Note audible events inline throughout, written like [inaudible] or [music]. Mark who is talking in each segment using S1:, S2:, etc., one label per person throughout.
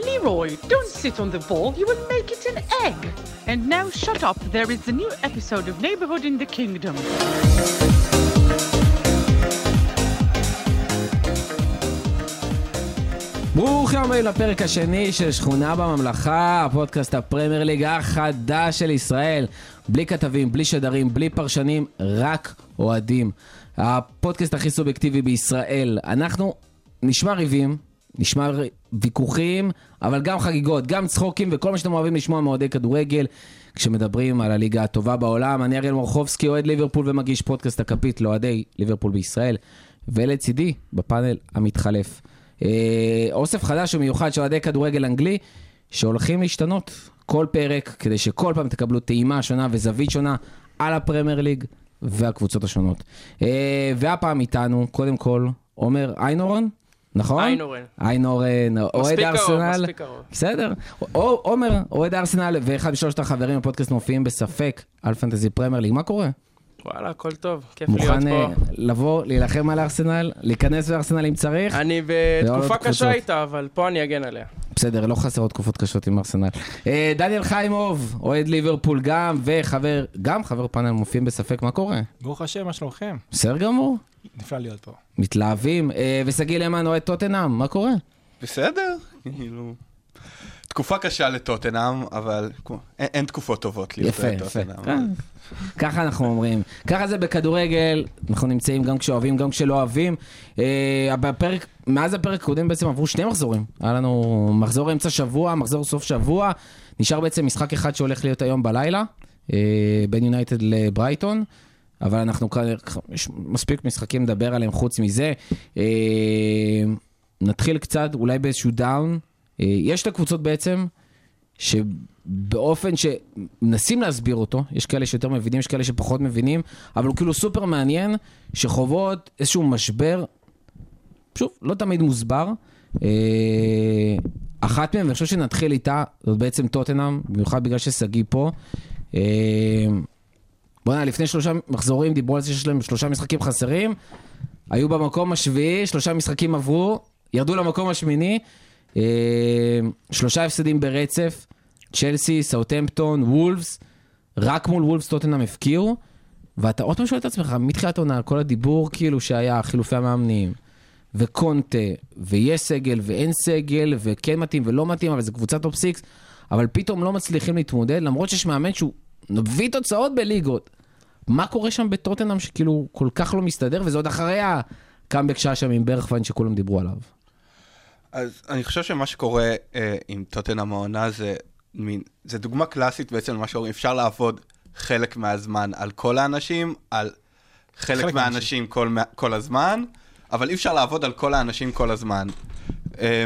S1: Leroy, don't sit on the ball. You will make it an egg. And now shut up. There is a new episode of Neighborhood in the Kingdom.
S2: ברוכים הבאים לפרק השני של שכונה בממלכה, הפודקאסט הפרמייר ליג החדש של ישראל. בלי כתבים, בלי שדרים, בלי פרשנים, רק אוהדים. הפודקאסט הכי סובייקטיבי בישראל. אנחנו נשמע ריבים, נשמע ר- ויכוחים, אבל גם חגיגות, גם צחוקים וכל מה שאתם אוהבים לשמוע מאוהדי כדורגל. כשמדברים על הליגה הטובה בעולם, אני אריאל מורחובסקי, אוהד ליברפול ומגיש פודקאסט הכפית לאוהדי ליברפול בישראל. ולצידי, בפאנל המתחלף. אה, אוסף חדש ומיוחד של אוהדי כדורגל אנגלי, שהולכים להשתנות כל פרק, כדי שכל פעם תקבלו טעימה שונה וזווית שונה על הפרמייר ליג והקבוצות השונות. אה, והפעם איתנו, קודם כל, עומר איינורן, נכון?
S3: איינהורן.
S2: איינורן, אוהד
S3: קרוב,
S2: ארסנל.
S3: מספיק קרוב.
S2: בסדר. או- עומר, אוהד ארסנל, ואחד משלושת החברים בפודקאסט מופיעים בספק על פנטזי פרמייר ליג. מה קורה?
S3: וואלה, הכל טוב, כיף להיות
S2: מוכן אה,
S3: פה.
S2: לבוא, להילחם על ארסנל, להיכנס לארסנל אם צריך?
S3: אני
S2: ועוד
S3: בתקופה
S2: אה, קבוצות.
S3: קשה איתה, אבל פה אני אגן עליה.
S2: בסדר, לא חסרות תקופות קשות עם ארסנל. אה, דניאל חיימוב, אוהד ליברפול גם, וחבר, גם חבר פאנל מופיעים בספק מה קורה.
S4: ברוך השם, מה שלומכם?
S2: בסדר גמור,
S4: נפלא להיות פה.
S2: מתלהבים. אה, ושגיא למן, אוהד טוטנאם, מה קורה?
S5: בסדר, כאילו... תקופה קשה לטוטנאם, אבל כמו- אין, אין תקופות טובות להיות
S2: יפה, יפה.
S5: לטוטנאם.
S2: אה, ככה אנחנו אומרים. ככה זה בכדורגל, אנחנו נמצאים גם כשאוהבים, גם כשלא אוהבים. אה, בפרק, מאז הפרק הקודם בעצם עברו שני מחזורים. היה לנו מחזור אמצע שבוע, מחזור סוף שבוע. נשאר בעצם משחק אחד שהולך להיות היום בלילה, אה, בין יונייטד לברייטון. אבל אנחנו כאן, יש מספיק משחקים לדבר עליהם חוץ מזה. אה, נתחיל קצת, אולי באיזשהו דאון. אה, יש את הקבוצות בעצם, שבאופן שמנסים להסביר אותו, יש כאלה שיותר מבינים, יש כאלה שפחות מבינים, אבל הוא כאילו סופר מעניין, שחוות איזשהו משבר, שוב, לא תמיד מוסבר. אה, אחת מהן, ואני חושב שנתחיל איתה, זאת בעצם טוטנאם, במיוחד בגלל ששגיא פה. אה, בוא'נה, לפני שלושה מחזורים דיברו על זה שיש להם שלושה משחקים חסרים, היו במקום השביעי, שלושה משחקים עברו, ירדו למקום השמיני, אה, שלושה הפסדים ברצף, צ'לסי, סאוטמפטון, וולפס, רק מול וולפס טוטנאם הפקיעו, ואתה עוד פעם שואל את עצמך, מתחילת עונה, כל הדיבור כאילו שהיה, חילופי המאמנים, וקונטה, ויש סגל ואין סגל, וכן מתאים ולא מתאים, אבל זו קבוצה טופ סיקס, אבל פתאום לא מצליחים להתמודד, למרות שיש מאמן שהוא מביא תוצאות בליגות. מה קורה שם בטוטנאם שכאילו כל כך לא מסתדר, וזה עוד אחרי הקאמבק שהיה שם עם ברכפן שכולם דיברו עליו.
S5: אז אני חושב שמה שקורה אה, עם טוטנאם העונה זה מין, זה דוגמה קלאסית בעצם למה שאומרים, אפשר לעבוד חלק מהזמן על כל האנשים, על חלק,
S4: חלק
S5: מהאנשים כל, מה- כל הזמן, אבל אי אפשר לעבוד על כל האנשים כל הזמן. אה,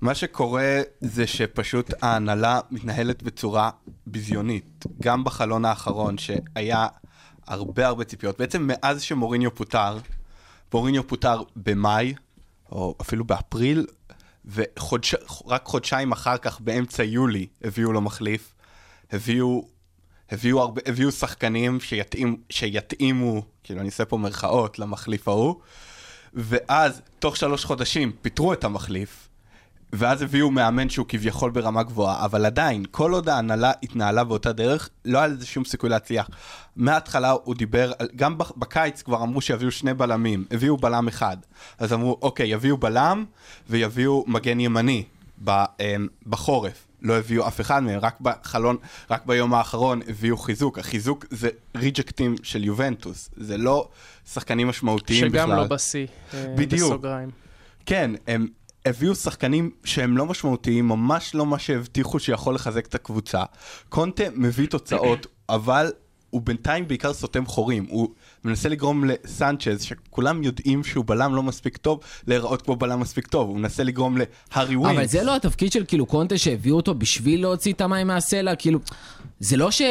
S5: מה שקורה זה שפשוט ההנהלה מתנהלת בצורה ביזיונית, גם בחלון האחרון, שהיה הרבה הרבה ציפיות. בעצם מאז שמוריניו פוטר, מוריניו פוטר במאי, או אפילו באפריל, ורק חודשיים אחר כך, באמצע יולי, הביאו לו מחליף. הביאו, הביאו, הרבה, הביאו שחקנים שיתאים, שיתאימו, כאילו אני עושה פה מירכאות למחליף ההוא, ואז תוך שלוש חודשים פיטרו את המחליף, ואז הביאו מאמן שהוא כביכול ברמה גבוהה, אבל עדיין, כל עוד ההנהלה התנהלה באותה דרך, לא היה לזה שום סיכוי להצליח. מההתחלה הוא דיבר, על- גם בח- בקיץ כבר אמרו שיביאו שני בלמים, הביאו בלם אחד. אז אמרו, אוקיי, יביאו בלם ויביאו מגן ימני ב- אמ, בחורף. לא הביאו אף אחד מהם, רק בחלון, רק ביום האחרון הביאו חיזוק. החיזוק זה ריג'קטים של יובנטוס, זה לא שחקנים משמעותיים בכלל.
S3: שגם לא בשיא. אה,
S5: בדיוק.
S3: בסוגריים.
S5: כן, הם הביאו שחקנים שהם לא משמעותיים, ממש לא מה שהבטיחו שיכול לחזק את הקבוצה. קונטה מביא תוצאות, אבל הוא בינתיים בעיקר סותם חורים. הוא מנסה לגרום לסנצ'ז, שכולם יודעים שהוא בלם לא מספיק טוב, להיראות כמו בלם מספיק טוב. הוא מנסה לגרום להארי ווינס.
S2: אבל זה לא התפקיד של כאילו קונטה שהביאו אותו בשביל להוציא את המים מהסלע, כאילו... זה לא ש...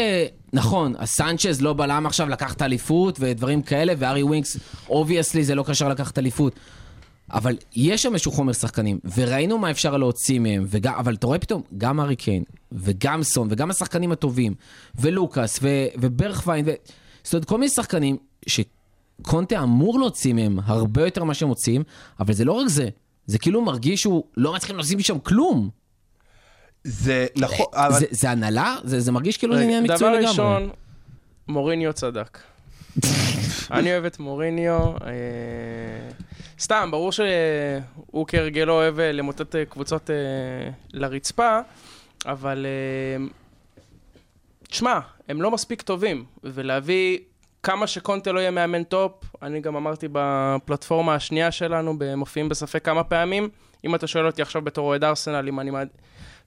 S2: נכון, הסנצ'ז לא בלם עכשיו לקחת אליפות ודברים כאלה, וארי ווינקס, אובייסלי זה לא קשר לקחת אליפות. אבל יש שם איזשהו חומר שחקנים, וראינו מה אפשר להוציא מהם, וגם, אבל אתה רואה פתאום, גם הארי קיין, וגם סון, וגם השחקנים הטובים, ולוקאס, ו, וברכווין, ו... זאת אומרת, כל מיני שחקנים שקונטה אמור להוציא מהם הרבה יותר ממה שהם מוציאים, אבל זה לא רק זה, זה כאילו מרגיש שהוא לא מצליחים לשים שם כלום.
S5: זה נכון, אבל
S2: אה, זה, זה הנהלה? זה, זה מרגיש כאילו זה
S3: רגע,
S2: עניין מקצועי
S3: דבר
S2: לגמרי.
S3: ראשון, מוריניו צדק. [laughs] אני אוהב את מוריניו. אה, סתם, ברור שהוא כהרגלו אוהב אה, למוטט אה, קבוצות אה, לרצפה, אבל... אה, תשמע, הם לא מספיק טובים, ולהביא כמה שקונטה לא יהיה מאמן טופ, אני גם אמרתי בפלטפורמה השנייה שלנו, במופיעים בספק כמה פעמים, אם אתה שואל אותי עכשיו בתור אוהד ארסנל, אם אני מעד...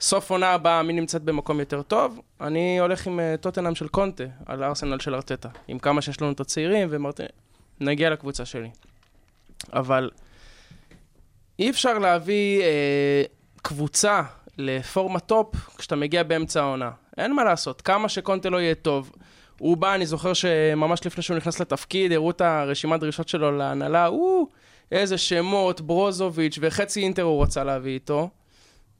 S3: סוף עונה הבאה, מי נמצאת במקום יותר טוב, אני הולך עם אה, טוטנאם של קונטה, על ארסנל של ארטטה. עם כמה שיש לנו את הצעירים, ואמרתי, נגיע לקבוצה שלי. אבל אי אפשר להביא אה, קבוצה לפורמה טופ כשאתה מגיע באמצע העונה. אין מה לעשות, כמה שקונטה לא יהיה טוב. הוא בא, אני זוכר שממש לפני שהוא נכנס לתפקיד, הראו את הרשימת דרישות שלו להנהלה, הוא, איזה שמות, ברוזוביץ' וחצי אינטר הוא רצה להביא איתו.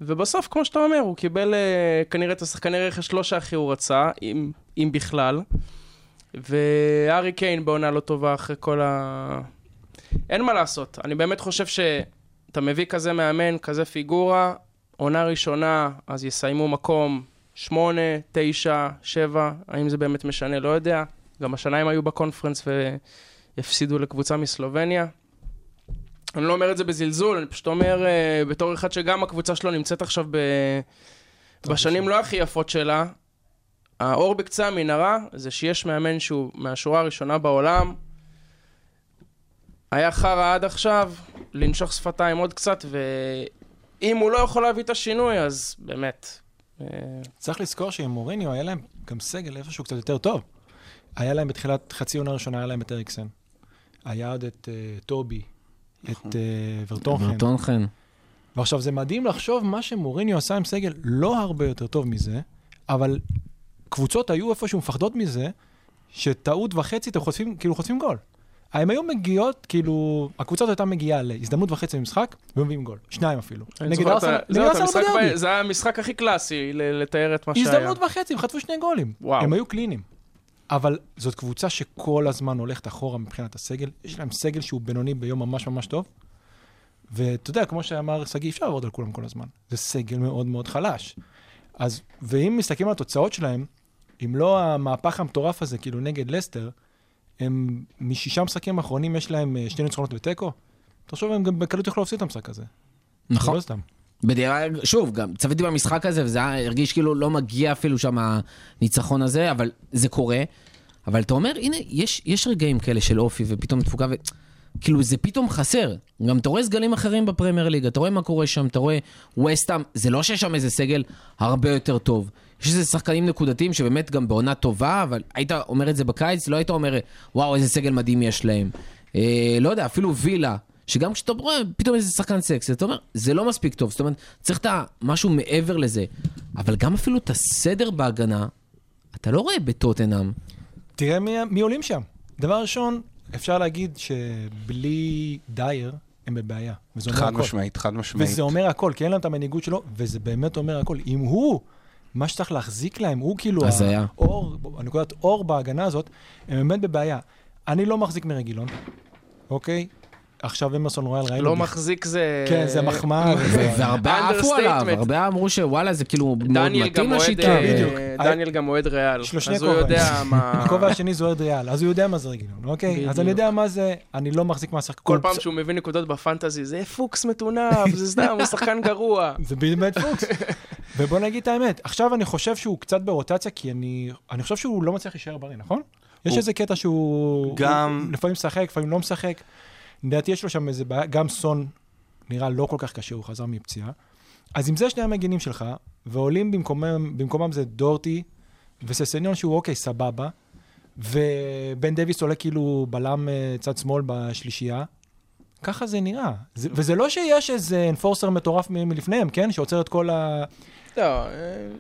S3: ובסוף, כמו שאתה אומר, הוא קיבל אה, כנראה את השחקני רכש לא שהכי הוא רצה, אם, אם בכלל. והארי קיין בעונה לא טובה אחרי כל ה... אין מה לעשות. אני באמת חושב שאתה מביא כזה מאמן, כזה פיגורה, עונה ראשונה, אז יסיימו מקום שמונה, תשע, שבע, האם זה באמת משנה? לא יודע. גם השנה הם היו בקונפרנס והפסידו לקבוצה מסלובניה. אני לא אומר את זה בזלזול, אני פשוט אומר אה, בתור אחד שגם הקבוצה שלו נמצאת עכשיו ב... בשנים לא הכי יפות שלה. האור בקצה המנהרה זה שיש מאמן שהוא מהשורה הראשונה בעולם. היה חרא עד עכשיו, לנשוך שפתיים עוד קצת, ואם הוא לא יכול להביא את השינוי, אז באמת. אה,
S4: צריך לזכור שעם מוריניו היה להם גם סגל איפשהו קצת יותר טוב. היה להם בתחילת חצי עונה ראשונה, היה להם את אריקסן. היה עוד את אה, טובי,
S3: נכון.
S4: את אה, ורטונכן.
S2: ברטון חן.
S4: ועכשיו, זה מדהים לחשוב מה שמוריניו עשה עם סגל לא הרבה יותר טוב מזה, אבל קבוצות היו איפשהו מפחדות מזה, שטעות וחצי אתם חוטפים, כאילו חוטפים גול. הם היו מגיעות, כאילו, הקבוצה הזאת הייתה מגיעה להזדמנות וחצי במשחק, והיו מביאים גול. שניים אפילו.
S3: אני
S4: נגד
S3: זוכר את ה-
S4: ארסנל, נגד
S3: זהו, את
S4: ארסנל
S3: המשחק ב-
S4: בדרבי.
S3: זה היה המשחק הכי קלאסי ל- לתאר את מה שהיה.
S4: הזדמנות וחצי, הם חטפו שני גולים.
S3: וואו.
S4: הם היו קליניים. אבל זאת קבוצה שכל הזמן הולכת אחורה מבחינת הסגל. יש להם סגל שהוא בינוני ביום ממש ממש טוב. ואתה יודע, כמו שאמר שגיא, אי אפשר לעבוד על כולם כל הזמן. זה סגל מאוד מאוד חלש. אז, ואם מסתכלים על התוצאות שלהם, אם לא המהפך המטורף הזה, כאילו נגד לסטר, הם משישה משחקים האחרונים יש להם אה, שני ניצחונות בתיקו. תחשוב, הם גם בקלות יכלו להפסיד את המשחק הזה. זה
S2: נכון.
S4: לא סתם.
S2: בדיוק, שוב, גם צפיתי במשחק הזה, וזה היה- הרגיש כאילו לא מגיע אפילו שם הניצחון הזה, אבל זה קורה. אבל אתה אומר, הנה, יש, יש רגעים כאלה של אופי ופתאום תפוקה, ו... כאילו זה פתאום חסר. גם אתה רואה סגלים אחרים בפרמייר ליג, אתה רואה מה קורה שם, אתה רואה ווסטאם, זה לא שיש שם איזה סגל הרבה יותר טוב. יש איזה שחקנים נקודתיים שבאמת גם בעונה טובה, אבל היית אומר את זה בקיץ, לא היית אומר, וואו, איזה סגל מדהים יש להם. אה, לא יודע, אפילו וילה, שגם כשאתה רואה פתאום איזה שחקן סקס, אתה אומר, זה לא מספיק טוב, זאת אומרת, צריך את ה- משהו מעבר לזה. אבל גם אפילו את הסדר בהגנה, אתה לא רואה בטוטנאם.
S4: תראה מי, מי עולים שם. דבר ראשון, אפשר להגיד שבלי דייר, הם בבעיה. וזה אומר
S5: חד
S4: הכל.
S5: משמעית, חד משמעית.
S4: וזה אומר הכל, כי אין להם את המנהיגות שלו, וזה באמת אומר הכל. אם הוא, מה שצריך להחזיק להם, הוא כאילו...
S2: הזיה.
S4: האור, הנקודת אור בהגנה הזאת, הם באמת בבעיה. אני לא מחזיק מרגילון, אוקיי? עכשיו אמרסון רויאל ראינו.
S3: לא
S4: בכ-
S3: מחזיק זה...
S4: כן, זה
S5: אה,
S4: מחמאה.
S2: ו- והרבה עפו עליו,
S3: Understatement.
S2: הרבה אמרו שוואלה, זה כאילו מאוד
S3: דניאל גם
S2: מתאים
S3: אוהד,
S2: לשיטה.
S3: אה,
S4: בדיוק.
S3: דניאל גם אוהד ריאל.
S4: יש לו שני
S3: אז הוא יודע [laughs]
S4: כובעים.
S3: מה...
S4: הכובע השני זה אוהד ריאל, אז הוא יודע מה זה רגילון, אוקיי? אז אני
S3: בדיוק.
S4: יודע מה זה, אני לא מחזיק מהשחק.
S3: כל פעם שהוא מביא נקודות בפנטזי, זה פוקס מטונף, זה סתם, הוא שחקן גרוע.
S4: זה באמת פוקס. ובוא נגיד את האמת, עכשיו אני חושב שהוא קצת ברוטציה, כי אני, אני חושב שהוא לא מצליח להישאר בריא, נכון? יש
S5: הוא-
S4: איזה קטע שהוא...
S5: גם-
S4: הוא לפעמים משחק, לפעמים לא משחק. לדעתי יש לו שם איזה בעיה, גם סון נראה לא כל כך קשה, הוא חזר מפציעה. אז אם זה שני המגינים שלך, ועולים במקומם, במקומם זה דורטי וססניון שהוא אוקיי, סבבה, ובן דוויס עולה כאילו בלם אה, צד שמאל בשלישייה, ככה זה נראה. זה, וזה לא שיש איזה אנפורסר מטורף מ- מלפניהם, כן? שעוצר את כל ה...
S3: [laughs] לא, אה,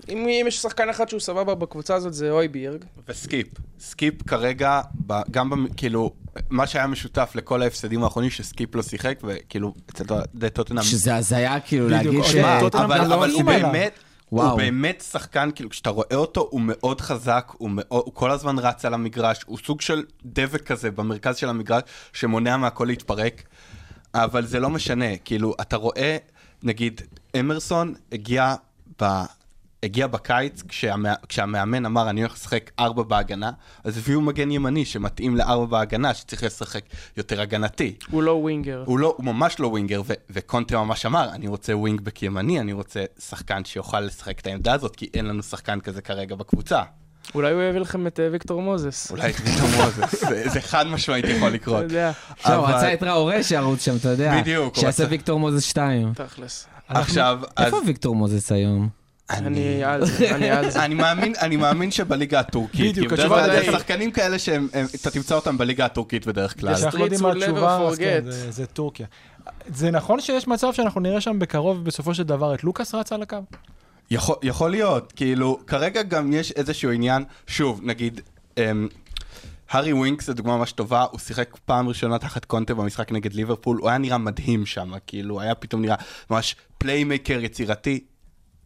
S3: אם אם יש שחקן אחד שהוא סבבה בקבוצה הזאת, זה אויבירג.
S5: וסקיפ. סקיפ כרגע, ב- גם במ- כאילו, מה שהיה משותף לכל ההפסדים האחרונים, שסקיפ לא שיחק, וכאילו, אצל די טוטנאם.
S2: שזה הזיה כאילו
S4: בדיוק,
S2: להגיד ש...
S4: אוקיי,
S5: שמע,
S4: טוטנהאם
S5: אבל
S4: גם לא
S5: אבל הוא
S4: עובדים עליו.
S5: באמת...
S2: וואו.
S5: הוא באמת שחקן, כאילו כשאתה רואה אותו, הוא מאוד חזק, הוא, מאוד, הוא כל הזמן רץ על המגרש, הוא סוג של דבק כזה במרכז של המגרש, שמונע מהכל להתפרק. אבל זה לא משנה, כאילו, אתה רואה, נגיד, אמרסון הגיע, ב... הגיע בקיץ, כשהמא... כשהמאמן אמר, אני הולך לשחק ארבע בהגנה, אז הביאו מגן ימני שמתאים לארבע בהגנה, שצריך לשחק יותר הגנתי.
S3: הוא לא ווינגר.
S5: הוא לא, הוא ממש לא ווינגר, ו- וקונטה ממש אמר, אני רוצה ווינגבק ימני, אני רוצה שחקן שיוכל לשחק את העמדה הזאת, כי אין לנו שחקן כזה כרגע בקבוצה.
S3: אולי הוא יביא לכם את אה, ויקטור מוזס.
S5: אולי את ויטור מוזס, זה- זה חד משמעית יכול לקרות.
S3: אתה יודע,
S2: עכשיו, לא, הוא
S5: אבל-
S2: רצה את ראו רש שירוץ שם, אתה יודע.
S5: בדיוק, הוא
S2: שיעשה
S5: רצה.
S2: ויקטור מוזס 2.
S3: תכלס.
S5: עכשיו, אז
S2: איפה ויקטור מוזס היום?
S3: אני על זה, אני על
S5: [laughs]
S3: זה.
S5: אני מאמין, אני מאמין שבליגה הטורקית,
S4: בדיוק,
S5: כי בדרך
S4: התשובה
S5: כלל
S3: היא-
S5: זה שחקנים כאלה שהם, הם- אתה תמצא אותם בליגה הטורקית בדרך כלל.
S4: זה שאנחנו לא יודעים מה
S3: Streets will never
S4: התשובה, אז כן,
S3: forget.
S4: זה- זה טורקיה. זה נכון שיש מצב שאנחנו נראה שם בקרוב, בסופו של דבר, את לוקאס רץ על הקו?
S5: יכול, יכול להיות, כאילו, כרגע גם יש איזשהו עניין, שוב, נגיד, אמ, הארי ווינקס זו דוגמה ממש טובה, הוא שיחק פעם ראשונה תחת קונטה במשחק נגד ליברפול, הוא היה נראה מדהים שם, כאילו, הוא היה פתאום נראה ממש פליימייקר יצירתי.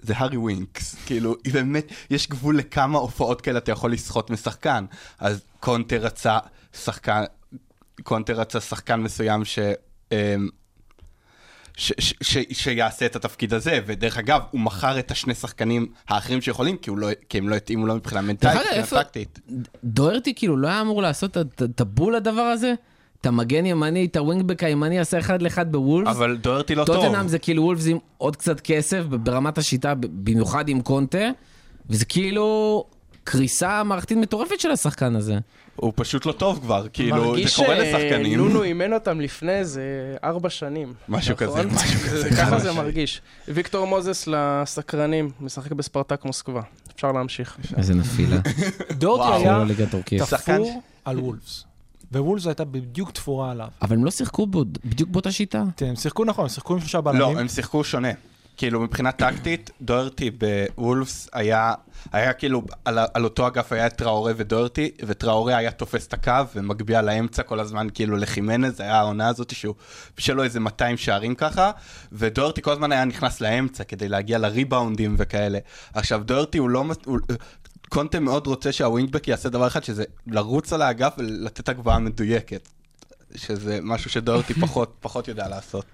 S5: זה הארי ווינקס, כאילו, היא באמת, יש גבול לכמה הופעות כאלה אתה יכול לסחוט משחקן. אז קונטה רצה שחקן, קונטה רצה שחקן מסוים ש... אמ, ש- ש- ש- שיעשה את התפקיד הזה, ודרך אגב, הוא מכר את השני שחקנים האחרים שיכולים, כי, הוא לא, כי הם לא התאימו לו מבחינה מנטלית,
S2: דרך אגב,
S5: מבחינה
S2: איפה-
S5: טקטית.
S2: דוהרטי כאילו לא היה אמור לעשות את- את הבול הדבר הזה? את המגן ימני, את הווינגבק הימני, עשה אחד לאחד בוולפס?
S5: אבל דוהרטי לא טוב.
S2: טוטנאם זה כאילו וולפס עם עוד קצת כסף ברמת השיטה, ב- במיוחד עם קונטה, וזה כאילו קריסה מערכתית מטורפת של השחקן הזה.
S5: הוא פשוט לא טוב כבר, כאילו, זה
S3: מרגיש אה,
S5: קורה לשחקנים.
S3: שנונו אימן אותם לפני איזה ארבע שנים.
S5: משהו
S3: נכון?
S5: כזה, משהו
S3: זה-
S5: כזה.
S3: ככה
S5: חד
S3: זה
S5: משמעית.
S3: מרגיש. ויקטור מוזס לסקרנים, משחק בספרטק מוסקבה. אפשר להמשיך.
S2: איזה נפילה.
S4: דורטי
S5: וואו.
S4: היה
S2: לא ליגה טורקית.
S5: שחקן
S4: תפור על וולפס. ווולפס הייתה בדיוק תפורה עליו.
S2: אבל הם לא שיחקו בו- בדיוק באותה שיטה.
S4: תראה, הם שיחקו נכון, הם שיחקו עם שלושה
S5: לא,
S4: בלמים.
S5: הם שיחקו שונה. כאילו, מבחינה טקטית, דוהרטי בוולפס היה, היה כאילו, על, ה- על אותו אגף היה את טראורה ודוהרטי, וטראורה היה תופס את הקו ומגביה לאמצע כל הזמן, כאילו, לחימנז, היה העונה הזאת שהוא, שלו איזה 200 שערים ככה, ודוהרטי כל הזמן היה נכנס לאמצע כדי להגיע לריבאונדים וכאלה. עכשיו, דוהרטי הוא לא... מס- הוא, קונטה מאוד רוצה שהווינגבק יעשה דבר אחד, שזה לרוץ על האגף ולתת הגבהה מדויקת. שזה משהו שדוהרטי פחות, פחות יודע לעשות.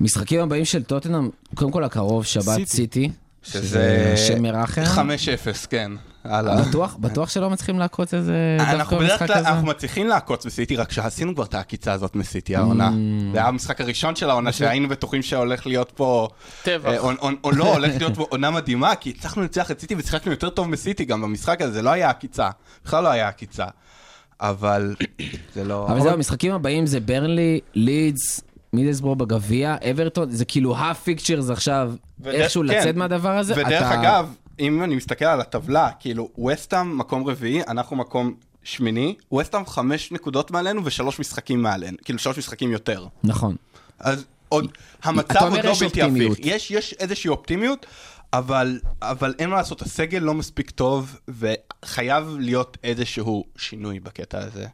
S2: משחקים הבאים של טוטנאם, קודם כל הקרוב, שבת
S4: סיטי.
S2: סיטי.
S5: שזה
S2: שם מרחם.
S5: 5-0, כן. הלאה.
S2: בטוח, בטוח שלא מצליחים לעקוץ איזה דווקא
S5: אנחנו בדרך
S2: במשחק
S5: כלל,
S2: הזה.
S5: אנחנו מצליחים לעקוץ בסיטי, רק שעשינו כבר את העקיצה הזאת מסיטי העונה.
S2: Mm.
S5: זה היה המשחק הראשון של העונה, שהיינו בטוחים שהולך להיות פה...
S3: טבח.
S5: אה, או- או- או לא, הולך להיות פה עונה מדהימה, כי הצלחנו לנצח את סיטי ושיחקנו יותר טוב מסיטי גם במשחק הזה, זה לא היה עקיצה. בכלל לא היה עקיצה. אבל זה לא...
S2: אבל זהו, המשחקים הבאים זה ברנלי, לידס, מידלסבורג בגביע, אברטון, זה כאילו הפיקצ'רס עכשיו,
S5: ודרך-
S2: איכשהו
S5: כן.
S2: לצאת מהדבר הזה.
S5: ודרך
S2: אתה-
S5: אגב, אם אני מסתכל על הטבלה, כאילו, וסטאם מקום רביעי, אנחנו מקום שמיני, וסטאם חמש נקודות מעלינו ושלוש משחקים מעלינו, כאילו שלוש משחקים יותר.
S2: נכון.
S5: אז עוד, המצב
S2: אתה אומר
S5: עוד לא
S2: יש
S5: בלתי הפיך.
S2: אופטימיות.
S5: יש, יש איזושהי אופטימיות, אבל, אבל אין מה לעשות, הסגל לא מספיק טוב, וחייב להיות איזשהו שינוי בקטע הזה.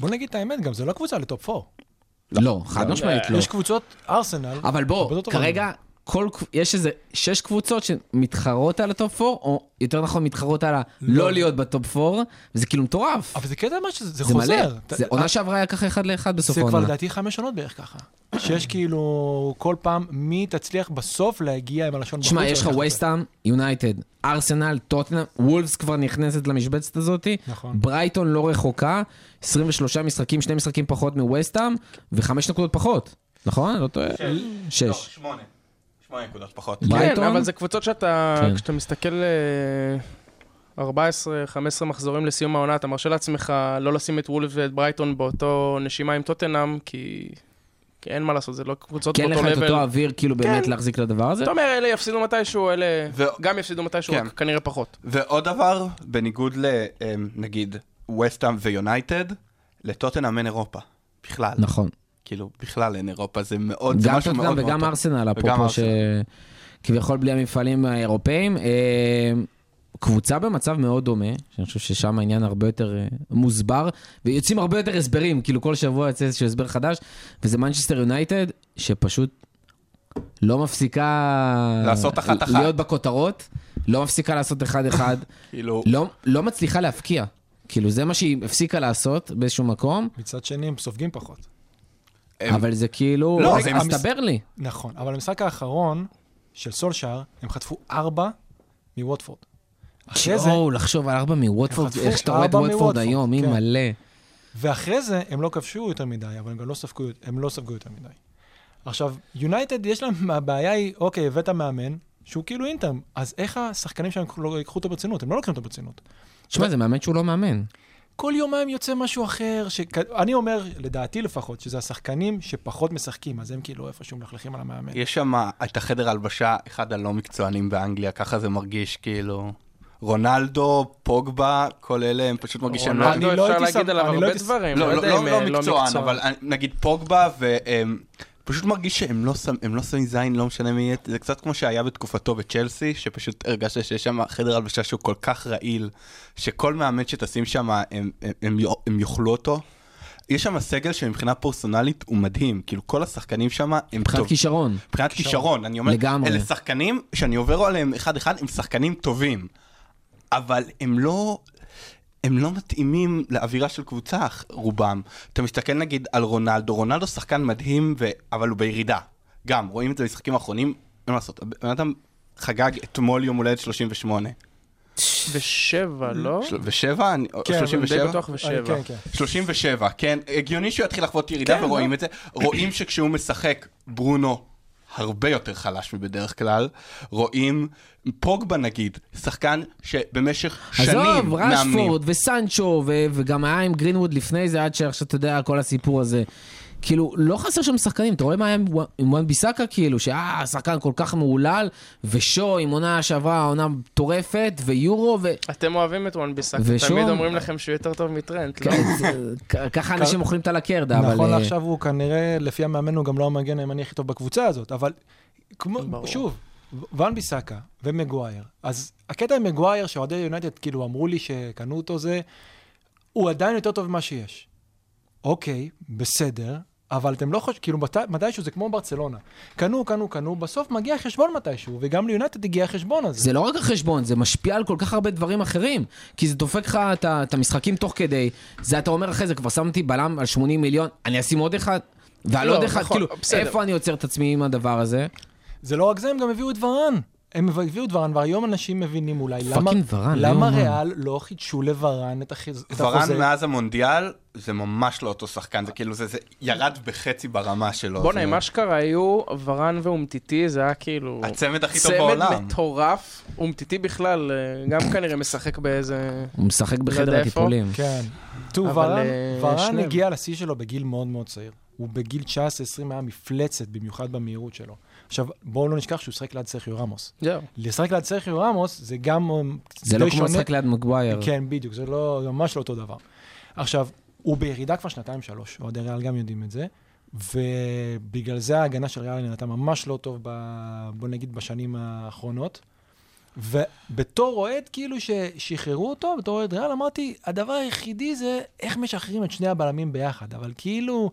S4: בוא נגיד את האמת, גם זה לא קבוצה לטופ 4.
S2: לא, חד משמעית לא.
S4: יש קבוצות ארסנל.
S2: אבל
S4: הרבה
S2: בוא,
S4: יותר טובות.
S2: כרגע, כל, קב- יש איזה שש קבוצות שמתחרות על הטופ 4, או יותר נכון, מתחרות על הלא להיות בטופ 4, וזה כאילו מטורף.
S4: לא. אבל זה קטע מה שזה זה
S2: זה מלא.
S4: חוזר.
S2: זה
S4: אתה-
S2: עונה שעברה היה ככה אחד לאחד בסוף
S4: זה כבר
S2: העונה.
S4: לדעתי חמש שנות בערך ככה. שיש כאילו כל פעם מי תצליח בסוף להגיע עם הלשון בחוץ.
S2: תשמע, יש לך
S4: וללכת לזה.
S2: וייסטאם, יונייטד, ארסנל, טוטנאם, וולפס כבר נכנסת למשבצת הזאת,
S4: נכון.
S2: ברייטון לא רחוקה, 23 משחקים, שני משחקים פחות מווסטאם, וחמש נקודות פחות, נכון? לא טועה? שש. לא,
S5: שמונה. שמונה נקודות פחות.
S3: כן,
S2: ברייטון,
S3: אבל זה קבוצות שאתה,
S2: כן.
S3: כשאתה מסתכל אה, 14-15 מחזורים לסיום העונה, אתה מרשה לעצמך לא לשים את וולף ואת ברייטון באותו נשימה עם טוטנאם, כי כי אין מה לעשות, זה לא קבוצות
S2: כן לך
S3: באותו
S2: את אותו
S3: לבל.
S2: אוויר, כאילו באמת
S3: כן.
S2: להחזיק לדבר הזה?
S3: אתה אומר, אלה יפסידו מתישהו, אלה
S5: ו-
S3: גם יפסידו מתישהו,
S5: כן.
S3: רק כנראה פחות.
S5: ועוד דבר, בניגוד לנגיד וסטאם ויונייטד, לטוטנאם אין אירופה. בכלל.
S2: נכון.
S5: כאילו, בכלל אין אירופה, זה מאוד, זה
S2: גם
S5: משהו מאוד
S2: טוטנאם
S5: מאוד
S2: וגם
S5: טוב.
S2: ארסנל,
S5: וגם
S2: אפרופו ש... כביכול בלי המפעלים האירופאים. אה, קבוצה במצב מאוד דומה, שאני חושב ששם העניין הרבה יותר אה, מוסבר, ויוצאים הרבה יותר הסברים, כאילו כל שבוע יוצא איזשהו הסבר חדש, וזה מנצ'סטר יונייטד, שפשוט לא מפסיקה...
S5: לעשות אחת-אחת.
S2: להיות בכותרות, לא מפסיקה לעשות
S5: [coughs]
S2: אחד-אחד,
S5: כאילו,
S2: לא, לא מצליחה להבקיע. כאילו, זה מה שהיא הפסיקה לעשות באיזשהו מקום.
S4: מצד שני, הם סופגים פחות.
S5: הם-
S2: אבל זה כאילו...
S5: לא,
S2: לא,
S5: זה
S2: זה
S5: המס-
S2: מסתבר לי.
S4: נכון, אבל המשחק האחרון של סולשאר, הם חטפו ארבע מווטפורד. אחרי זה,
S6: יואו, לחשוב על ארבע מווטפורד,
S4: חטפו
S6: איך שאתה רואה את
S4: ארבע
S6: ווטפורד
S4: מווטפורד,
S6: היום, היא
S4: כן.
S6: מלא.
S4: ואחרי זה הם לא כבשו יותר מדי, אבל הם גם לא ספגו, הם לא ספגו יותר מדי. עכשיו, יונייטד יש להם, הבעיה היא, אוקיי, הבאת מאמן, שהוא כאילו אינטר, אז איך השחקנים שם לא ייקחו אותו ברצינות? הם לא לוקחים אותו ברצינות.
S6: שמע, זה מאמן שהוא לא מאמן.
S4: כל יומיים יוצא משהו אחר, ש... אני אומר, לדעתי לפחות, שזה השחקנים שפחות משחקים, אז הם כאילו איפשהו מלכלכים על המאמן.
S5: יש שם את החדר הלבשה, אחד הלא מקצוענים באנגליה, ככה זה מרגיש כאילו... רונלדו, פוגבה, כל אלה הם פשוט מרגישים לא...
S4: אני
S3: רונלדו
S4: לא
S3: אפשר
S4: הייתי
S3: להגיד
S4: שם-
S3: עליו
S4: אני
S3: הרבה
S4: לא הייתי שם-
S3: דברים,
S5: לא, לא,
S3: יודע
S5: לא,
S3: אם,
S5: לא
S3: אה,
S5: מקצוען, אבל אני- נגיד פוגבה, והם פשוט מרגיש שהם לא שם- הם לא שמים זין, לא משנה מי יהיה, זה קצת כמו שהיה בתקופתו בצ'לסי, שפשוט הרגשת שיש שם חדר הלבשה שהוא כל כך רעיל, שכל מאמן שתשים שם, הם- הם- הם יאו- הם יאכלו אותו. יש שם סגל שמבחינה פרסונלית הוא מדהים, כאילו כל השחקנים שם הם
S2: מבחינת
S5: טובים.
S2: כישרון.
S5: מבחינת כישרון, אני אומר,
S2: לגמרי.
S5: אלה שחקנים שאני עובר עליהם אחד-אחד, הם שחקנים טובים, אבל הם לא, הם לא מתאימים לאווירה של קבוצה, רובם. אתה מסתכל נגיד על רונלדו, רונלדו שחקן מדהים, ו... אבל הוא בירידה. גם, רואים את זה במשחקים האחרונים, אין מה לעשות, הבן אדם חגג אתמול יום הולדת 38.
S3: ושבע, לא?
S5: ושבע? אני-
S4: כן, אבל די
S5: 37?
S3: די בטוח
S4: אני-
S3: ושבע.
S4: כן, כן.
S5: 37, כן, הגיוני שהוא יתחיל לחוות ירידה כן, ורואים לא. את זה. רואים שכשהוא משחק, ברונו הרבה יותר חלש מבדרך כלל. רואים, פוגבה נגיד, שחקן שבמשך שנים
S2: עזוב,
S5: מאמנים.
S2: רשפורד וסנצ'ו, ו- וגם היה עם גרינווד לפני זה, עד שעכשיו אתה יודע, כל הסיפור הזה. כאילו, לא חסר שם שחקנים, אתה רואה מה היה עם וואן- עם וואן ביסאקה, כאילו, שאה, שחקן כל כך מהולל, ושו עם עונה שעברה, עונה מטורפת, ויורו, ו...
S3: אתם אוהבים את וואן ביסאק,
S2: ושום-
S3: תמיד אומרים לכם שהוא יותר טוב מטרנט, לא?
S2: כן, זה- כ- ככה אנשים אוכלים את הלקרדה, אבל...
S4: נכון
S2: אה,
S4: לעכשיו הוא כנראה, לפי המאמן הוא גם לא המגן הימני הכי טוב בקבוצה הזאת, אבל כמו,
S3: ברור.
S4: שוב, ואן ביסאקה ומגווייר, אז הקטע עם מגווייר, שאוהדי יונייטד כאילו אמרו לי שקנו אותו זה, הוא עדיין יותר טוב ממה שיש. אוקיי, בסדר, אבל אתם לא חושבים, כאילו מת, מתישהו זה כמו ברצלונה. קנו, קנו, קנו, בסוף מגיע החשבון מתישהו, וגם ליונייטד הגיע החשבון הזה.
S2: זה לא רק החשבון, זה משפיע על כל כך הרבה דברים אחרים. כי זה דופק לך את ה- את המשחקים תוך כדי. זה אתה אומר אחרי זה, כבר שמתי בלם על 80 מיליון, אני אשים עוד אחד, ועל
S3: לא,
S2: עוד אחד,
S3: נכון,
S2: כאילו,
S3: בסדר.
S2: איפה אני עוצר את עצמי עם הדבר הזה?
S4: זה לא רק זה, הם גם הביאו את ורן. הם הביאו את ורן, והיום אנשים מבינים אולי למה,
S6: פאקינג ורן, לא
S4: למה
S6: יאומן.
S4: ריאל לא חידשו לוורן את, החיז... את החוזה.
S5: ורן מאז המונדיאל, זה ממש לא אותו שחקן, זה כאילו, זה, זה ירד בחצי ברמה שלו.
S3: בואנה,
S5: זה-
S3: עם אשכרה היו ורן ואומטיטי, זה היה כאילו...
S5: הצמד הכי טוב
S3: צמד
S5: בעולם.
S3: מטורף, אומטיטי בכלל, אה, גם כנראה משחק באיזה...
S2: הוא משחק בחדר
S3: יודע איפה.
S2: הטיפולים.
S4: לא כן. תראו,
S3: אבל,
S4: ורן,
S3: אה,
S4: ורן
S3: שניהם.
S4: הגיע לשיא שלו בגיל מאוד מאוד צעיר. הוא בגיל 19-20 היה מפלצת, במיוחד במהירות שלו. עכשיו, בואו לא נשכח שהוא שחק ליד סרחיו רמוס.
S3: זהו.
S4: לשחק ליד סרחיו רמוס זה גם... אה,
S2: זה לא
S4: די
S2: כמו
S4: שונה.
S2: משחק ליד מגווייר.
S4: כן, בדיוק, זה לא, זה ממש לא אותו דבר. עכשיו, הוא בירידה כבר שנתיים-שלוש, אוהדי ריאל גם יודעים את זה, ובגלל זה ההגנה של ריאל נראתה ממש לא טוב, ב, בוא נגיד, בשנים האחרונות. ובתור אוהד, כאילו ששחררו אותו, בתור אוהד ריאל, אמרתי, הדבר היחידי זה איך משחררים את שני הבלמים ביחד, אבל כאילו,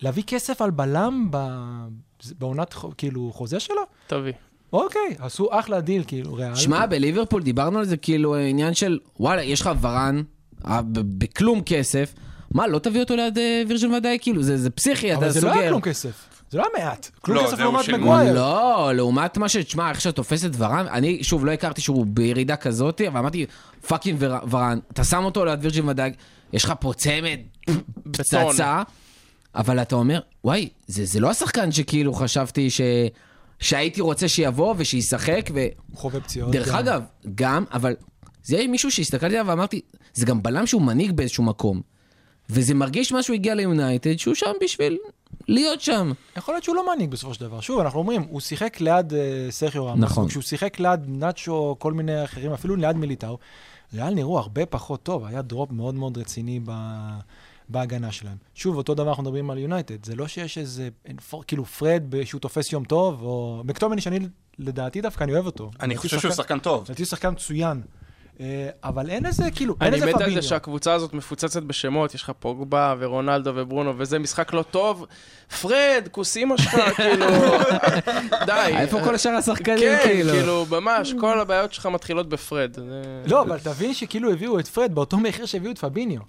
S4: להביא כסף על בלם ב... זה- בעונת, חו- כאילו, חוזה שלו?
S3: טובי.
S4: אוקיי, עשו אחלה דיל, כאילו, ריאל.
S2: שמע, בליברפול דיברנו על זה כאילו עניין של, וואלה, יש לך ורן, אה, ב- בכלום כסף, מה, לא תביא אותו ליד אה, וירג'ין ודאי? כאילו, זה זה פסיכי,
S4: אבל
S2: אתה
S4: זה לא היה
S2: סוגר.
S4: כלום כסף. זה לא היה מעט. כלום
S5: לא,
S4: כסף
S5: זהו,
S4: לעומת
S5: שילמו.
S4: מגווייר.
S2: לא, לעומת מה ש... תשמע, איך שאתה תופס את ורן, אני, שוב, לא הכרתי שהוא בירידה כזאת, אבל אמרתי, פאקינג ור- ורן, אתה שם אותו ליד וירג'ין ודאג, יש לך פה צמד, פצצה, אבל אתה אומר, וואי, זה, זה לא השחקן שכאילו חשבתי ש... שהייתי רוצה שיבוא ושישחק, ו...
S4: הוא חווה פציעות.
S2: דרך
S4: גם.
S2: אגב, גם, אבל זה היה מישהו שהסתכלתי עליו ואמרתי, זה גם בלם שהוא מנהיג באיזשהו מקום. וזה מרגיש מה שהוא הגיע ליונייטד, שהוא שם בשביל להיות שם.
S4: יכול להיות שהוא לא מנהיג בסופו של דבר. שוב, אנחנו אומרים, הוא שיחק ליד אה, סרחיו רמוס,
S2: נכון.
S4: וכשהוא שיחק ליד נאצ'ו, כל מיני אחרים, אפילו ליד מיליטאו, ריאל נראו הרבה פחות טוב, היה דרופ מאוד מאוד רציני ב... בהגנה שלהם. שוב, אותו דבר אנחנו מדברים על יונייטד, זה לא שיש איזה, אינפור- כאילו פרד ב- שהוא תופס יום טוב, או... מקטומני שאני לדעתי דווקא, אני אוהב אותו.
S5: אני חושב שהוא שחקן טוב.
S4: לדעתי הוא שחקן מצוין. אה, אבל אין איזה, כאילו, אין
S3: אני
S4: איזה
S3: מת על
S4: פביניו.
S3: זה שהקבוצה הזאת מפוצצת בשמות, יש לך פוגבה ורונלדו וברונו, וזה משחק לא טוב. פרד, כוס אימא שלך, כאילו, די.
S2: אה,
S3: אה,
S2: איפה כל השאר השחקנים,
S3: כן,
S2: כאילו?
S3: כאילו, ממש, כל הבעיות שלך מתחילות בפרד. אה, זה-
S4: לא, אבל תבין שכאילו הביאו את פרד באותו מחיר שהביאו את פביניו.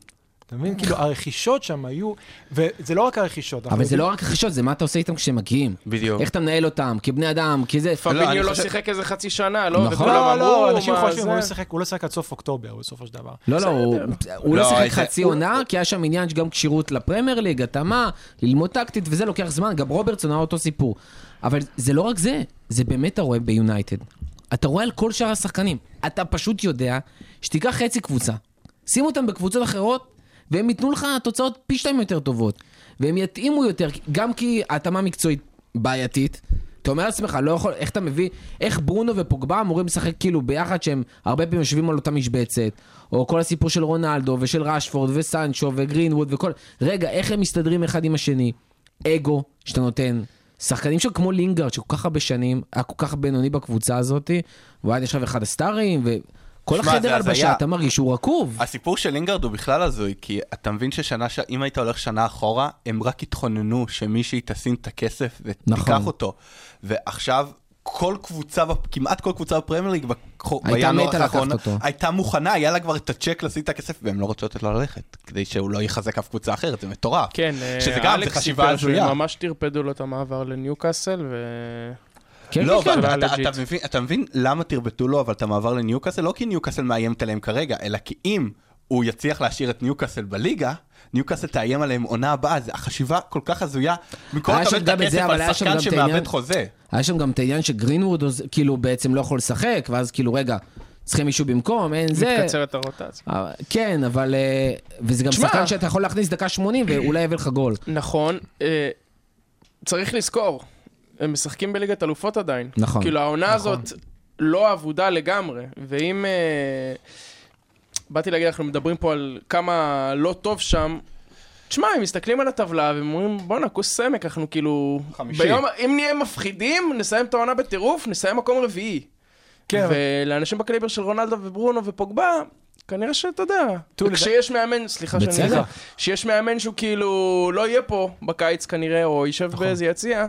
S4: אתה מבין? כאילו, הרכישות שם היו, וזה לא רק הרכישות. אנחנו
S2: אבל זה
S4: יודעים-
S2: לא רק רכישות, זה מה אתה עושה איתם כשהם מגיעים.
S5: בדיוק.
S2: איך אתה מנהל אותם, כבני אדם, כי זה...
S5: לא, אני
S3: פביניו לא
S5: חושב-
S3: שיחק איזה חצי שנה, לא?
S2: נכון.
S3: וכולם
S4: לא,
S3: אמרו,
S4: לא, אנשים
S3: מה
S4: חושבים,
S3: זה?
S4: הוא לא שיחק- הוא לא שיחק עד סוף אוקטובר, בסופו של דבר.
S2: לא, לא, הוא- הוא לא
S5: לא,
S2: שיחק
S5: איזה-
S2: חצי
S5: הוא-
S2: עונה, כי היה שם עניין שגם כשירות לפרמייר ליג, התאמה, ללמוד טקטית, וזה לוקח זמן, גם רוברטסון היה אותו סיפור. אבל זה לא רק זה, זה באמת אתה רואה ביונייטד. אתה רואה על כל שאר השחקנים. אתה פשוט יודע שתיקח חצי קבוצה, שים אותם בקבוצות אחרות, והם ייתנו לך תוצאות פי שתיים יותר טובות. והם יתאימו יותר, גם כי ההתאמה מקצועית בעייתית. אתה אומר לעצמך, לא יכול, איך אתה מביא, איך ברונו ופוגבה אמורים לשחק כאילו ביחד, שהם הרבה פעמים יושבים על אותה משבצת, או כל הסיפור של רונלדו, ושל רשפורד, וסנצ'ו, וגרינווד, וכל... רגע, איך הם מסתדרים אחד עם השני? אגו שאתה נותן. שחקנים שם כמו לינגרד, שכל כך הרבה שנים, היה כל כך בינוני בקבוצה הזאת, והוא היה נחשב אחד הסטארים, וכל
S5: שמע,
S2: החדר
S5: זה
S2: הלבשה,
S5: הזיה.
S2: אתה מרגיש שהוא רקוב.
S5: הסיפור של לינגרד הוא בכלל הזוי, כי אתה מבין ששנה, ש... אם היית הולך שנה אחורה, הם רק התכוננו שמישהי תשים את הכסף ותיקח
S2: נכון.
S5: אותו. ועכשיו, כל קבוצה, בפ- כמעט כל קבוצה בפרמייר ליג, בכ-
S2: הייתה
S5: בינואר
S2: מתה
S5: האחרון,
S2: לקחת אותו.
S5: הייתה מוכנה, היה לה כבר את הצ'ק לשים את הכסף, והם לא רצו לתת לו ללכת, כדי שהוא לא יחזק אף קבוצה אחרת, זה מטורף.
S3: כן,
S5: שזה
S3: אה,
S5: גם, זה
S3: אלכס
S5: חשיבה
S3: סיפר
S5: הזויה.
S3: שהם ממש טרפדו לו את המעבר לניוקאסל, ו...
S2: כן,
S5: לא,
S2: כן,
S5: אבל
S3: זה
S5: אתה-
S3: היה
S5: אתה
S3: legit.
S5: מבין- אתה מבין למה תרבטו לו אבל את המעבר לניוקאסל? לא כי ניוקאסל מאיימת עליהם כרגע, אלא כי אם הוא יצליח להשאיר את ניוקאסל בליגה, ניוקאסל תאיים עליהם עונה הבאה, זה החשיבה כל כך הזויה. במקום
S2: היה
S5: לקבל
S2: שם
S5: את
S2: גם את זה,
S5: הכסף
S2: אבל היה
S5: על
S2: שם גם
S5: שחקן
S2: את העניין-
S5: שמאבד חוזה.
S2: היה שם גם את העניין שגרינווד עוז- כאילו בעצם לא יכול לשחק, ואז כאילו רגע, צריכים מישהו במקום, אין זה.
S3: מתקצר את הרוטציה.
S2: אה, כן, אבל... אה, וזה גם
S3: תשמע.
S2: שחקן שאתה יכול להכניס דקה 80 ואולי יביא לך גול.
S3: נכון, אה, צריך לזכור, הם משחקים בליגת אלופות עדיין.
S2: נכון.
S3: כאילו העונה הזאת לא אבודה לגמרי, ואם... אה, באתי להגיד, אנחנו מדברים פה על כמה לא טוב שם. תשמע, הם מסתכלים על הטבלה והם אומרים, בואנה, כוס סמק, אנחנו כאילו...
S5: חמישי.
S3: ביום, אם נהיה מפחידים, נסיים את העונה בטירוף, נסיים מקום רביעי.
S4: כן, אבל-
S3: ולאנשים בקליבר של רונלדו וברונו ופוגבה, כנראה שאתה יודע.
S4: תראו,
S3: כשיש מאמן, סליחה שאני...
S2: בצדק.
S3: שיש מאמן שהוא כאילו לא יהיה פה בקיץ כנראה, או יישב
S5: נכון.
S3: באיזה יציע,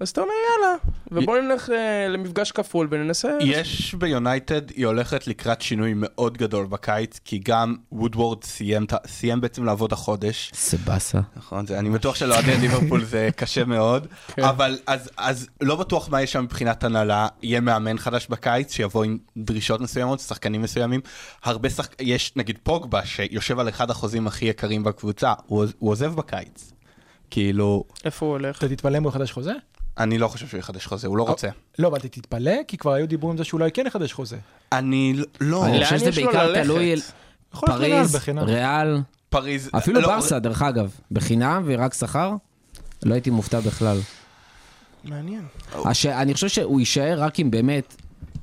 S3: אז אתה אומר יאללה, ובוא נלך אה, למפגש כפול וננסה...
S5: יש ביונייטד, היא הולכת לקראת שינוי מאוד גדול בקיץ, כי גם וודוורד סיים את ה- סיים בעצם לעבוד החודש.
S2: זה באסה.
S5: נכון, זה, אני בטוח שלאוהדי ליברפול זה קשה מאוד,
S2: כן.
S5: אבל אז, אז לא בטוח מה יש שם מבחינת הנהלה, יהיה מאמן חדש בקיץ שיבוא עם דרישות מסוימות, שחקנים מסוימים, הרבה שחק... יש נגיד פוגבה שיושב על אחד החוזים הכי יקרים בקבוצה, הוא, עוז- הוא עוזב בקיץ. כאילו,
S3: איפה הוא הולך?
S4: אתה תתפלא אם הוא יחדש חוזה?
S5: אני לא חושב שהוא יחדש חוזה, הוא
S2: אה,
S5: לא רוצה.
S4: לא, אבל אתה תתפלא, כי כבר היו דיבורים על זה שאולי כן יחדש חוזה.
S5: אני ל- לא,
S2: אני
S3: לאן
S2: חושב שזה
S3: יש לו
S2: בעיקר
S3: ללכת?
S2: תלוי... אל-
S4: יכול להיות
S2: פריז,
S4: ריאל בחינם.
S2: ריאל,
S5: פריז...
S2: אפילו
S5: לא,
S2: ברסה, דרך אגב, בחינם ורק שכר, לא הייתי מופתע בכלל.
S3: מעניין.
S2: הש... אני חושב שהוא יישאר רק אם באמת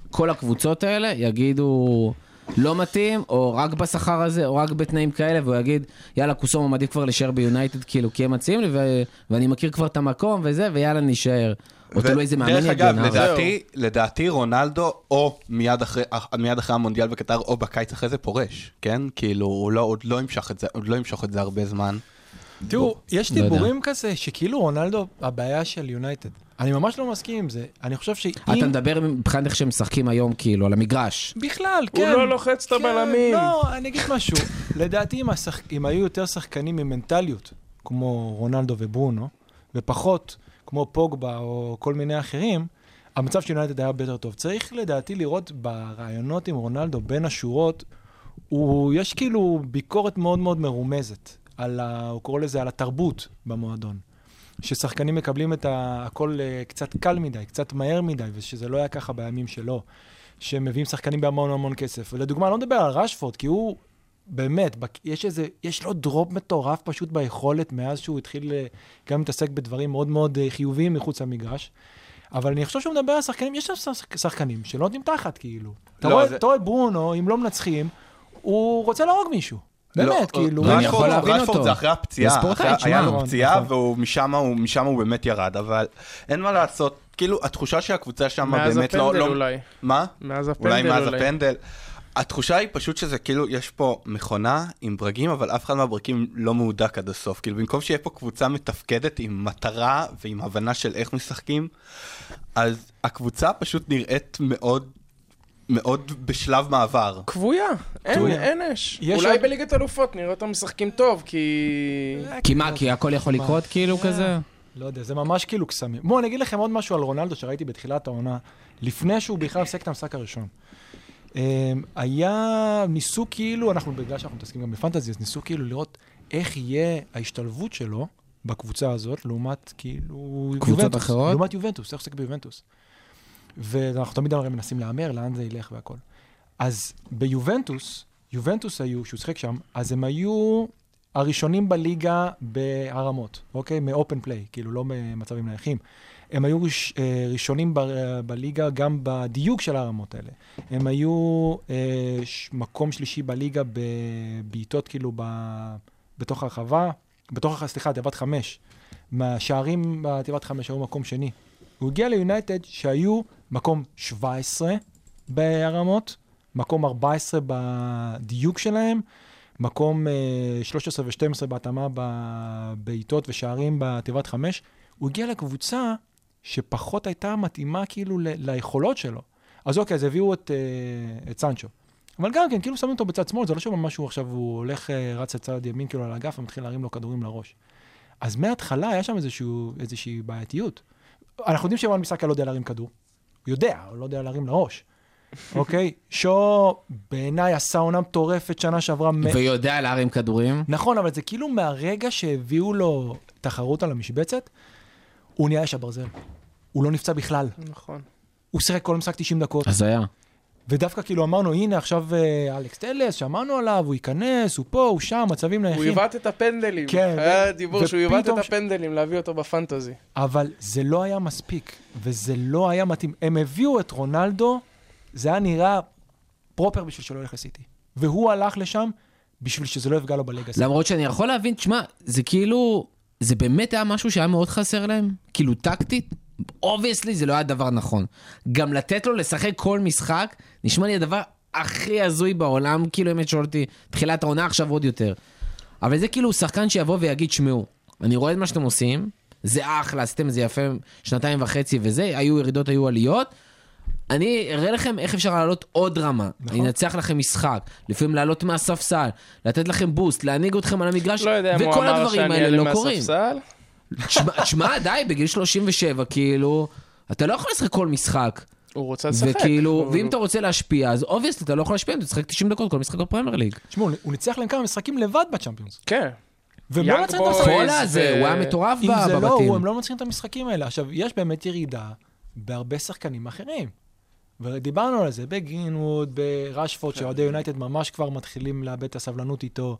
S2: כל הקבוצות האלה יגידו לא מתאים, או רק בשכר הזה, או רק בתנאים כאלה, והוא יגיד, יאללה, קוסומו מעדיף כבר להישאר ביונייטד, כאילו, כי הם מציעים לי, ו... ואני מכיר כבר את המקום וזה, ויאללה, נישאר. או תלוי איזה מאמן "לא,
S5: דרך
S2: יגיע.
S5: אגב,
S2: נאור.
S5: לדעתי, לדעתי רונלדו, או מיד אחרי, אח- מיד אחרי המונדיאל בקטר, או בקיץ אחרי זה פורש, כן? כאילו, הוא לא, עוד לא ימשוך את זה, עוד לא ימשוך את זה הרבה זמן.
S4: תראו, יש
S2: לא יודע.
S4: דיבורים כזה שכאילו רונלדו הבעיה של יונייטד. אני ממש לא מסכים עם זה. אני חושב שאם...
S2: אתה מדבר מבחינת איך שהם משחקים היום, כאילו, על המגרש.
S4: בכלל,
S3: הוא
S4: כן.
S3: לא לוחץ את
S4: כן,
S3: הבלמים.
S4: לא, אני אגיד משהו. לדעתי, אם השחק- אם היו יותר שחקנים עם מנטליות, כמו רונלדו וברונו, ופחות כמו פוגבה או כל מיני אחרים, המצב של יונייטד היה הרבה יותר טוב. צריך לדעתי לראות ברעיונות עם רונלדו בין השורות, הוא, יש כאילו ביקורת מאוד מאוד מרומזת, על ה, הוא קורא לזה על התרבות במועדון. ששחקנים מקבלים את ה- הכל אה, קצת קל מדי, קצת מהר מדי, ושזה לא היה ככה בימים שלו. שמביאים שחקנים בהמון המון כסף. ולדוגמה, אני לא מדבר על רשפורד, כי הוא באמת, בק- יש איזה, יש לו דרופ מטורף פשוט ביכולת מאז שהוא התחיל אה, גם להתעסק בדברים מאוד מאוד אה, חיוביים מחוץ למגרש. אבל אני חושב שהוא מדבר על שחקנים, יש שם שח- שחקנים שלא נותנים תחת, כאילו. אתה
S5: לא,
S4: רואה-
S5: זה-
S4: אתה רואה את ברונו, אם לא מנצחים, הוא רוצה להרוג מישהו. באמת, כאילו.
S2: לא, אה, ואני
S5: לא,
S2: יכול
S5: רשפורד-
S2: להבין
S5: רשפורד
S2: אותו.
S5: זה אחרי הפציעה.
S2: הוא ספורטאי,
S5: אחרי-
S2: תשמע.
S5: היה לו
S4: נכון,
S5: פציעה,
S4: נכון.
S5: והוא משם הוא משם הוא באמת ירד, אבל אין מה לעשות. כאילו, התחושה שהקבוצה שם
S3: מאז
S5: באמת לא...
S3: הפנדל
S5: לא-
S3: אולי.
S5: מה?
S3: מאז הפנדל
S5: אולי
S3: אולי.
S5: מאז הפנדל. התחושה היא פשוט שזה כאילו, יש פה מכונה עם ברגים, אבל אף אחד מהברקים לא מהודק עד הסוף. כאילו, במקום שיהיה פה קבוצה מתפקדת עם מטרה ועם הבנה של איך משחקים, אז הקבוצה פשוט נראית מאוד מאוד בשלב מעבר.
S3: כבויה, אין,
S4: כבויה.
S3: אין אש.
S4: יש
S3: אולי
S4: עוד-
S3: בליגת אלופות נראה אותם משחקים טוב, כי...
S7: כי מה, כי הכל יכול לקרות כאילו כזה?
S4: לא יודע, זה ממש כאילו קסמים. בואו, אני אגיד לכם עוד משהו על רונלדו שראיתי בתחילת העונה, לפני שהוא בכלל הפסק את המשחק הראשון. אמ, היה, ניסו כאילו, אנחנו, בגלל שאנחנו מתעסקים גם בפנטזי, אז ניסו כאילו לראות איך יהיה ההשתלבות שלו בקבוצה הזאת, לעומת כאילו...
S7: קבוצות
S4: יובנטוס.
S7: אחרות?
S4: לעומת יובנטוס, איך עוסק ביובנטוס. ואנחנו תמיד הרי מנסים להמר לאן זה ילך והכל. אז ביובנטוס, יובנטוס היו, שהוא שיחק שם, אז הם היו הראשונים בליגה בהרמות, אוקיי? מאופן פליי, כאילו לא במצבים נייחים. הם היו ש- אה, ראשונים ב- בליגה גם בדיוק של ההרמות האלה. הם היו אה, ש- מקום שלישי בליגה בבעיטות, כאילו, ב... בתוך הרחבה, בתוך, הח- סליחה, תיבת חמש. מהשערים בתיבת חמש היו מקום שני. הוא הגיע ליונייטד שהיו מקום 17 בהרמות, מקום 14 בדיוק שלהם, מקום אה, 13 ו-12 בהתאמה בבעיטות ושערים בתיבת חמש. הוא הגיע לקבוצה שפחות הייתה מתאימה כאילו ל- ליכולות שלו. אז אוקיי, אז הביאו את, אה, את סנצ'ו. אבל גם כן, כאילו שמים אותו בצד שמאל, זה לא שממש הוא עכשיו, הוא הולך, אה, רץ לצד ימין כאילו על האגף ומתחיל להרים לו כדורים לראש. אז מההתחלה היה שם איזשהו, איזושהי בעייתיות. אנחנו יודעים שוואן מסאקה לא יודע להרים כדור. הוא יודע, הוא לא יודע להרים לראש. אוקיי? [laughs] שו, בעיניי עשה עונה מטורפת שנה שעברה. מ-
S7: ויודע להרים כדורים.
S4: נכון, אבל זה כאילו מהרגע שהביאו לו תחרות על המשבצת, הוא נהיה אש הברזל. הוא לא נפצע בכלל.
S3: נכון.
S4: הוא שיחק כל משחק 90 דקות.
S7: הזיה.
S4: ודווקא כאילו אמרנו, הנה עכשיו אה, אלכס טלס, שמענו עליו, הוא ייכנס, הוא פה, הוא שם, מצבים
S3: הוא
S4: נייחים.
S3: עיוות את הפנדלים.
S4: כן,
S3: היה
S4: ו-
S3: דיבור שהוא עיוות
S4: ופתאום
S3: את
S4: ש-
S3: הפנדלים, להביא אותו בפנטזי.
S4: אבל זה לא היה מספיק, וזה לא היה מתאים. הם הביאו את רונלדו, זה היה נראה פרופר בשביל שלא ילך לסיטי. והוא הלך לשם בשביל שזה לא יפגע לו בלגאסי.
S2: למרות שאני יכול להבין, תשמע, זה כאילו, זה באמת היה משהו שהיה מאוד חסר להם, כאילו טקטית. אובייסלי זה לא היה דבר נכון. גם לתת לו לשחק כל משחק, נשמע לי הדבר הכי הזוי בעולם, כאילו אם את שואל אותי, תחילת העונה עכשיו עוד יותר. אבל זה כאילו שחקן שיבוא ויגיד, שמעו, אני רואה את מה שאתם עושים, זה אחלה, עשיתם את זה יפה שנתיים וחצי וזה, היו ירידות, היו עליות. אני אראה לכם איך אפשר לעלות עוד רמה. נכון. אני אנצח לכם משחק, לפעמים לעלות מהספסל, לתת לכם בוסט, להנהיג אתכם על המגרש,
S3: לא יודע אם הוא
S2: וכל
S3: אמר
S2: הדברים
S3: שאני
S2: האלה
S3: אעלה
S2: לא קורים.
S3: מהספסל.
S2: תשמע- תשמע, די, בגיל 37, כאילו, אתה לא יכול לשחק כל משחק.
S3: הוא רוצה לשחק.
S2: וכאילו,
S3: הוא-
S2: ואם אתה רוצה להשפיע, אז אובייסלי אתה לא יכול להשפיע, אתה תשחק 90 דקות כל משחק בפרמייר ליג.
S4: תשמעו, הוא ניצח להם כמה משחקים לבד בצ'מפיונס.
S3: כן.
S4: והם
S3: יאנג
S4: לא מצליחים את
S3: בויז.
S4: המשחקים.
S2: כל הזה,
S3: זה-
S2: הוא היה מטורף
S4: אם
S2: ב-
S4: זה לא
S2: בבתים.
S4: הוא, הם לא מצליחים את המשחקים האלה. עכשיו, יש באמת ירידה בהרבה שחקנים אחרים. ודיברנו על זה בגרינווד,
S2: כן.
S4: בראשפורד, שאוהדי יונייטד ממש כבר מתחילים לאבד את הסבלנות איתו.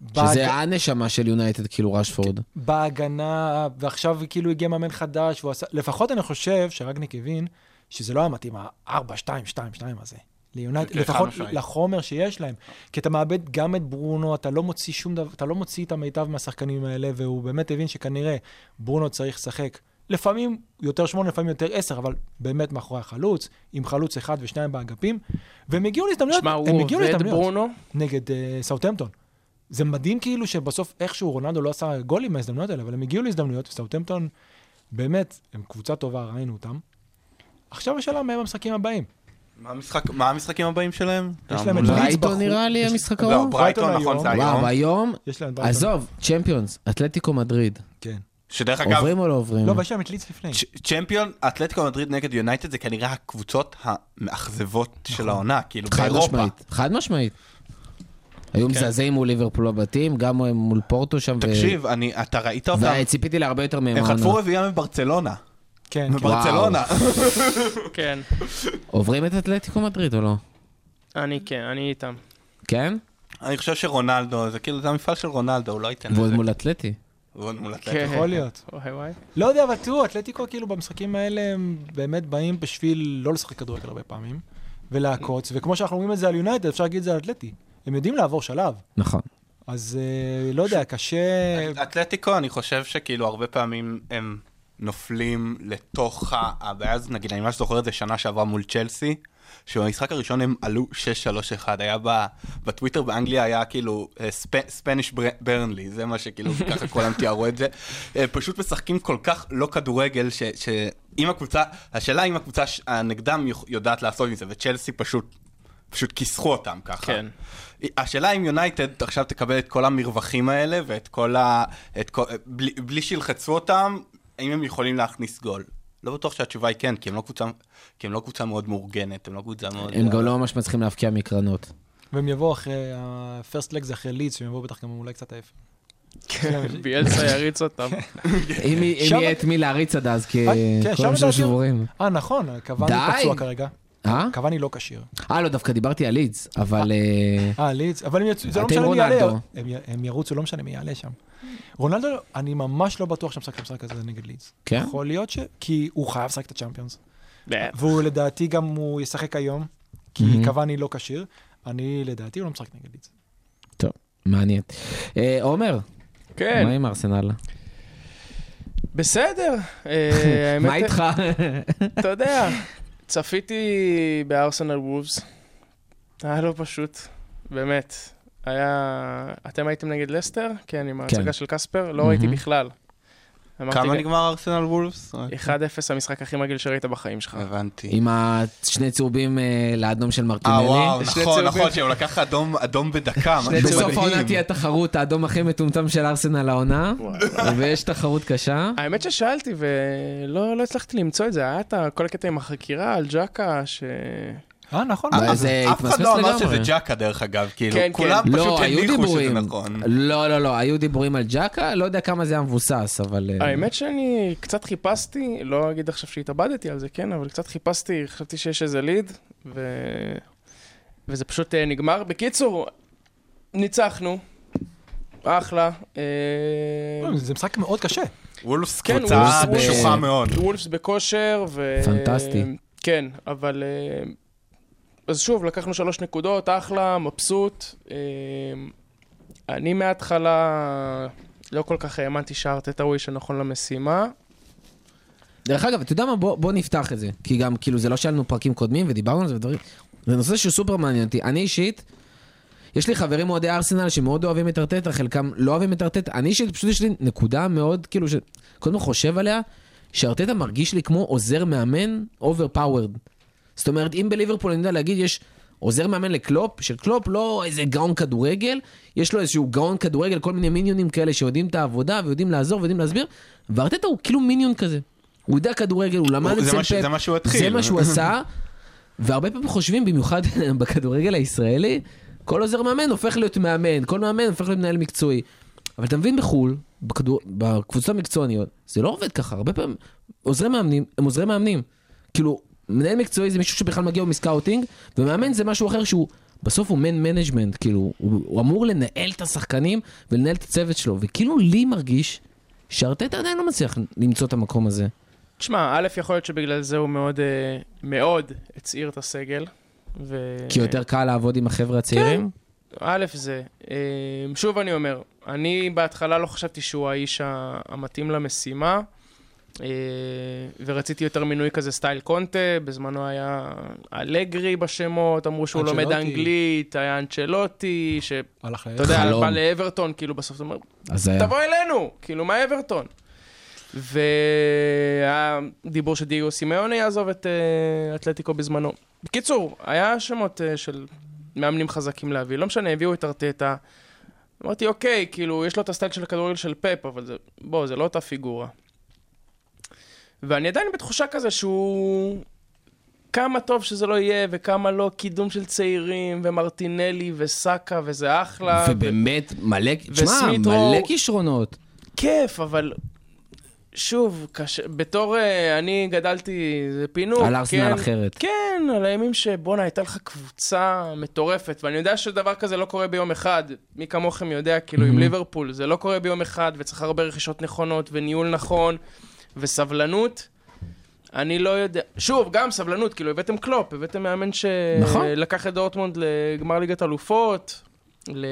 S2: שזה
S4: בהג-
S2: הנשמה של יונייטד, כאילו רשפורד.
S4: כן, בהגנה, ועכשיו כאילו הגיע מאמן חדש, והוא עשה... לפחות אני חושב שרגניק הבין שזה לא היה מתאים, ה-4-2-2-2 הזה. ליונייטד,
S5: כן,
S4: לפחות
S5: חד משמעית.
S4: לחומר שיש להם. כי אתה מאבד גם את ברונו, אתה לא מוציא שום דבר, אתה לא מוציא את המיטב מהשחקנים האלה, והוא באמת הבין שכנראה ברונו צריך לשחק. לפעמים יותר שמונה, לפעמים יותר עשר, אבל באמת מאחורי החלוץ, עם חלוץ אחד ושניים באגפים. והם הגיעו להזדמנויות,
S3: שמע,
S4: הם
S3: הוא
S4: הגיעו
S3: עובד
S4: להזדמנויות.
S3: ברונו.
S4: נגד אה, סאוטהמפטון. זה מדהים כאילו שבסוף איכשהו רונלדו לא עשה גולים מההזדמנויות האלה, אבל הם הגיעו להזדמנויות, וסאוטהמפטון, באמת, הם קבוצה טובה, ראינו אותם. עכשיו השאלה מהם המשחקים הבאים.
S5: מה המשחק- מה המשחקים הבאים שלהם?
S4: יש להם את
S5: לא,
S4: לידס
S2: ברייטון
S4: בחוץ.
S2: נראה לי
S4: יש-
S2: המשחק
S5: לא,
S2: ההוא.
S5: ברייטון
S4: ברייטון
S5: נכון זה
S4: היום. לא,
S2: וואו,
S5: היום.
S2: היום,
S4: יש להם את ברייטון.
S2: עזוב, צ'מפיונס, אתלטיקו מדריד.
S4: כן.
S5: שדרך אגב,
S2: עוברים או לא עוברים?
S4: לא, אבל יש להם את לידס לפני.
S5: צ'- צ'מפיון, אתלטיקו מדריד נגד יונייטד זה כנראה הקבוצות המאכזבות של העונה, כאילו
S2: נכון. חד
S5: באירופה.
S2: משמעית, חד משמעית.
S4: כן.
S2: היו מזעזעים מול ליברפול בבתים, גם מול פורטו שם. ו-
S5: תקשיב, אני- אתה ראית אותם?
S2: וציפיתי להרבה יותר מהם. לא.
S5: הם
S2: אה, העונה.
S5: חטפו רביעייה מברצלונה.
S4: כן, כן.
S5: מברצלונה. [laughs]
S3: כן.
S2: עוברים את אתלטיקו מדריד או לא?
S3: אני כן, אני איתם.
S2: כן?
S5: אני חושב שרונלדו, זה כאילו, זה המפעל של רונלדו, הוא לא ייתן
S2: ועוד
S5: לזה.
S2: מול אתלטי.
S5: ועוד מול אתלטיקו.
S3: כן.
S4: יכול להיות.
S3: וואי וואי.
S4: לא יודע, אבל תראו, אתלטיקו כאילו במשחקים האלה הם באמת באים בשביל לא לשחק כדורגל הרבה פעמים, ולעקוץ, וכמו שאנחנו אומרים את זה על יונייטד, אפשר להגיד את זה על אתלטי. הם יודעים לעבור שלב,
S2: נכון.
S4: אז אה, לא יודע, קשה...
S5: אתלטיקו, אני חושב שכאילו הרבה פעמים אה, הם נופלים לתוך ה- הבעיה הזאת, נגיד, אני ממש זוכר את זה שנה שעברה מול צ'לסי, שבמשחק הראשון הם עלו 6-3-1, היה ב- בטוויטר באנגליה היה כאילו ספניש ברנלי, זה מה שכאילו ככה כולם תיארו את זה. אה, פשוט משחקים כל כך לא כדורגל, ש- שאם הקבוצה, השאלה אם הקבוצה ש- הנגדם יוכ- יודעת לעשות עם זה, וצ'לסי פשוט פשוט כיסחו אותם ככה.
S3: כן.
S5: השאלה אם יונייטד עכשיו תקבל את כל המרווחים האלה ואת כל ה... את כל... בלי, בלי שילחצו אותם, האם הם יכולים להכניס גול. לא בטוח שהתשובה היא כן, כי הם לא קבוצה, כי הם לא קבוצה מאוד מאורגנת, הם לא קבוצה מאוד...
S2: הם גם לא ממש מצליחים להבקיע
S4: [laughs]
S2: מקרנות.
S4: והם יבואו אחרי, ה-first leg זה אחרי לידס, הם יבואו בטח גם אולי קצת עייף.
S2: כן.
S3: [laughs] ביאלסה
S2: [laughs]
S3: יריץ אותם.
S2: אם היא- אם
S4: שם-
S2: יהיה את מי להריץ עד אז, כי
S4: אה, כן, שם
S2: כולם שם
S4: לדעתי-
S2: שבורים.
S4: אה, נכון, קוואני
S2: די.
S4: פצוע כרגע.
S2: אה?
S4: קוואני לא כשיר.
S2: אה, לא, דווקא דיברתי על לידס, אבל... אה,
S4: אה, לידס, אבל הם יצאו, זה לא
S2: אתם
S4: משנה מי יעלה.
S2: רונלדו.
S4: הם י- הם ירוצו, לא משנה מי יעלה שם. רונלדו, אני ממש לא בטוח שמשחק את המשחק הזה נגד לידס.
S2: כן?
S4: יכול להיות ש... כי הוא חייב לשחק את הצ'מפיונס.
S3: אה,
S4: והוא לדעתי גם הוא ישחק היום, כי קוואני לא כשיר. אני לדעתי הוא לא משחק נגד לידס.
S2: טוב, מעניין. אה, עומר,
S3: כן,
S2: מה עם ארסנל?
S3: בסדר. אה, האמת-
S2: [laughs] מה
S3: [laughs]
S2: איתך?
S3: אתה יודע, צפיתי בארסנל וולפס. היה לא פשוט, באמת. היה... אתם הייתם נגד לסטר? כן, עם ההצגה של קספר? לא ראיתי בכלל. אמרתי,
S5: כמה
S3: "גם-
S5: נגמר ארסנל וולפס?
S3: 1-0 המשחק הכי מגעיל שראית בחיים שלך.
S5: אה. הבנתי.
S2: עם השני צהובים אה, לאדום של
S5: אה,
S2: מרטינלי.
S5: וואו,
S3: שני
S5: נכון,
S3: צהובים.
S5: נכון, שהוא לקח אדום, אדום בדקה, משהו מדהים.
S2: בסוף העונה תהיה תחרות, האדום הכי מטומטם של ארסנל העונה, ויש תחרות קשה.
S3: האמת ששאלתי ולא לא הצלחתי למצוא את זה, היה את ה- כל הקטע עם החקירה על ג'קה, ש...
S4: אה, נכון.
S2: אבל
S4: מה זה?
S2: זה
S5: אף אחד
S2: התמסמס
S5: לא אמר שזה
S2: לגמרי.
S5: ג'קה דרך אגב, כאילו,
S3: כן, כן.
S5: כולם פשוט
S2: לא, היו
S5: הניחו שזה
S2: דיבורים.
S5: נכון.
S2: לא, לא, לא, היו דיבורים על ג'קה, לא יודע כמה זה היה מבוסס, אבל... אה,
S3: האמת שאני קצת חיפשתי, לא אגיד עכשיו שהתאבדתי על זה, כן, אבל קצת חיפשתי, חשבתי שיש איזה ליד, ו... וזה פשוט אה, נגמר. בקיצור, ניצחנו, אחלה. אה,
S4: נכון. זה משחק מאוד קשה.
S5: וולפס
S3: כן,
S5: קבוצה
S3: וולפס-
S5: קשוחה
S2: אה,
S5: מאוד.
S3: וולפס בכושר, ו...
S2: פנטסטי.
S3: כן, אבל... אה, אז שוב, לקחנו שלוש נקודות, אחלה, מבסוט. אה, אני מההתחלה לא כל כך האמנתי שהארטטה הוא איש הנכון למשימה.
S2: דרך אגב, אתה יודע מה? בוא, בוא נפתח את זה. כי גם, כאילו, זה לא שהיה לנו פרקים קודמים ודיברנו על זה ודברים... זה נושא שהוא סופר מעניין אותי. אני אישית, יש לי חברים אוהדי ארסנל שמאוד אוהבים את ארטטה, חלקם לא אוהבים את ארטטה. אני אישית, פשוט יש לי נקודה מאוד, כאילו, שקודם כל חושב עליה, שארטטה מרגיש לי כמו עוזר מאמן overpowered. זאת אומרת, אם בליברפול אני יודע להגיד, יש עוזר מאמן לקלופ, שקלופ לא איזה גאון כדורגל, יש לו איזשהו גאון כדורגל, כל מיני מיניונים כאלה שיודעים את העבודה ויודעים לעזור ויודעים להסביר, וארטטה הוא כאילו מיניון כזה. הוא יודע כדורגל, הוא למד
S5: הוא- זה
S2: אצל
S5: מה ש-
S2: פפ,
S5: זה מה שהוא התחיל.
S2: זה מה שהוא עשה, והרבה פעמים חושבים, במיוחד [laughs] בכדורגל הישראלי, כל עוזר מאמן הופך להיות מאמן, כל מאמן הופך להיות מנהל מקצועי. אבל אתה מבין בחו"ל, בכדור, בקבוצות המקצועניות, זה לא עובד ככה, הרבה פעמים עוזרי מאמנים הם עוזרי מאמנים. כאילו, מנהל מקצועי זה מישהו שבכלל מגיע מסקאוטינג, ומאמן זה משהו אחר שהוא, בסוף הוא מן מנג'מנט, כאילו, הוא, הוא אמור לנהל את השחקנים ולנהל את הצוות שלו, וכאילו לי מרגיש שארטטה עדיין לא מצליח למצוא את המקום הזה.
S3: תשמע, א', יכול להיות שבגלל זה הוא מאוד, אה, מאוד הצעיר את הסגל. ו...
S2: כי יותר קל לעבוד עם החבר'ה הצעירים?
S3: א', זה, אה, שוב אני אומר, אני בהתחלה לא חשבתי שהוא האיש ה- המתאים למשימה, אה, ורציתי יותר מינוי כזה סטייל קונטה, בזמנו היה אלגרי בשמות, אמרו שהוא לומד
S4: אנצ'לוטי.
S3: אנגלית, היה אנצ'לוטי, שאתה
S4: הלך ל...
S3: יודע,
S2: חלום.
S3: בא לאברטון, כאילו בסוף אתה אומר,
S2: אז היה.
S3: תבוא אלינו, כאילו, מה אברטון? והיה דיבור שדיגו סימאון יעזוב את אה, אתלטיקו בזמנו. בקיצור, היה שמות אה, של מאמנים חזקים להביא, לא משנה, הביאו את ארטטה. אמרתי, אוקיי, כאילו, יש לו את הסטייל של הכדורגל של פאפ, אבל זה, בוא, זה לא אותה פיגורה. ואני עדיין בתחושה כזה שהוא... כמה טוב שזה לא יהיה, וכמה לא קידום של צעירים, ומרטינלי, וסאקה, וזה אחלה. ו-
S2: ובאמת, מלא, תשמע,
S3: וסמית'
S2: מלא
S3: רואו.
S2: כישרונות.
S3: כיף, אבל שוב, קשה, בתור אה, אני גדלתי, זה פינוק.
S2: על ארסנל
S3: כן,
S2: אחרת.
S3: כן, על הימים שבואנה, הייתה לך קבוצה מטורפת, ואני יודע שדבר כזה לא קורה ביום אחד, מי כמוכם יודע, כאילו עם ליברפול, זה לא קורה ביום אחד, וצריך הרבה רכישות נכונות, וניהול נכון, וסבלנות. אני לא יודע, שוב, גם סבלנות, כאילו הבאתם קלופ, הבאתם מאמן
S2: נכון.
S3: שלקח את דורטמונד לגמר ליגת אלופות, ל...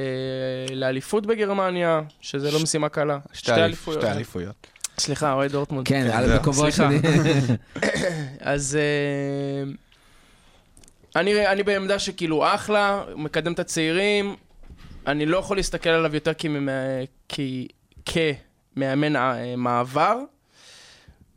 S3: לאליפות בגרמניה, שזה לא משימה קלה. שתי אליפויות.
S5: שתי אליפויות.
S3: סליחה, אוהד דורטמונד.
S2: כן,
S5: כן,
S2: על
S5: זהו,
S2: בכובע
S3: סליחה.
S2: השני.
S3: אז... אה, אני, אני בעמדה שכאילו אחלה, הוא מקדם את הצעירים, אני לא יכול להסתכל עליו יותר כממ... כי... כמאמן אה, מעבר,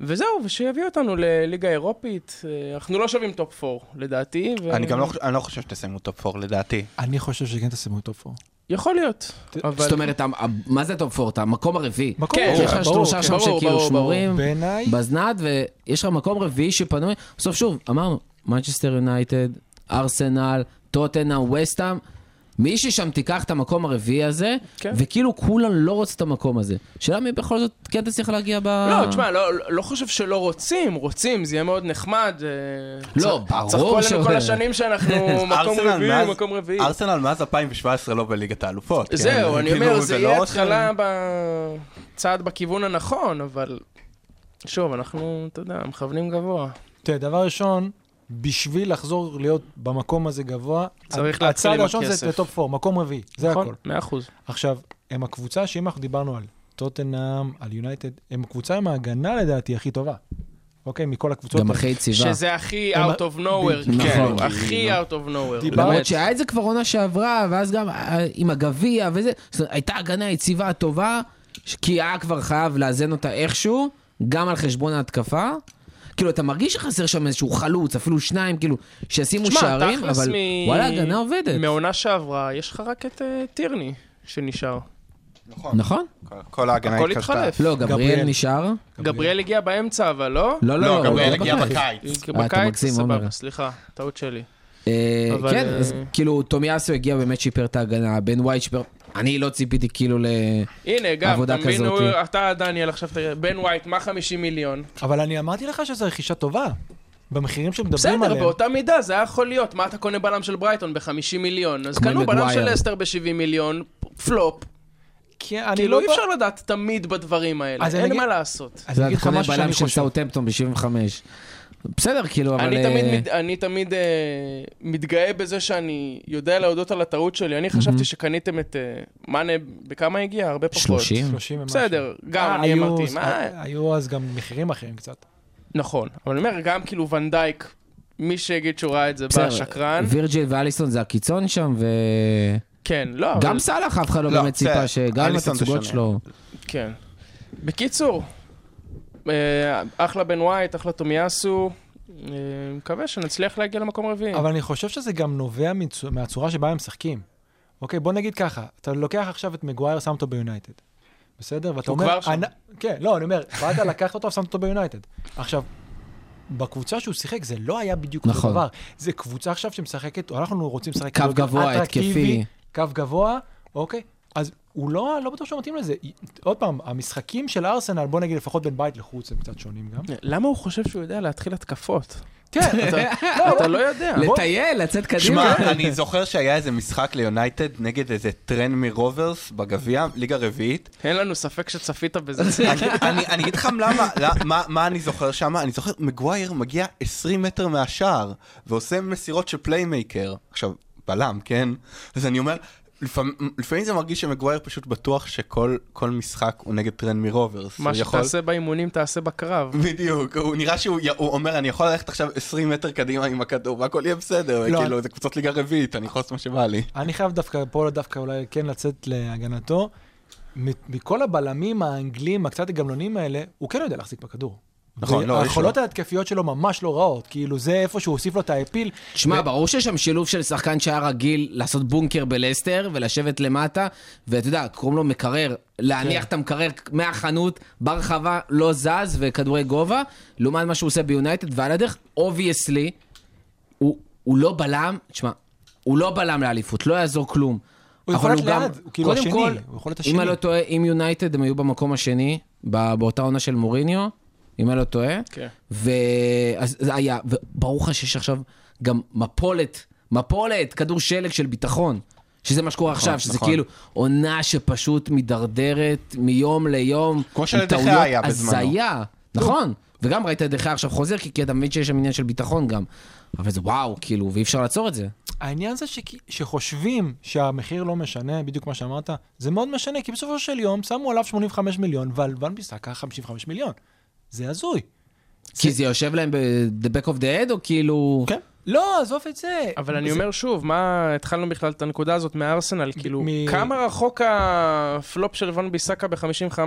S3: וזהו, ושיביא אותנו לליגה אירופית. אה, אנחנו לא שווים טופ 4, לדעתי. ו...
S5: אני גם לא, חוש- אני לא חושב שתסיימו טופ 4 לדעתי.
S4: אני חושב שכן תסיימו טופ 4.
S2: כן,
S3: יכול להיות. אבל...
S2: זאת אומרת, ה- ה- מה זה הטופ פורט? המקום הרביעי.
S4: מקום
S3: כן,
S4: ברור,
S2: יש לך
S4: ברור,
S2: שלושה
S4: כן.
S2: שם
S3: ברור,
S2: שכאילו
S3: ברור,
S2: שמורים
S4: בעיניי,
S2: בזנת, ויש לך מקום רביעי שפנוי. בסוף שוב, אמרנו, מנצ'סטר יונייטד, ארסנל, טוטנה, וסטאם. מישהי שם תיקח את המקום הרביעי הזה,
S3: כן.
S2: וכאילו כולם לא רוצים את המקום הזה. שאלה מי בכל זאת כן תצליח להגיע ב...
S3: לא, תשמע, לא, לא חושב שלא רוצים, רוצים, זה יהיה מאוד נחמד. אה,
S2: לא,
S3: צח-
S2: ברור
S3: צחקו
S2: ש-
S3: עלינו כל
S2: [laughs]
S3: השנים שאנחנו מקום
S5: ארסנל
S3: רביעי,
S5: מאז-
S3: מקום רביעי.
S5: ארסנל מאז 2017 לא בליגת האלופות. כן?
S3: זהו, אני
S5: כאילו,
S3: אומר, זה
S5: לא
S3: יהיה
S5: עוד-
S3: התחלה ב- צעד בכיוון הנכון, אבל... שוב, אנחנו, אתה יודע, מכוונים גבוה.
S4: תראה, דבר ראשון, בשביל לחזור להיות במקום הזה גבוה,
S3: צריך
S4: ה-
S3: להתחיל עם
S4: הצעד
S3: הכסף.
S4: הראשון זה טופ 4, מקום רביעי, זה הכל.
S3: נכון? מאה אחוז.
S4: עכשיו, הם הקבוצה שאם אנחנו דיברנו על טוטנאם, על יונייטד, הם הקבוצה עם ההגנה לדעתי הכי טובה. אוקיי, מכל הקבוצות.
S2: גם
S4: האלה.
S2: אחרי יציבה.
S3: שזה הכי
S4: הם-
S3: out of nowhere,
S2: נכון,
S3: כן,
S2: כאילו.
S3: הכי out of nowhere.
S4: דיברנו-
S2: למרות
S3: באמת.
S2: שהיה את זה כבר עונה שעברה, ואז גם אה, עם הגביע וזה, זאת אומרת, הייתה הגנה יציבה טובה, ש- כי היה כבר חייב לאזן אותה איכשהו, גם על חשבון ההתקפה. כאילו, אתה מרגיש שחסר שם איזשהו חלוץ, אפילו שניים, כאילו, שישימו
S3: תשמע,
S2: שערים,
S3: תכלס
S2: אבל
S3: מ-
S2: וואלה, הגנה עובדת.
S3: מהעונה שעברה, יש לך רק את אה, טירני שנשאר.
S5: נכון.
S2: נכון?
S5: כל- כל ההגנה
S3: הכל
S5: התקשתה.
S3: התחלף.
S2: אה, לא, גבריאל
S4: גבריאל.
S2: נשאר.
S3: גבריאל הגיע באמצע, אבל לא?
S2: לא, לא,
S5: לא,
S2: לא.
S5: גם
S2: לא
S5: אלה הגיע
S2: בקיץ.
S5: בקיץ.
S2: אה, אתה
S3: בקיץ,
S2: מגזים, עומר.
S3: סבבה, סליחה, טעות שלי.
S2: אה,
S3: אבל,
S2: כן,
S3: אה,
S2: אז כאילו, תומיאסו הגיע באמת שיפר את ההגנה, בן וייט שיפר... אני לא ציפיתי כאילו ל...
S3: הנה, גם,
S2: עבודה
S3: אתה מבין,
S2: כזאת.
S3: הוא- אתה, דניאל, עכשיו תראה, בן וייט, מה 50 מיליון?
S4: אבל אני אמרתי לך שזו רכישה טובה. במחירים שמדברים
S3: בסדר,
S4: עליהם.
S3: באותה מידה זה היה יכול להיות. מה אתה קונה בלם של ברייטון ב-50 מיליון? אז
S2: כמו
S3: קנו בלם
S2: מגווייר.
S3: של אסטר ב-70 מיליון, פ- פלופ.
S4: כי אני
S3: כאילו,
S4: לא...
S3: אי אפשר לדעת תמיד בדברים האלה,
S4: אז אני
S3: אין
S4: אגיד-
S3: מה לעשות.
S4: אז
S2: זה
S4: אני אגיד לך
S2: קונה
S4: משהו
S2: בלם
S4: שאני
S2: של
S4: חושב.
S2: סאוטהמפטון ב-75. בסדר, כאילו, אבל...
S3: אני תמיד,
S2: אה,
S3: מת- אני תמיד אה, מתגאה בזה שאני יודע להודות על הטעות שלי. אני חשבתי שקניתם את אה, מאנה, בכמה הגיע? הרבה פחות.
S2: 30?
S4: 30 ומשהו.
S3: בסדר,
S4: אה,
S3: גם אני
S4: היו-
S3: אמרתי, מה...
S4: אה, היו אז גם מחירים אחרים קצת.
S3: נכון, אבל אני אומר, גם כאילו ונדייק, מי שיגיד שהוא ראה את זה בא
S2: בסדר,
S3: שקרן.
S2: וירג'יל ואליסון זה הקיצון שם, וגם
S3: כן, לא, אבל...
S2: סאלח אף אחד לא
S5: לא,
S2: באמת
S5: בסדר,
S2: ציפה שגם
S5: אליסון זה
S2: התצוגות
S5: שונה.
S2: שלו...
S3: כן. בקיצור, אה, אחלה בן וייט, אחלה תומיאסו. אה, מקווה שנצליח להגיע למקום רביעי.
S4: אבל אני חושב שזה גם נובע מצו- מהצורה שבה הם משחקים. אוקיי, בוא נגיד ככה, אתה לוקח עכשיו את מגווייר, שם אותו ביונייטד. בסדר? ואתה
S3: הוא
S4: אומר...
S3: כבר שם.
S4: "אנ- כן, לא, אני אומר, באת [laughs] לקחת אותו ושמת אותו ביונייטד. עכשיו, בקבוצה שהוא שיחק זה לא היה בדיוק אותו
S2: נכון.
S4: דבר. זה קבוצה עכשיו שמשחקת, אנחנו רוצים לשחק...
S2: קו
S4: כדורגל
S2: גבוה,
S4: אטרקטיבי,
S2: התקפי.
S4: קו גבוה, אוקיי. אז הוא לא, לא בטוח שהוא מתאים לזה. עוד פעם, המשחקים של ארסנל, בוא נגיד לפחות בין בית לחוץ, הם קצת שונים גם.
S3: למה הוא חושב שהוא יודע להתחיל התקפות?
S4: [laughs] כן, אתה-
S3: אתה לא יודע.
S2: לטייל, לצאת קדימה.
S5: שמע, אני זוכר שהיה איזה משחק ליונייטד נגד איזה טרן מרוברס בגביע, ליגה רביעית.
S3: אין לנו ספק שצפית
S4: [laughs]
S3: בזה.
S5: אני- אני אני אגיד לכם למה, למה- מה- מה אני זוכר שם, אני זוכר מגווייר מגיע 20 מטר מהשער, ועושה מסירות של פליימייקר. עכשיו, בלם, כן? אז אני אומר... לפעמים, לפעמים זה מרגיש שמגווייר פשוט בטוח שכל כל משחק הוא נגד טרן מרוברס.
S3: מה
S5: הוא יכול-
S3: שתעשה באימונים תעשה בקרב.
S5: בדיוק, הוא נראה שהוא י- הוא אומר, אני יכול ללכת עכשיו 20 מטר קדימה עם הכדור והכל יהיה בסדר,
S4: לא,
S5: כאילו, זה קבוצות ליגה רביעית, אני יכול לעשות מה שבא לי.
S4: אני חייב דווקא פה דווקא אולי כן לצאת להגנתו. מ- מכל הבלמים האנגלים הקצת גמלונים האלה, הוא כן יודע להחזיק בכדור.
S5: נכון, לא,
S4: והיכולות ההתקפיות שלו ממש לא רעות, כאילו זה איפה שהוא הוסיף לו את האפיל.
S2: שמע, ברור שיש שם שילוב של שחקן שהיה רגיל לעשות בונקר בלסטר ולשבת למטה, ואתה יודע, קוראים לו מקרר,
S4: כן.
S2: להניח את המקרר מהחנות, ברחבה, לא זז וכדורי גובה, לעומת מה שהוא עושה ביונייטד, ועל הדרך, אובייסלי, הוא הוא לא בלם, תשמע, הוא לא בלם לאליפות, לא יעזור כלום. אבל
S4: הוא יכול להיות
S2: גם-
S4: ליד, הוא כאילו
S2: קודם
S4: השני,
S2: כל,
S4: הוא יכול להיות
S2: אם
S4: השני.
S2: אני לא טועה, אם יונייטד הם היו במקום השני, ב- באותה עונה של מוריניו, אם אני לא טועה.
S3: כן.
S2: ואז זה היה, וברור לך שיש עכשיו גם מפולת, מפולת, כדור שלג של ביטחון. שזה מה שקורה עכשיו, שזה
S5: נכון.
S2: כאילו עונה שפשוט מידרדרת מיום ליום.
S5: כמו שלדחיה
S2: מטעויות
S5: היה בזמנו.
S2: הזיה, נכון. וגם ראית את דחיה עכשיו חוזר, כי כי אתה מבין שיש שם עניין של ביטחון גם. אבל זה וואו, כאילו, ואי אפשר לעצור את זה.
S4: העניין זה שכי- שחושבים שהמחיר לא משנה, בדיוק מה שאמרת, זה מאוד משנה, כי בסופו של יום שמו עליו 85 מיליון, ועל ון ביסאקה 55 מיליון. זה הזוי.
S2: כי זה יושב להם ב-the back of the head, או כאילו...
S5: כן.
S4: לא, עזוב את זה.
S3: אבל אני אומר שוב, מה, התחלנו בכלל את הנקודה הזאת מארסנל, כאילו,
S4: מ-
S3: כמה רחוק הפלופ של וון ביסאקה ב-55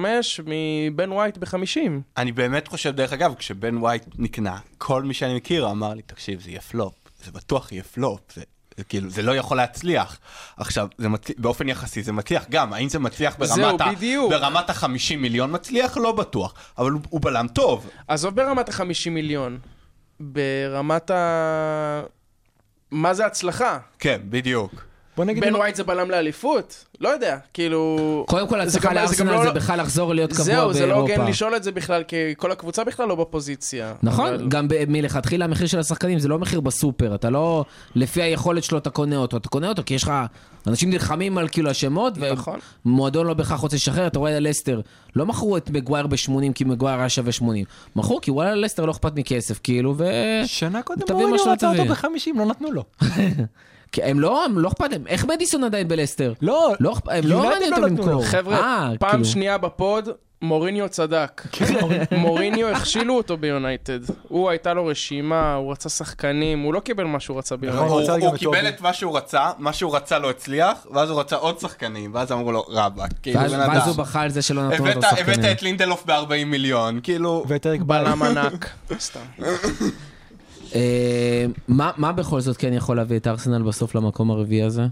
S3: מבן ווייט ב-50?
S5: אני באמת חושב, דרך אגב, כשבן ווייט נקנה, כל מי שאני מכיר אמר לי, תקשיב, זה יהיה פלופ, זה בטוח יהיה פלופ, זה... זה כאילו, זה לא יכול להצליח. עכשיו, זה מצליח, באופן יחסי זה מצליח גם, האם זה מצליח ברמת,
S3: זהו,
S5: ה,
S3: בדיוק.
S5: ברמת ה-50 מיליון מצליח? לא בטוח, אבל הוא, הוא בלם טוב.
S3: עזוב ברמת ה-50 מיליון, ברמת ה... מה זה הצלחה?
S5: כן, בדיוק.
S4: בוא נגיד...
S3: בן
S4: מה-
S3: ווייט זה בלם לאליפות? לא יודע, כאילו...
S6: קודם כל,
S3: זה
S6: הצלחה
S3: גם- זה גם
S6: לארסנל
S3: לא-
S6: זה בכלל לחזור להיות קבוע
S3: זהו,
S6: באירופה.
S3: זה לא הוגן לשאול את זה בכלל, כי כל הקבוצה בכלל לא בפוזיציה. אבל-
S6: נכון, גם ב- מלכתחילה המחיר של השחקנים זה לא מחיר בסופר, אתה לא לפי היכולת שלו אתה קונה אותו, אתה קונה אותו כי יש לך, אנשים נלחמים על כאילו השמות,
S3: נכון.
S6: ומועדון לא בהכרח רוצה לשחרר, אתה רואה לסטר, לא מכרו את מגווייר ב-80 כי מגווייר היה שווה 80, מכרו כי וואלה לסטר לא אכפת מכסף, כאילו, ו...
S4: שנה קודם
S6: תביא
S4: מוריניו
S6: מה שלא
S4: רצה אותו
S6: תביא.
S4: ב-50, לא נתנו לו.
S6: כי הם לא, הם לא אכפת להם, איך מדיסון עדיין בלסטר?
S4: לא,
S6: לא אכפ- הם לא
S4: יונייטד
S6: מעניין
S4: לא
S6: אותם
S4: נתנו לו.
S6: למכור.
S3: חבר'ה,
S6: אה,
S3: פעם
S6: כאילו. כן.
S3: שנייה בפוד, מוריניו
S6: [laughs]
S3: צדק. מוריניו הכשילו אותו ביונייטד. הוא הייתה לו רשימה, הוא רצה שחקנים, הוא לא קיבל מה שהוא רצה
S5: הוא,
S4: נכון,
S3: ביונייטד.
S5: הוא,
S4: רצה גם את
S5: קיבל
S4: טובי.
S5: את מה שהוא רצה, מה שהוא רצה לא הצליח, ואז הוא רצה עוד שחקנים, ואז אמרו לו, רבאק, כאילו
S6: ואז
S5: בן אדם.
S6: ואז הוא בכה על זה שלא נתנו
S5: הבאת,
S6: אותו שחקנים.
S5: הבאת את לינדלוף ב-40 מיליון, כאילו...
S4: ואת אריק בלם.
S3: בלם ענק. סתם.
S6: אה, מה מה בכל זאת כן יכול להביא את ארסנל בסוף למקום הרביעי הזה?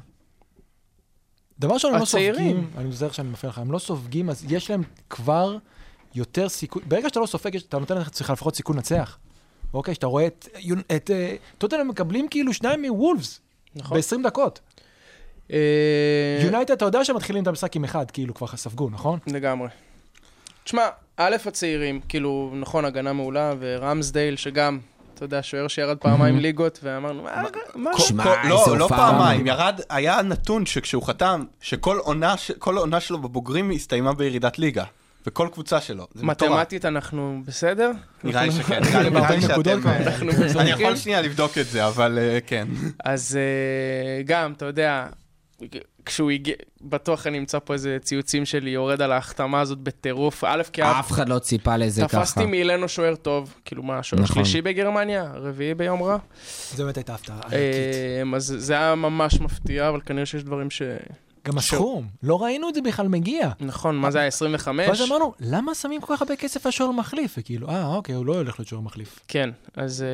S4: דבר ראשון, הם לא
S3: הצעירים.
S4: סופגים, אני מזהר שאני מפריע לך, הם לא סופגים, אז יש להם כבר יותר סיכוי, ברגע שאתה לא סופג, יש- אתה נותן לעצמך לפחות סיכוי לנצח. אוקיי, שאתה רואה את... יונ- את אה, טוטנאם מקבלים כאילו שניים מוולפס,
S3: נכון.
S4: ב-20
S3: [laughs]
S4: דקות.
S3: אה,
S4: יונייטד, אתה יודע שמתחילים את המשחק עם אחד, כאילו, כבר ספגו, נכון?
S3: לגמרי. תשמע, א' הצעירים, כאילו, נכון, הגנה מעולה, ורמסדייל, שגם, אתה יודע, שוער שירד פעמיים ליגות, ואמרנו, "אה, "מה, מה
S5: כל-
S3: זה?"
S6: שמע,
S5: כל-
S6: איזו
S5: לא, לא
S6: הופעה.
S5: פעמיים, ירד, היה נתון שכשהוא חתם, שכל עונה, ש- כל עונה שלו בבוגרים הסתיימה בירידת ליגה. בכל קבוצה שלו. זה מטורף.
S3: מתמטית אנחנו בסדר?
S5: נראה לי שכן,
S4: אנחנו
S5: נראה לי- נראה לי
S4: ב- נקודות
S5: שאתם...
S4: כבר.
S5: אה,
S3: אנחנו
S5: אני
S3: משחקים?
S5: יכול שנייה לבדוק את זה, אבל אה, כן.
S3: אז אה, גם, אתה יודע, כשהוא הגיע, בטוח אני אמצא פה איזה ציוצים שלי, יורד על ההחתמה הזאת בטירוף. א', כי
S6: אף אחד לא ציפה לזה ככה.
S3: תפסתי מאילנו שוער טוב, כאילו מה, שוער
S6: נכון.
S3: שלישי בגרמניה, רביעי ביום רע.
S4: זו באמת הייתה הפתעה ענקית.
S3: אה, אז זה היה ממש מפתיע, אבל כנראה שיש דברים ש...
S4: גם הסכום, לא ראינו את זה בכלל מגיע.
S3: נכון, מה זה היה,
S4: ואז
S3: 25?
S4: אמרנו, למה שמים כל כך הרבה כסף על שוער מחליף? וכאילו, אה, אוקיי, הוא לא הולך להיות שוער מחליף.
S3: כן, אז אה,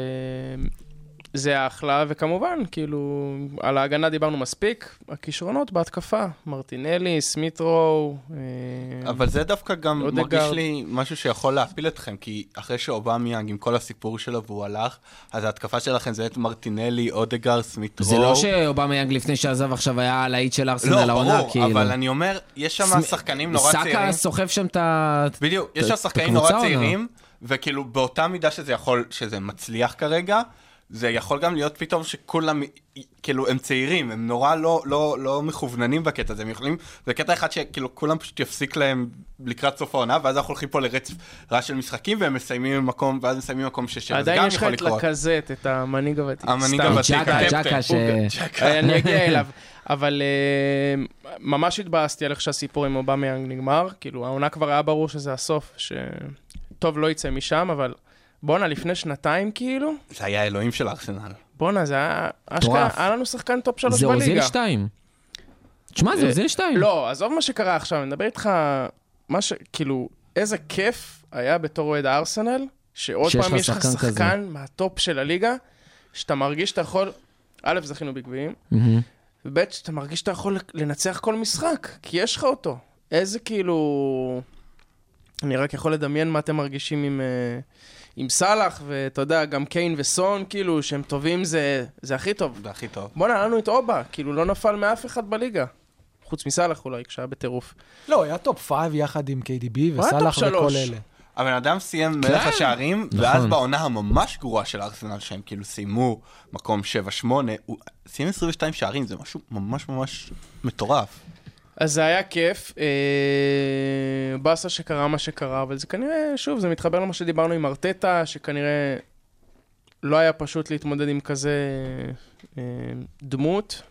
S3: זה היה אחלה, וכמובן, כאילו, על ההגנה דיברנו מספיק, הכישרונות בהתקפה, מרטינלי, סמיטרו, אה,
S5: אבל זה דווקא גם
S3: אודגרד.
S5: מרגיש לי משהו שיכול להפיל אתכם, כי אחרי שאובמיאנג עם כל הסיפור שלו והוא הלך, אז ההתקפה שלכם זה את מרטינלי, אודגר, סמיטרו.
S6: זה לא שאובמה יאנג לפני שעזב עכשיו היה הלהיט של ארסנל
S5: לא,
S6: העונה,
S5: ברור,
S6: כאילו.
S5: אבל אני אומר, יש שם שחקנים נורא צעירים.
S6: סאקה סוחב שם את ה...
S5: בדיוק, יש
S6: את-
S5: שם
S6: את
S5: שחקנים
S6: הקבוצה
S5: נורא
S6: או לא?
S5: צעירים, וכאילו באותה מידה שזה יכול, שזה מצליח כרגע, זה יכול גם להיות פתאום שכולם, כאילו הם צעירים, הם נורא לא, לא, לא מכווננים בקטע הזה, הם יכולים, זה קטע אחד שכאילו כולם פשוט יפסיק להם לקראת סוף העונה, ואז אנחנו הולכים פה לרצף רע של משחקים, והם מסיימים במקום, ואז מסיימים במקום שש, זה
S3: עדיין
S5: גם
S3: יש לך
S5: יכול
S3: את
S5: לקרות.
S3: לקזט, את המנהיג הוותיק.
S5: המנהיג
S3: סתם.
S5: הוותיק.
S6: ג'קה,
S5: הקפטן,
S6: ג'קה ש...
S3: הוא- אני אגיע אליו. אבל אה, ממש התבאסתי על איך שהסיפור עם אובמיאנג נגמר. כאילו, העונה כבר היה ברור שזה הסוף, שטוב לא יצא משם, אבל בואנה, לפני שנתיים כאילו,
S5: זה היה אלוהים של ארסנל.
S3: בואנה, זה היה... אשכרה, היה לנו שחקן טופ שלוש
S6: זה
S3: בליגה.
S6: אוזיל 2. תשמע, זה
S3: אה,
S6: אוזיל 2.
S3: לא, עזוב מה שקרה עכשיו, אני מדבר איתך, מה ש... כאילו, איזה כיף היה בתור אוהד הארסנל, שעוד
S6: שיש
S3: פעם
S6: לך
S3: יש לך
S6: שחקן כזה.
S3: שחקן מהטופ של הליגה, שאתה מרגיש שאתה יכול... א', זכינו בגביעים, וב', שאתה מרגיש שאתה יכול לנצח כל משחק, כי יש לך אותו. איזה כאילו... אני רק יכול לדמיין מה אתם מרגישים עם... אה, עם סאלח, ואתה יודע, גם קיין וסון, כאילו, שהם טובים, זה, זה הכי טוב.
S5: זה הכי טוב.
S3: בואנה, היה לנו את אובה, כאילו לא נפל מאף אחד בליגה. חוץ מסאלח אולי, כשהיה בטירוף.
S4: לא, היה טופ פייב יחד עם KDB
S3: היה טופ
S4: וסאלח וכל
S3: שלוש.
S4: אלה.
S5: הבן אדם סיים מלך השערים, ואז בעונה הממש גרועה של ארסנל, שהם כאילו סיימו מקום 7-8, הוא סיים 22 שערים, זה משהו ממש ממש מטורף.
S3: אז זה היה כיף, אה, באסה שקרה מה שקרה, אבל זה כנראה, שוב, זה מתחבר למה שדיברנו עם ארטטה, שכנראה לא היה פשוט להתמודד עם כזה אה, דמות.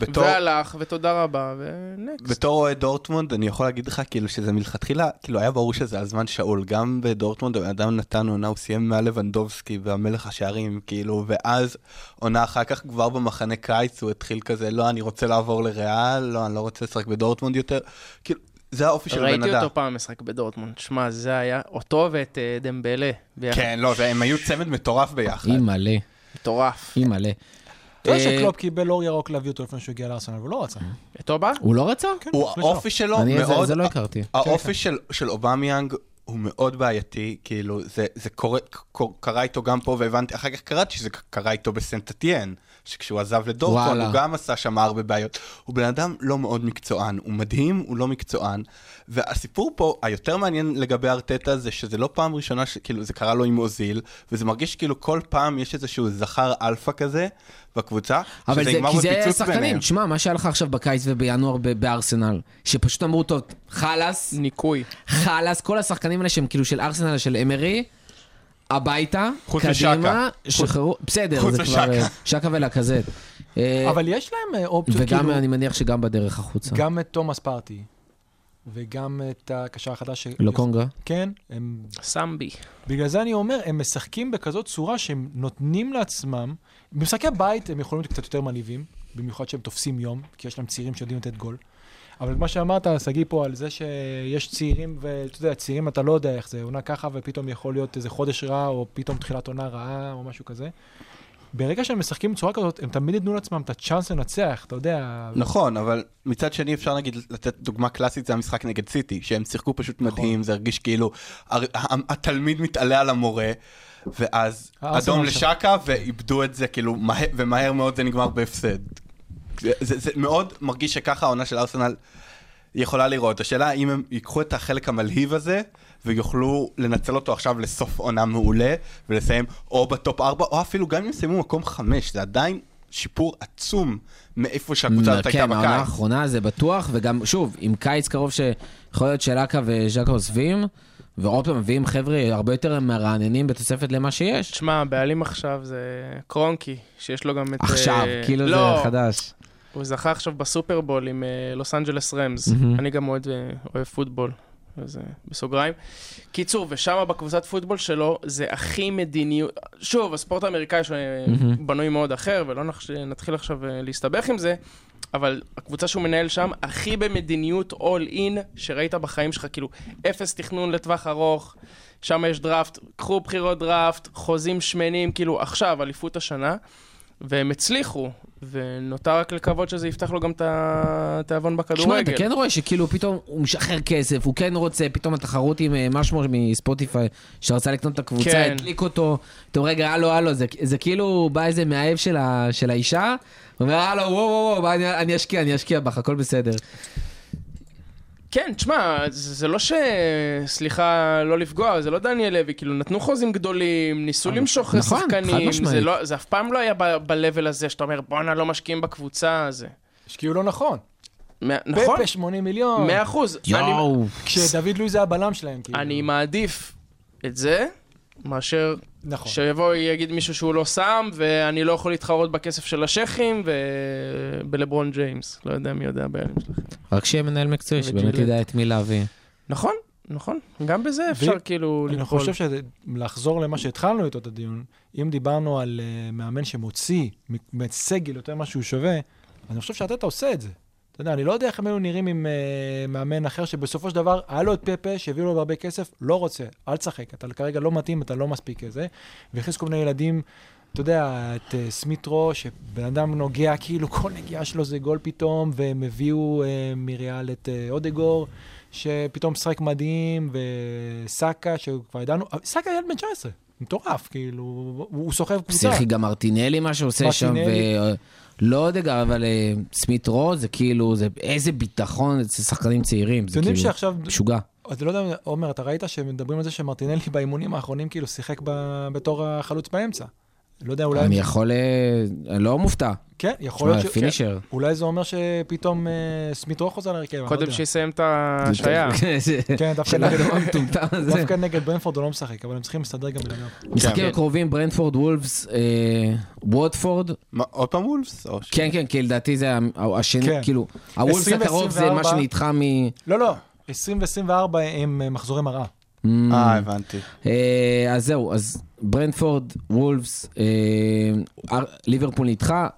S5: בתור...
S3: והלך, ותודה רבה, ונקסט.
S5: בתור אוהד דורטמונד, אני יכול להגיד לך כאילו שזה מלכתחילה, כאילו היה ברור שזה על זמן שאול, גם בדורטמונד הבן אדם נתן עונה, הוא סיים מעל לבנדובסקי והמלך השערים, כאילו, ואז עונה אחר כך כבר במחנה קיץ, הוא התחיל כזה, לא, אני רוצה לעבור לריאל, לא, אני לא רוצה לשחק בדורטמונד יותר, כאילו, זה האופי של בן
S3: ראיתי
S5: אדם.
S3: אותו פעם משחק בדורטמונד. שמע, זה היה אותו ואת אה, דמבלה ביחד.
S5: כן, לא, זה- הם היו צמד מטורף ביחד.
S2: אימא'לה,
S3: מטורף.
S2: אימא'לה.
S4: אתה יודע
S2: אה,
S4: שקלופ קיבל אור ירוק להביא אותו לפני שהוא הגיע לארסנל, והוא לא רצה.
S3: את אובה?
S2: הוא לא רצה?
S4: כן,
S5: הוא,
S4: החליט שלא.
S5: האופי שלו
S2: אני את זה-
S5: מאוד,
S2: זה לא הכרתי.
S5: האופי של, של אובמיאנג הוא מאוד בעייתי, כאילו, זה, זה קורה, קור, קרה איתו גם פה, והבנתי, אחר כך קראתי שזה קרה איתו בסנטטיאן, שכשהוא עזב לדורטון,
S2: וואלה.
S5: הוא גם עשה שם הרבה בעיות. הוא בן אדם לא מאוד מקצוען, הוא מדהים, הוא לא מקצוען, והסיפור פה, היותר מעניין לגבי ארטטה, זה שזה לא פעם ראשונה, ש- כאילו, זה קרה לו עם אוזיל, וזה מרגיש כאילו כל פעם יש איזשהו זכר אלפא כזה בקבוצה,
S2: אבל
S5: שזה
S2: זה,
S5: נגמר
S2: כי זה היה
S5: בפיצוץ
S2: שחקנים.
S5: ביניהם.
S2: תשמע, מה שהיה לך עכשיו בקיץ ובינואר ב- בארסנל, שפשוט אמרו, טוב, חלאס,
S3: ניקוי.
S2: חלאס, כל השחקנים האלה שהם כאילו של ארסנל, של אמרי, הביתה,
S5: חוץ
S2: קדימה, שחררו, בסדר,
S5: חוץ
S2: זה כבר...
S5: משקה.
S2: אה, שקה ולקזט. אה,
S4: אבל יש להם אה, אופציות,
S2: וגם,
S4: כאילו,
S2: אני מניח שגם בדרך החוצה.
S4: גם את תומאס פארטי, וגם את הקשר החדש, ש-
S2: לוקונגה.
S4: כן, הם
S3: סמבי.
S4: בגלל זה אני אומר, הם משחקים בכזאת צורה שהם נותנים לעצמם, במשחקי בית הם יכולים להיות קצת יותר מלהיבים, במיוחד שהם תופסים יום, כי יש להם צעירים שיודעים לתת גול. אבל מה שאמרת, שגיא פה, על זה שיש צעירים, ואתה יודע, צעירים אתה לא יודע איך זה, עונה ככה ופתאום יכול להיות איזה חודש רע, או פתאום תחילת עונה רעה, או משהו כזה. ברגע שהם משחקים בצורה כזאת, הם תמיד ייתנו לעצמם את הצ'אנס לנצח, אתה יודע.
S5: נכון, אבל מצד שני אפשר נגיד לתת דוגמה קלאסית, זה המשחק נגד סיטי, שהם שיחקו פשוט
S4: נכון.
S5: מדהים, זה הרגיש כאילו הר- ה- התלמיד מתעלה על המורה, ואז
S4: הארסנל
S5: אדום
S4: שם.
S5: לשקה, ואיבדו את זה כאילו, מהר- ומהר מאוד זה נגמר בהפסד. זה- זה זה מאוד מרגיש שככה העונה של ארסנל יכולה לראות. השאלה האם הם ייקחו את החלק המלהיב הזה, ויוכלו לנצל אותו עכשיו לסוף עונה מעולה, ולסיים או בטופ 4, או אפילו גם אם יסיימו מקום 5, זה עדיין שיפור עצום מאיפה שהקבוצה הזאת הייתה
S2: כן, העונה
S5: בקיץ.
S2: האחרונה זה בטוח, וגם, שוב, עם קיץ קרוב שיכול להיות שלקה וז'קה עוזבים, ועוד פעם מביאים חבר'ה הרבה יותר מרעננים בתוספת למה שיש.
S3: תשמע, הבעלים עכשיו זה קרונקי, שיש לו גם את...
S2: עכשיו,
S3: אה,
S2: כאילו זה
S3: לא,
S2: חדש.
S3: הוא זכה עכשיו בסופרבול עם אה, לוס אנג'לס רמז.
S2: מהמם.
S3: אני גם מאוד אה, אוהב פוטבול, אז אה, בסוגריים. קיצור, ושם בקבוצת פוטבול שלו, זה הכי מדיניות... שוב, הספורט האמריקאי שהוא, אה,
S2: מהמם.
S3: בנוי מאוד אחר, ולא נחש- נתחיל עכשיו אה, להסתבך עם זה, אבל הקבוצה שהוא מנהל שם, הכי במדיניות אול אין שראית בחיים שלך, כאילו, אפס תכנון לטווח ארוך. שם יש דראפט, קחו בחירות דראפט, חוזים שמנים, כאילו עכשיו, אליפות השנה. והם הצליחו, ונותר רק לקוות שזה יפתח לו גם את התיאבון
S2: תשמע,
S3: בכדורגל.
S2: אתה כן רואה שכאילו פתאום הוא משחרר כסף, הוא כן רוצה, פתאום התחרות עם אה, משמו מספוטיפיי, שרצה לקנות את
S3: כן.
S2: הקבוצה, הדליק אותו, טוב רגע, הלו, הלו, זה- זה כאילו בא איזה מאהב של ה- של האישה, הוא אומר, הלו, וואו, וואו, וואו, בוא, אני- אני אשקיע, אני אשקיע בך, הכל בסדר.
S3: כן, תשמע, זה זה לא ש... סליחה, לא לפגוע, זה לא דניאל לוי, כאילו, נתנו חוזים גדולים, ניסו למשוך
S2: נכון, חד
S3: שחקנים,
S2: משמעית.
S3: זה, לא, זה אף פעם לא היה ב- ב-level הזה, שאתה אומר, בואנה, לא משקיעים בקבוצה, זה.
S4: השקיעו לא נכון.
S3: מאה- נכון,
S4: פפה 80 מיליון.
S3: מאה אחוז. אני-
S2: אה. יואו.
S4: כשדוד לואיז היה הבלם שלהם, כאילו.
S3: אני מעדיף את זה, מאשר
S4: נכון.
S3: שיבוא יגיד מישהו שהוא לא שם, ואני לא יכול להתחרות בכסף של השכים ובלברון ג'יימס. לא יודע מי יודע הבעלים שלכם.
S2: רק שיהיה מנהל מקצועי, שבאמת
S3: וג'ילט.
S2: ידע את מי להביא.
S3: נכון, נכון. גם בזה אפשר כאילו
S4: אני
S3: לקרוא.
S4: חושב שלחזור למה שהתחלנו איתו את הדיון, אם דיברנו על אה, מאמן שמוציא מ- מסגל יותר ממה שהוא שווה, אז אני חושב שאתה עושה את זה. אתה יודע, אני לא יודע איך הם היו נראים עם אה, מאמן אחר, שבסופו של דבר, היה לו את פפה, שהביאו לו הרבה כסף, לא רוצה, אל תשחק, אתה כרגע לא מתאים, אתה לא מספיק כזה. והכניס כל מיני ילדים, אתה יודע, את אה, סמיטרו, שבן אדם נוגע, כאילו [laughs] כל נגיעה שלו זה גול פתאום, והם הביאו אה, מריאל את אה, אודגור, שפתאום משחק מדהים, וסאקה, שכבר ידענו, אבל סאקה ילד בן 19, מטורף, כאילו, הוא- הוא סוחב קבוצה.
S2: פסיכי גם מרטינלי, מה שהוא עושה שם,
S4: מרטינלי.
S2: ו- לא אודגר, אבל אה, סמית רו, זה כאילו, זה איזה ביטחון אצל שחקנים צעירים,
S4: אתם
S2: זה
S4: יודעים
S2: כאילו
S4: שעכשיו,
S2: משוגע.
S4: אתה לא יודע, עומר, אתה ראית שמדברים על זה שמרטינלי באימונים האחרונים כאילו שיחק ב... בתור החלוץ באמצע. לא יודע, אולי...
S2: אני יכול... אה, אני לא מופתע.
S4: כן, יכול
S2: תשמע,
S4: להיות ש... כן.
S2: פינישר.
S4: אולי זה אומר שפתאום אה, סמית רוך חוזר להרכב, אני לא
S3: קודם
S4: יודע.
S3: שיסיים את
S4: אה,
S2: [laughs]
S3: ההשעיה.
S4: כן, דווקא
S2: של
S4: נגד-
S2: המטומטם הזה.
S4: דווקא נגד ברנפורד הוא לא משחק, אבל הם צריכים להסתדר גם בלעדיו. כן.
S2: משחקים הקרובים, ברנדפורד, וולפס, אה, ווטפורד.
S5: מה, עוד פעם וולפס? או ש-
S2: כן, כן, כי לדעתי זה ה- השני,
S4: כן.
S2: כאילו, הוולפס
S4: 20,
S2: הקרוב זה מה
S4: 24.
S2: שנדחה מ...
S4: לא, לא, 20 ו-24 הם אה, מחזורי מראה.
S5: אה, הבנתי.
S2: אה, אז זהו, אז ברנדפורד, וולפס, אה, אר- ליברפול נדחה,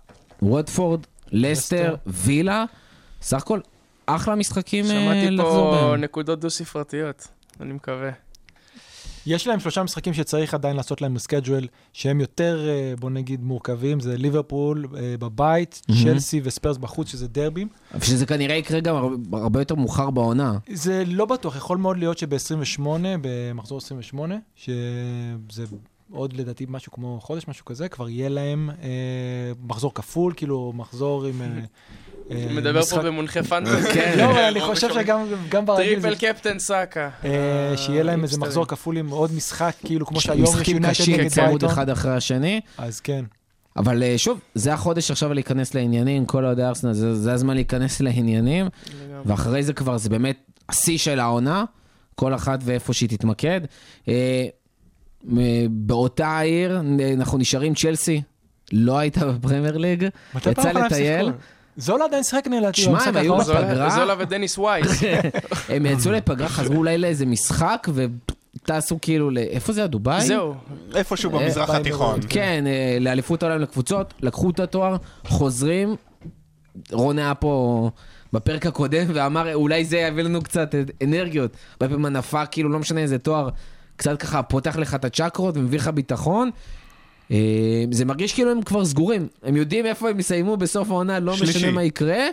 S2: ווטפורד, לסטר, וילה, סך הכל אחלה משחקים אה,
S3: שמעתי
S2: לחזור
S3: פה
S2: בהם.
S3: נקודות דו-ספרתיות, אני מקווה.
S4: אה, יש להם שלושה משחקים שצריך עדיין לעשות להם סקייג'ואל, שהם יותר, אה, בוא נגיד, מורכבים, זה ליברפול אה, בבית, צ'לסי וספיירס בחוץ, שזה דרבים.
S2: שזה כנראה יקרה גם הרבה- הרבה יותר מאוחר בעונה.
S4: זה לא בטוח, יכול מאוד להיות שב-28, במחזור 28, שזה עוד לדעתי משהו כמו חודש, משהו כזה, כבר יהיה להם אה, מחזור כפול, כאילו מחזור עם... אה, אה,
S3: מדבר פה
S4: משחק-
S3: במונחי
S4: [laughs]
S3: פנטזי.
S2: כן.
S4: לא, אבל אני חושב שגם גם ברגיל זה...
S3: טריפל קפטן סאקה.
S4: אה, שיהיה להם איזה
S3: היפסטרים.
S4: מחזור כפול עם עוד משחק, כאילו כמו שהיום יש
S2: משחקים
S4: יונייטד
S2: קשים,
S4: נגד
S2: צמוד
S4: ברייטון.
S2: אחד אחרי השני.
S4: אז כן.
S2: אבל אה, שוב, זה החודש עכשיו להיכנס לעניינים, כל עוד ארסנל, זה, זה הזמן להיכנס לעניינים, ואחרי זה כבר, זה באמת השיא של העונה, כל אחת ואיפה שהיא תתמקד. אה, אה, באותה עיר, אה, אנחנו נשארים צ'לסי, לא הייתה בפרמייר ליג,
S4: מתי פעם
S2: יצא
S4: אחרונה הם
S2: לטייל,
S4: שיחקו? זולה עדיין שיחק נעלתי.
S2: שמע, הם היו
S3: זולה-
S2: בפגרה?
S3: זולה ודניס וייס.
S2: [laughs] הם יצאו לפגרה, חזרו אולי לאיזה משחק, וטסו כאילו, ל- איפה זה, הדובאי?
S3: זהו.
S5: איפשהו במזרח
S4: ביי,
S5: התיכון.
S2: כן, אה, לאליפות העולם לקבוצות, לקחו את התואר, חוזרים. רון היה פה בפרק הקודם ואמר, אולי זה יביא לנו קצת אנרגיות. הרבה פעמים הנפה, כאילו, לא משנה איזה תואר, קצת ככה פותח לך את הצ'קרות ומביא לך ביטחון. אה, זה מרגיש כאילו הם כבר סגורים, הם יודעים איפה הם יסיימו בסוף העונה, לא
S5: שלישי.
S2: משנה מה יקרה.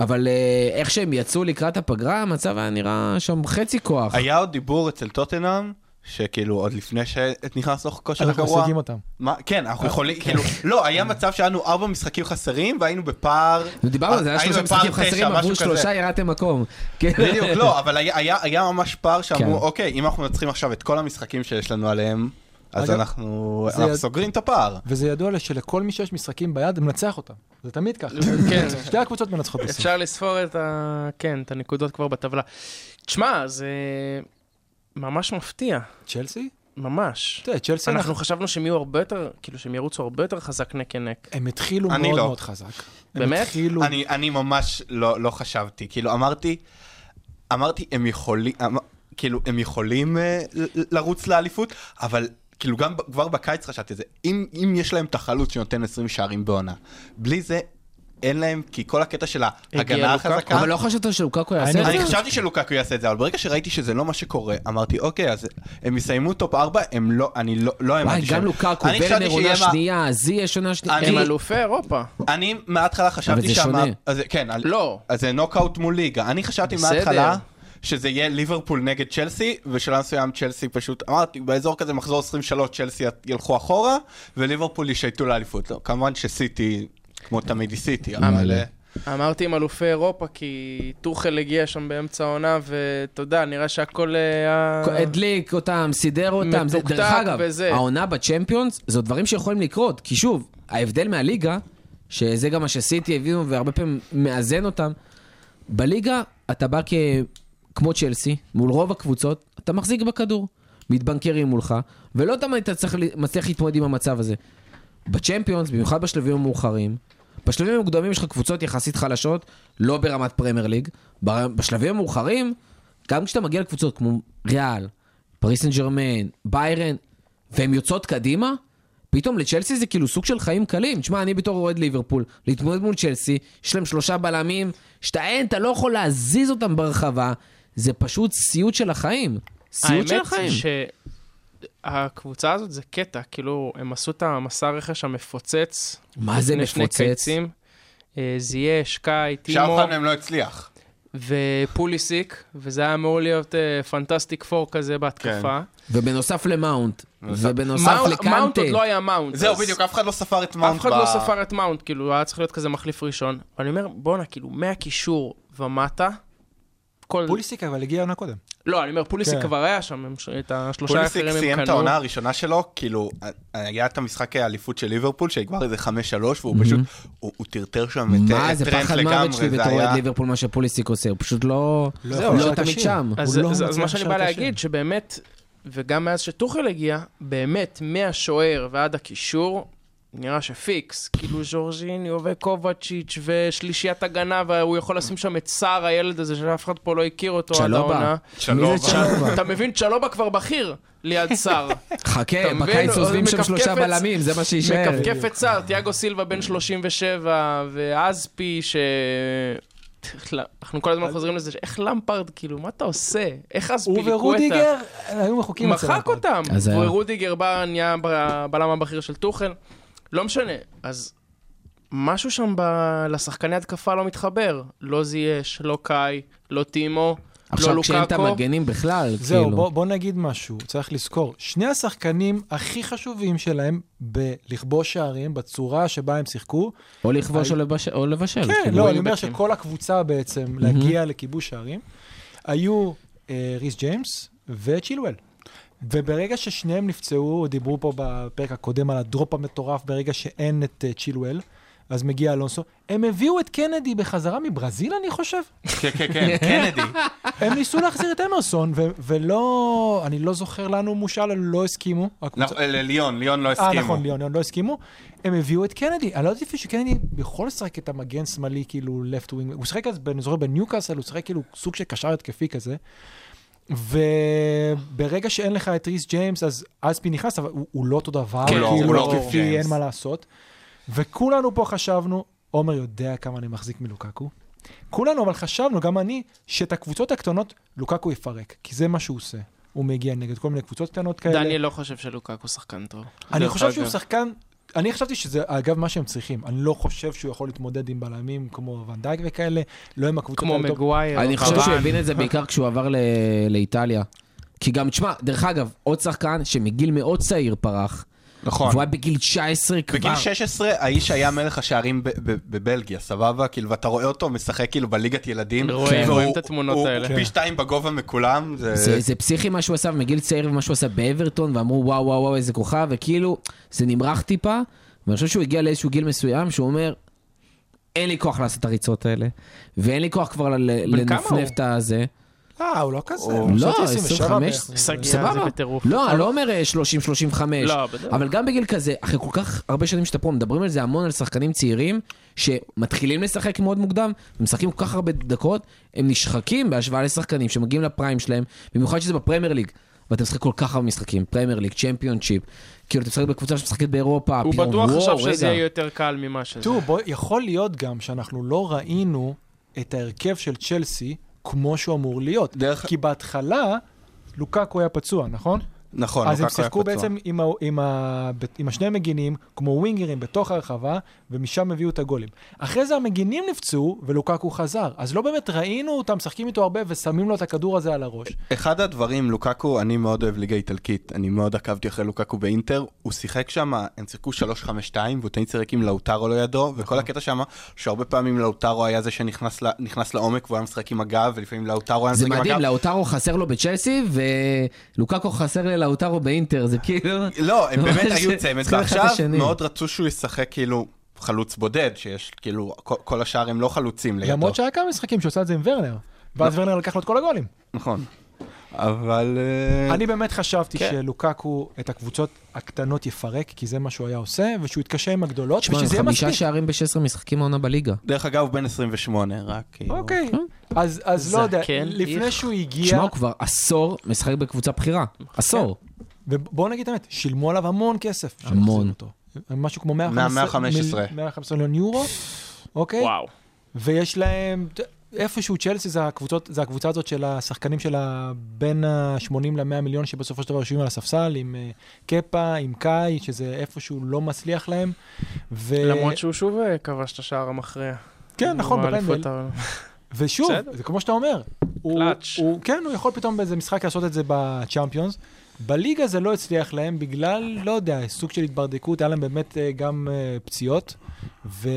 S2: אבל אה, איך שהם יצאו לקראת הפגרה, המצב היה נראה שם חצי כוח.
S5: היה עוד דיבור אצל טוטנאם, שכאילו עוד לפני שנכנס לך כושר
S4: אנחנו
S5: הגרוע.
S4: משיגים אותם.
S5: מה, כן, אנחנו יכולים, כאילו, לא, היה מצב שהיה לנו ארבע משחקים חסרים והיינו בפער...
S2: דיברנו על זה, היה
S5: היינו
S2: שלושה
S5: בפער
S2: משחקים
S5: תשע,
S2: חסרים,
S5: משהו
S2: עברו
S5: כזה.
S2: שלושה, ירדתם מקום. כאילו-
S5: בדיוק, לא, אבל היה- היה היה ממש פער שאמרו,
S2: כן.
S5: אוקיי, אם אנחנו מנצחים עכשיו את כל המשחקים שיש לנו עליהם, אז
S4: אגב,
S5: אנחנו
S4: זה
S5: אנחנו
S4: יד-
S5: סוגרים את הפער.
S4: וזה ידוע לי שלכל מי שיש משחקים ביד, הם מנצח אותם. זה תמיד ככה.
S3: [laughs] כן.
S4: שתי הקבוצות מנצחות בסוף.
S3: אפשר לספור את ה... כן, את הנקודות כבר בטבלה. תשמע, זה ממש מפתיע.
S4: צ'לסי?
S3: ממש.
S4: תראה, צ'לסי
S3: אנחנו
S4: אנחנו...
S3: חשבנו שהם יהיו הרבה יותר, כאילו שהם ירוצו הרבה יותר חזק נק כנק.
S4: הם התחילו
S5: אני
S4: מאוד
S5: לא.
S4: מאוד חזק.
S3: באמת?
S4: הם התחילו...
S5: אני, אני ממש לא, לא חשבתי, כאילו אמרתי, אמרתי הם יכולים, אמ, כאילו הם יכולים אה, ל- לרוץ לאליפות, אבל כאילו גם ב- כבר בקיץ חשבתי את זה, אם, אם יש להם את החלוץ שנותן 20 שערים בעונה, בלי זה אין להם, כי כל הקטע של ההגנה
S3: לוקאקו.
S5: החזקה,
S2: אבל לא חשבת שלוקקו יעשה את
S4: האמת-
S5: אני
S2: זה?
S5: חשבתי שלוקקו יעשה את זה, אבל ברגע שראיתי שזה לא מה שקורה, אמרתי, אוקיי, אז הם יסיימו טופ 4, הם לא, אני לא, לא
S2: וואי,
S5: האמנתי
S2: גם
S5: שהם-
S2: לוקקו,
S5: אני חשבתי
S2: ברנר עונה
S5: שיהיה מה-
S2: שנייה, זי יש עונה שנייה.
S5: אני-
S3: הם אלופי אירופה.
S5: אני מההתחלה חשבתי
S2: זה
S5: שהמאבק...
S2: שונה.
S5: אז זה- כן, על-
S3: לא.
S5: אז זה נוקאוט מול ליגה. אני חשבתי
S3: בסדר.
S5: מההתחלה שזה יהיה ליברפול נגד צ'לסי, ובשלב מסוים צ'לסי פשוט, אמרתי, באזור כזה מחזור 23 צ'לסי ילכו אחורה, וליברפול ישייטו לאליפות. לא, כמובן שסיטי, כמו תמיד היא סיטי, אבל... אה,
S3: אמרתי עם אלופי אירופה, כי טוחל הגיע שם באמצע העונה, ואתה יודע, נראה שהכל אה, היה...
S2: הדליק אותם, סידר אותם. זה-
S3: מתוקתק
S2: דרך אגב,
S3: וזה.
S2: העונה בצ'מפיונס, זו דברים שיכולים לקרות. כי שוב, ההבדל מהליגה, שזה גם מה שסיטי הביאו והרבה פעמים מאזן אותם, בליגה אתה בא כ... כמו צ'לסי, מול רוב הקבוצות, אתה מחזיק בכדור, מתבנקרים מולך, ולא תמיד אתה צריך, ל- מצליח להתמודד עם המצב הזה. בצ'מפיונס, במיוחד בשלבים המאוחרים, בשלבים המוקדמים יש לך קבוצות יחסית חלשות, לא ברמת פרמייר ליג. בר- בשלבים המאוחרים, גם כשאתה מגיע לקבוצות כמו ריאל, פריס סן ג'רמן, ביירן, והן יוצאות קדימה, פתאום לצ'לסי זה כאילו סוג של חיים קלים. תשמע, אני בתור אוהד ליברפול, להתמודד מול צ'לסי, יש להם שלושה בלמים, שאתה אין, אתה לא יכול להזיז אותם ברחבה, זה פשוט סיוט של החיים. סיוט של החיים.
S3: האמת שהקבוצה הזאת זה קטע, כאילו, הם עשו את המסע רכש המפוצץ.
S2: מה זה
S3: לפני שני
S2: מפוצץ?
S3: קיצים. אה, זיה, שקאי,
S5: שאף
S3: טימו
S5: אחד מהם לא הצליח.
S3: ופוליסיק, וזה היה אמור להיות אה, פנטסטיק פור כזה בהתקפה.
S5: כן.
S2: ובנוסף למאונט,
S5: בנוסף-
S2: ובנוסף
S3: מאונט- מאונט
S2: לקנטה.
S3: עוד לא היה מאונט.
S5: זהו,
S3: אז
S5: בדיוק, אף אחד לא ספר את מאונט
S3: אף אחד לא
S5: ב-
S3: ספר את מאונט, כאילו, היה צריך להיות כזה מחליף ראשון. ואני אומר, בואנה, כאילו, מהקישור ומטה, כל...
S4: פוליסיק אבל הגיע עונה קודם.
S3: לא, אני אומר, פוליסיק
S4: כן.
S3: כבר היה שם, הם ש- את השלושה
S5: פוליסיק
S3: האחרים הם קנו.
S5: סיים את העונה הראשונה שלו, כאילו, היה את המשחק האליפות של ליברפול, שכבר איזה 5-3, והוא פשוט, הוא הוא טרטר שם את
S2: מה,
S5: את
S2: זה
S5: אה, טרנט
S2: פחד מוות שלי
S5: לגמרי, זה
S2: בתור אוהד
S5: היה...
S2: ליברפול, מה שפוליסיק עושה, הוא פשוט לא...
S4: לא
S2: הוא
S4: יכול,
S2: לא
S4: שער
S2: תמיד
S4: קשה.
S2: שם.
S3: אז,
S4: הוא לא
S3: אז, אז
S4: מצליח
S3: מה שאני
S4: לשער
S3: בא
S4: קשה.
S3: להגיד, שבאמת, וגם מאז שטוחל הגיע, באמת, מהשוער ועד הקישור, נראה שפיקס. כאילו ז'ורג'יניו וקובצ'יץ' ושלישיית הגנה, והוא יכול לשים שם את סער, הילד הזה, שאף אחד פה לא הכיר אותו עד
S2: צ'לובה.
S3: העונה.
S5: שלום,
S3: אתה מבין, צ'לובה כבר בכיר ליד
S4: [laughs]
S3: סער.
S2: חכה,
S3: אתה מבין?
S2: בקיץ
S3: עוד
S2: עוזבים שם
S3: מקפקפת.
S2: שלושה בלמים, זה מה שיישאר.
S3: מקפקף את סער, תיאגו סילבה בן 37, ואזפי, ש... אנחנו כל הזמן חוזרים לזה, איך למפרד, כאילו, מה אתה עושה? איך אזפי
S4: הוא ורודיגר היו מחוקים
S3: כאילו, מחק אותם.
S2: אז היה.
S3: ורודיגר בא, נהיה הבלם הבכיר של טוחל. לא משנה. אז משהו שם ב- לשחקני התקפה לא מתחבר. לא זייש, לא קאי, לא טימו, לא
S2: עכשיו, כשאין את
S3: לוקאקו.
S2: המגנים בכלל,
S4: זהו,
S2: כאילו.
S4: בוא, בוא נגיד משהו, צריך לזכור. שני השחקנים הכי חשובים שלהם בלכבוש שערים, בצורה שבה הם שיחקו.
S2: או לכבוש או לבש- או לבשל.
S4: כן,
S2: כאילו.
S4: לא, אני אומר
S3: ווינגבקים.
S4: שכל הקבוצה בעצם, להגיע לכיבוש שערים, היו אה, ריס ג'יימס וצ'ילואל. וברגע ששניהם נפצעו, דיברו פה בפרק הקודם על הדרופ המטורף, ברגע שאין את אה, צ'ילואל, אז מגיע אלונסו. הם הביאו את קנדי בחזרה מברזיל, אני חושב.
S5: כן, כן, כן, קנדי.
S4: הם ניסו להחזיר את אמרסון, ו- ולא, אני לא זוכר לנו מושאל, לא הסכימו. הקבוצה-
S5: נכון, [laughs] אה, ליון, ליון לא
S4: אה,
S5: הסכימו.
S4: נכון, ליון, ליון לא הסכימו. הם הביאו את קנדי. אני לא יודעת שקנדי יכול לשחק את המגן שמאלי, כאילו, left wing. הוא שיחק אז, ב- אני זוכר, בניוקאסל, הוא שיחק כאילו סוג של קשר התקפי כזה. וברגע שאין לך את ריס ג'יימס, אז אספי נכנס, אבל הוא, הוא לא אותו דבר,
S5: כן,
S4: כאילו,
S5: הוא לא ריס
S4: התקפי,
S5: ג'יימס.
S4: אין מה לעשות. וכולנו פה חשבנו, עומר יודע כמה אני מחזיק מלוקקו. כולנו, אבל חשבנו, גם אני, שאת הקבוצות הקטנות, לוקקו יפרק, כי זה מה שהוא עושה. הוא מגיע נגד כל מיני קבוצות קטנות כאלה.
S3: דניאל לא חושב שלוקאקו שחקן טוב.
S4: אני
S3: דרך
S4: חושב שהוא
S3: אגב.
S4: שחקן, אני חשבתי שזה אגב מה שהם צריכים. אני לא חושב שהוא יכול להתמודד עם בלמים כמו ונדייק וכאלה, לא עם הקבוצות
S3: כמו
S4: האלה טוב.
S3: מגווייר.
S2: אני חושב שהוא
S3: קוואן.
S2: הבין את זה בעיקר כשהוא עבר ל- לאיטליה. כי גם, תשמע, דרך אגב, עוד שחקן שמגיל מאוד צעיר פרח,
S5: נכון.
S2: והוא היה בגיל 19 כבר.
S5: בגיל 16 האיש היה מלך השערים ב- ב- בבלגיה, סבבה? כאילו, ואתה רואה אותו משחק כאילו בליגת ילדים.
S3: רואים,
S5: והוא-
S3: רואים את התמונות האלה.
S5: הוא פי שתיים בגובה מכולם, זה...
S2: זה, זה פסיכי מה שהוא עשה מגיל צעיר ומה שהוא עשה באברטון, ואמרו וואו וואו וואו איזה כוכב, וכאילו זה נמרח טיפה, ואני חושב שהוא הגיע לאיזשהו גיל מסוים שהוא אומר, אין לי כוח לעשות את הריצות האלה, ואין לי כוח כבר ל-
S3: כמה
S2: לנפנף
S3: הוא?
S2: את
S3: אה,
S2: הזה.
S4: לא, הוא לא כזה.
S2: הוא-
S4: חשבתי
S2: לא,
S4: 27
S2: 25.
S4: בערך.
S3: סגיה זה
S2: סבבה.
S3: בטירוף.
S2: לא, אני לא אומר אה, 30-35.
S3: לא, בטח.
S2: אבל גם בגיל כזה, אחרי כל כך הרבה שנים שאתה פה, מדברים על זה המון על שחקנים צעירים, שמתחילים לשחק מאוד מוקדם, ומשחקים כל כך הרבה דקות, הם נשחקים בהשוואה לשחקנים שמגיעים לפריים שלהם, במיוחד שזה בפרמייר ליג. ואתה משחק כל כך הרבה משחקים, פרמייר ליג, צ'מפיונשיפ, כאילו אתה משחק בקבוצה שמשחקת באירופה,
S3: הוא
S2: פתאום,
S3: בטוח
S2: וואו,
S3: חשב
S2: רגע.
S3: שזה יהיה יותר קל ממה שזה.
S4: תראו, בוא- יכול להיות גם שאנחנו לא ראינו את ההרכב של צ'לסי כמו שהוא אמור להיות.
S5: דרך-
S4: כי בהתחלה, לוקקו היה פצוע, נכון?
S5: נכון,
S4: אז הם
S5: לוקאקו היה
S4: שיחקו
S5: פצוע.
S4: בעצם עם, ה, עם, ה, עם השני מגינים, כמו ווינגרים בתוך הרחבה, ומשם הביאו את הגולים. אחרי זה המגינים נפצעו, ולוקקו חזר. אז לא באמת ראינו אותם משחקים איתו הרבה, ושמים לו את הכדור הזה על הראש.
S5: אחד הדברים, לוקקו, אני מאוד אוהב ליגה איטלקית, אני מאוד עקבתי אחרי לוקקו באינטר, הוא שיחק שם, הם שיחקו 3-5-2, והוא תמיד שיחק עם לאוטרו לידו,
S4: נכון.
S5: וכל הקטע שם, שהרבה פעמים לאוטרו היה זה שנכנס ל- נכנס לעומק, והוא היה משחק עם הגב, ולפעמים לאוטרו היה משחק
S2: זה
S5: עם הגב.
S2: מדהים, לאוטרו חסר לו בצ'לסי, ולוקקו חסר ללאוטרו באינטר, זה
S3: [laughs]
S2: כאילו...
S5: לא, הם באמת
S4: [laughs]
S2: ממש
S5: היו
S2: צריכים
S5: צמד,
S2: אחד את
S5: ועכשיו
S2: השני.
S5: מאוד רצו שהוא ישחק כאילו חלוץ בודד, שיש כאילו, כל- כל השאר הם לא חלוצים לידו. לא.
S4: למרות שהיה כמה משחקים שהוא עשה את זה עם ורנר. ואז ורנר לקח לו את כל הגולים.
S5: נכון. אבל... אה,
S4: אני באמת חשבתי
S3: כן.
S4: שלוקקו את הקבוצות הקטנות יפרק, כי זה מה שהוא היה עושה, ושהוא יתקשה עם הגדולות,
S2: תשמע,
S4: ושזה יהיה
S2: חמישה
S4: מספיק.
S2: שערים ב-16 משחקים העונה בליגה.
S5: דרך אגב, הוא בן 28, רק כאילו...
S4: אוקיי, אז- אז לא יודע,
S5: כן
S3: זקן,
S4: לפני
S3: איך.
S4: שהוא הגיע...
S2: תשמע, כן. הוא כבר עשור משחק בקבוצה בכירה. עשור.
S3: כן.
S4: ובואו נגיד את האמת, שילמו עליו המון כסף. בשביל
S2: המון.
S4: להחזיר אותו. משהו כמו 115
S5: 115.
S4: מיל- 115 מיליון יורו, אוקיי?
S3: וואו.
S4: ויש להם, איפשהו צ'לסי זה, הקבוצות, זה הקבוצה הזאת של השחקנים של ה- בין ה-80 ל-100 מיליון שבסופו של דבר יושבים על הספסל, עם אה, קפה, עם קאי, שזה איפשהו לא מצליח להם. ו...
S3: למרות שהוא שוב אה, כבש את השער המכריע.
S4: כן, נכון,
S3: הוא
S4: בפנדל.
S3: באליפות העולם.
S4: ושוב,
S3: בסדר.
S4: זה כמו שאתה אומר. הוא,
S3: קלאץ'.
S4: הוא, כן, הוא יכול פתאום באיזה משחק לעשות את זה בצ'אמפיונס. בליגה זה לא הצליח להם בגלל, לא יודע, סוג של התברדקות, היה להם באמת אה, גם אה, פציעות. ו,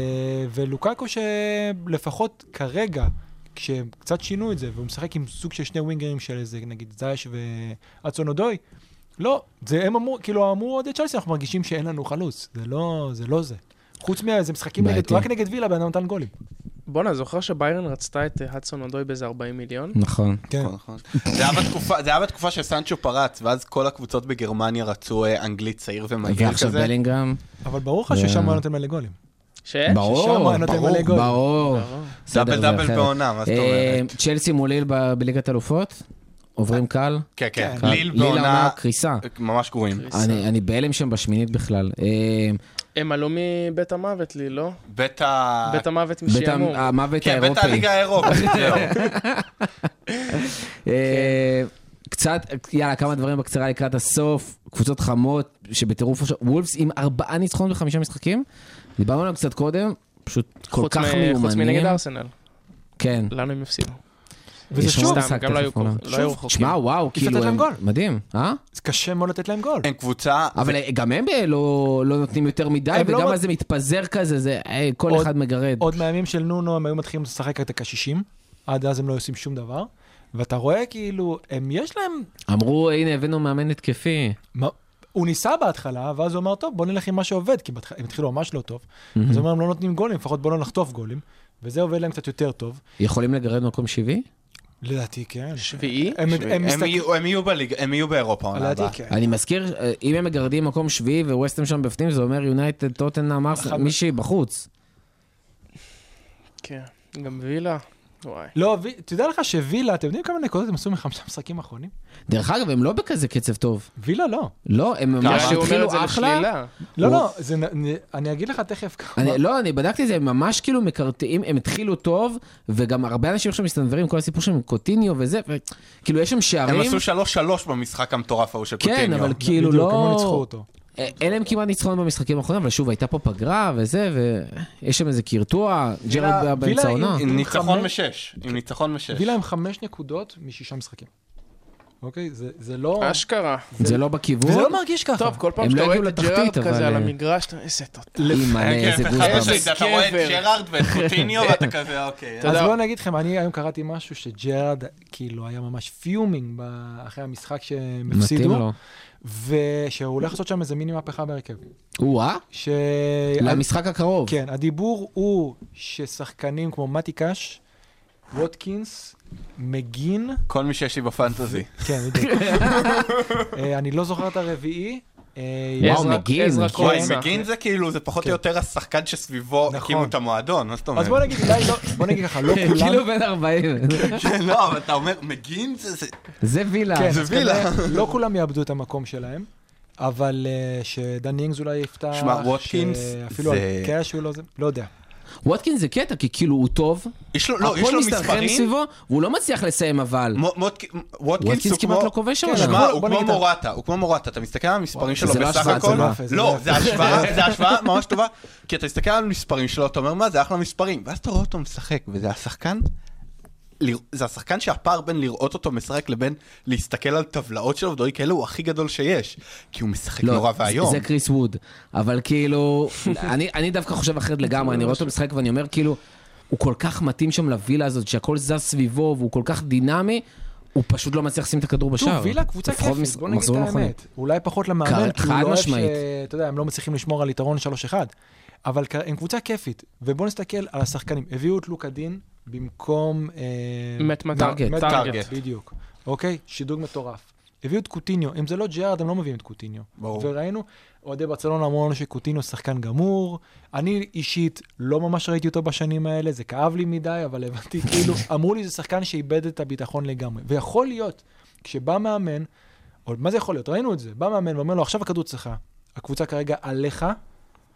S4: ולוקקו שלפחות כרגע, כשהם קצת שינו את זה, והוא משחק עם סוג של שני ווינגרים של איזה, נגיד, זייש ואצון אודוי, לא, זה הם אמרו, כאילו, אמרו אוהדי צ'לסי, אנחנו מרגישים שאין לנו חלוץ. זה לא זה. לא זה. חוץ מאיזה משחקים נגד,
S6: בעייתי.
S4: רק נגד וילה, בן אדם נתן גולים.
S3: בואנה, זוכר שביירן רצתה את אה, הדסון אודוי באיזה 40 מיליון?
S6: נכון.
S4: כן.
S5: נכון, נכון. זה היה בתקופה- זה היה בתקופה שסנצ'ו פרץ, ואז כל הקבוצות בגרמניה רצו אה, אנגלי צעיר ומהיר
S2: ועכשיו
S5: כזה.
S2: בלינגרם.
S4: אבל ברור לך ששם הוא היה נותן מלא גולים.
S3: ש?
S2: ברור,
S4: ששם נותן
S2: ברור,
S4: מלא גול.
S2: ברור. בסדר,
S5: דאבל
S2: זה
S5: דאבל
S2: אחרת.
S5: בעונה, מה זאת אומרת?
S2: אה, צ'לסי מול ליל ב- בליגת אלופות? עוברים קל?
S5: כן, כן.
S2: קל.
S5: ליל בעונה
S2: קריסה.
S5: ממש גרועים.
S2: אני אני בהלם שם בשמינית בכלל. אה,
S3: הם עלו מבית המוות לי, לא?
S5: בית ה...
S3: בית המוות
S2: בית
S3: משעמום.
S2: המ- אה, המוות
S5: כן, בית
S2: האירופי.
S5: הליגה האירופית, זהו.
S2: אה, קצת, יאללה, כמה דברים בקצרה לקראת הסוף. קבוצות חמות שבטירוף עכשיו. וולפס עם ארבעה ניצחונות וחמישה משחקים. דיברנו עליהם קצת קודם, פשוט כל
S3: חוץ
S2: כך
S3: מ-
S2: מיומנים.
S3: חוץ מנגד ארסנל.
S2: כן.
S3: לנו הם הפסידו.
S4: וזה
S2: יש
S4: שוב,
S2: עוד
S3: סתם,
S2: משחק
S3: גם לא היו
S2: תכף עונה.
S3: קרוב- לא היו רחוקים.
S2: שמע, וואו,
S4: אי אפשר
S2: כאילו,
S4: לתת להם
S2: הם-
S4: גול.
S2: מדהים, אה?
S4: זה קשה מאוד לתת להם גול.
S5: הם קבוצה...
S2: אבל גם הם ב- לא לא נותנים יותר מדי,
S4: הם לא
S2: וגם
S4: מ-
S2: אז זה מתפזר כזה, זה אה, כל
S4: עוד-
S2: אחד מגרד.
S4: עוד מהימים של נונו הם היו מתחילים לשחק את הקשישים, עד אז הם לא עושים שום דבר, ואתה רואה כאילו, הם יש להם...
S2: אמרו, הנה, הבאנו מאמן התקפי.
S4: מה- הוא ניסה בהתחלה, ואז הוא אמר, טוב, בוא נלך עם מה שעובד, כי בהתח- הם התחילו ממש לא טוב. אז הוא אמר, הם לא נותנים גולים, לפחות בוא לא נחטוף גולים, וזה עובד להם קצת יותר טוב.
S2: יכולים לגרד מקום שבעי?
S4: לדעתי, כן.
S3: שביעי?
S4: הם- הם
S5: הם
S4: מסתכלים...
S5: יהיו- הם יהיו בליגה- הם יהיו באירופה העונה
S4: לדעתי,
S5: הבאה.
S4: כן.
S2: אני מזכיר, אה, אם הם מגרדים מקום שביעי וווסטהם שם בפנים, זה אומר יונייטד, טוטנאם, ארסנל,
S4: אחד-
S2: מישהי בחוץ.
S3: כן. גם וילה? וואי.
S4: לא, ו- תדע לך שווילה, אתם יודעים כמה נקודות הם עשו מחמישה משחקים האחרונים?
S2: דרך אגב, הם לא בכזה קצב טוב.
S4: וילה לא.
S2: לא, הם ממש
S3: נראה לי הוא אומר את זה
S2: התחילו אחלה.
S3: לשלילה.
S4: לא, לא, זה נ- נ- אני אגיד לך תכף כמה.
S2: אני, לא, אני בדקתי את זה, הם ממש כאילו מקרטעים, הם התחילו טוב, וגם הרבה אנשים עכשיו מסתנוורים, כל הסיפור שלהם עם קוטיניו וזה, וכאילו יש שם
S5: הם
S2: שערים,
S5: עשו 3-3 במשחק המטורף ההוא של
S2: כן,
S5: קוטיניו.
S2: אבל כאילו
S4: בדיוק, הם לא ניצחו
S2: לא...
S4: אותו.
S2: אה, אין להם כמעט ניצחון במשחקים האחרונים, אבל שוב, הייתה פה פגרה וזה, ויש שם איזה קרטוע, ג'רד היה
S4: וילה
S2: באמצע
S4: עם-
S2: העונה.
S5: עם ניצחון
S4: חמש-
S5: משש. עם ניצחון משש.
S4: וילה עם חמש נקודות משישה משחקים. אוקיי? זה- זה לא...
S3: אשכרה.
S2: זה לא בכיוון.
S4: וזה לא מרגיש ככה.
S3: טוב, כל פעם
S2: הם
S3: שאתה
S2: לא
S3: רואה
S2: הגיעו
S3: את
S2: לתחתית,
S3: ג'רארד כזה
S2: אבל,
S3: על
S2: אה,
S3: המגרש, אתה- איזה תותח.
S4: לא
S2: אימא'לה,
S5: כן,
S2: אה, איזה
S5: כן,
S2: גוסבאמס.
S5: וחמש, אתה רואה את
S3: גבר.
S5: ג'רארד ואת קוטיניו, ואתה כזה, אוקיי.
S4: אז
S3: יודע-
S4: בואו נגיד לכם, אני היום קראתי משהו שג'רד כאילו היה ממש פיומינג ב- אחרי המשחק שהם
S2: מתאים
S4: הפסידו,
S2: לו.
S4: ושהוא הולך לעשות שם איזה מיני מהפכה בהרכב.
S2: או-אה,
S4: ש...
S2: אה? למשחק [laughs] הקרוב.
S4: כן, הדיבור הוא ששחקנים כמו מתי קאש, ווטקינס, מגין,
S5: כל מי שיש לי בפנטזי.
S4: כן,
S3: [laughs]
S4: בדיוק. אה, אני לא זוכר את הרביעי. אה,
S2: וואו,
S3: עזרא-
S2: מגין,
S3: עזרא
S2: כן.
S3: כהן.
S5: וואי, מגין זה כאילו, זה פחות או
S4: כן.
S5: יותר השחקן שסביבו
S4: נכון.
S5: הקימו את המועדון, מה זאת אומרת?
S4: אז בוא נגיד, אולי לא, בוא
S3: [laughs]
S4: נגיד ככה, לא כולם,
S2: כאילו בן
S4: [laughs]
S2: 40.
S5: [laughs] לא, אבל אתה אומר, מגין זה... זה-
S2: זה וילה.
S4: כן,
S5: זה
S4: אז
S5: וילה.
S4: כנראה לא כולם יאבדו את המקום שלהם, אבל אה, שדן ינגס אולי יפתח,
S5: שמע, ווטקינס
S4: אפילו
S5: זה-
S4: הקאש הוא לא זה, לא יודע.
S2: ווטקינס זה קטע, כי כאילו הוא טוב,
S5: יש לו, לא, יש
S2: הכל
S5: לו
S2: מסתנכרן
S5: מספרים.
S2: סביבו, והוא לא מצליח לסיים אבל.
S5: מו- מוטק- ווטקינס
S2: ווטקינס
S5: הוא
S2: כמעט לא
S5: כמו...
S2: כובש שם.
S4: כן,
S5: שמע,
S4: בוא-
S5: הוא
S4: בוא
S5: כמו
S4: נגיד-
S5: מורטה, הוא כמו מורטה, אתה מסתכל על המספרים שלו
S2: זה לא
S5: בסך
S2: השוואה, זה
S5: הכל,
S2: לא
S4: יפה, זה
S5: לא,
S4: לא
S5: זה השוואה, זה השוואה ממש טובה, כי אתה מסתכל על המספרים שלו, אתה אומר, מה, זה אחלה מספרים, ואז אתה רואה אותו משחק, וזה השחקן, לרא- זה השחקן שהפער בין לראות אותו משחק לבין להסתכל על טבלאות שלו ודברים כאלה, הוא הכי גדול שיש, כי הוא משחק נורא
S2: לא, זה-
S5: ואיום.
S2: זה קריס ווד. אבל
S5: [laughs]
S2: כאילו, אני, אני דווקא חושב אחרת לגמרי, אני רואה אותו משחק ואני אומר כאילו, הוא כל כך מתאים שם לווילה הזאת, שהכל זז סביבו והוא כל כך דינמי, הוא פשוט לא מצליח לשים את הכדור
S4: שוב,
S2: בשער.
S4: וילה קבוצה
S2: לפחות לא
S4: כיפית,
S2: מס-
S4: בוא נגיד את
S2: מחזורים האחרונים.
S4: האמת. אולי פחות
S2: קר-
S4: למאמן, כי הוא
S2: חד
S4: לא אוהב ש...
S2: משמעית.
S4: אתה יודע, הם לא מצליחים לשמור על יתרון 3-1, אבל כ- הם קבוצה כיפית, ובוא נסתכל על השחקנים. הביאו את לוקה דין במקום... אה,
S3: מת מטר-
S2: טארגט.
S4: מת-
S3: טארגט.
S4: בדיוק. אוקיי? שידוג מטורף. הביאו את קוטיניו, אם זה לא ג'יארד, הם לא מביאים את קוטיניו.
S5: ברור.
S4: וראינו, אוהדי ברצלונה אמרו לנו שקוטיניו שחקן גמור. אני אישית לא ממש ראיתי אותו בשנים האלה, זה כאב לי מדי, אבל הבנתי,
S2: [laughs]
S4: כאילו, אמרו לי זה שחקן שאיבד את הביטחון לגמרי. ויכול להיות, כשבא מאמן, או מה זה יכול להיות? ראינו את זה. בא מאמן ואומר לו, עכשיו הכדור אצלך, הקבוצה כרגע עליך,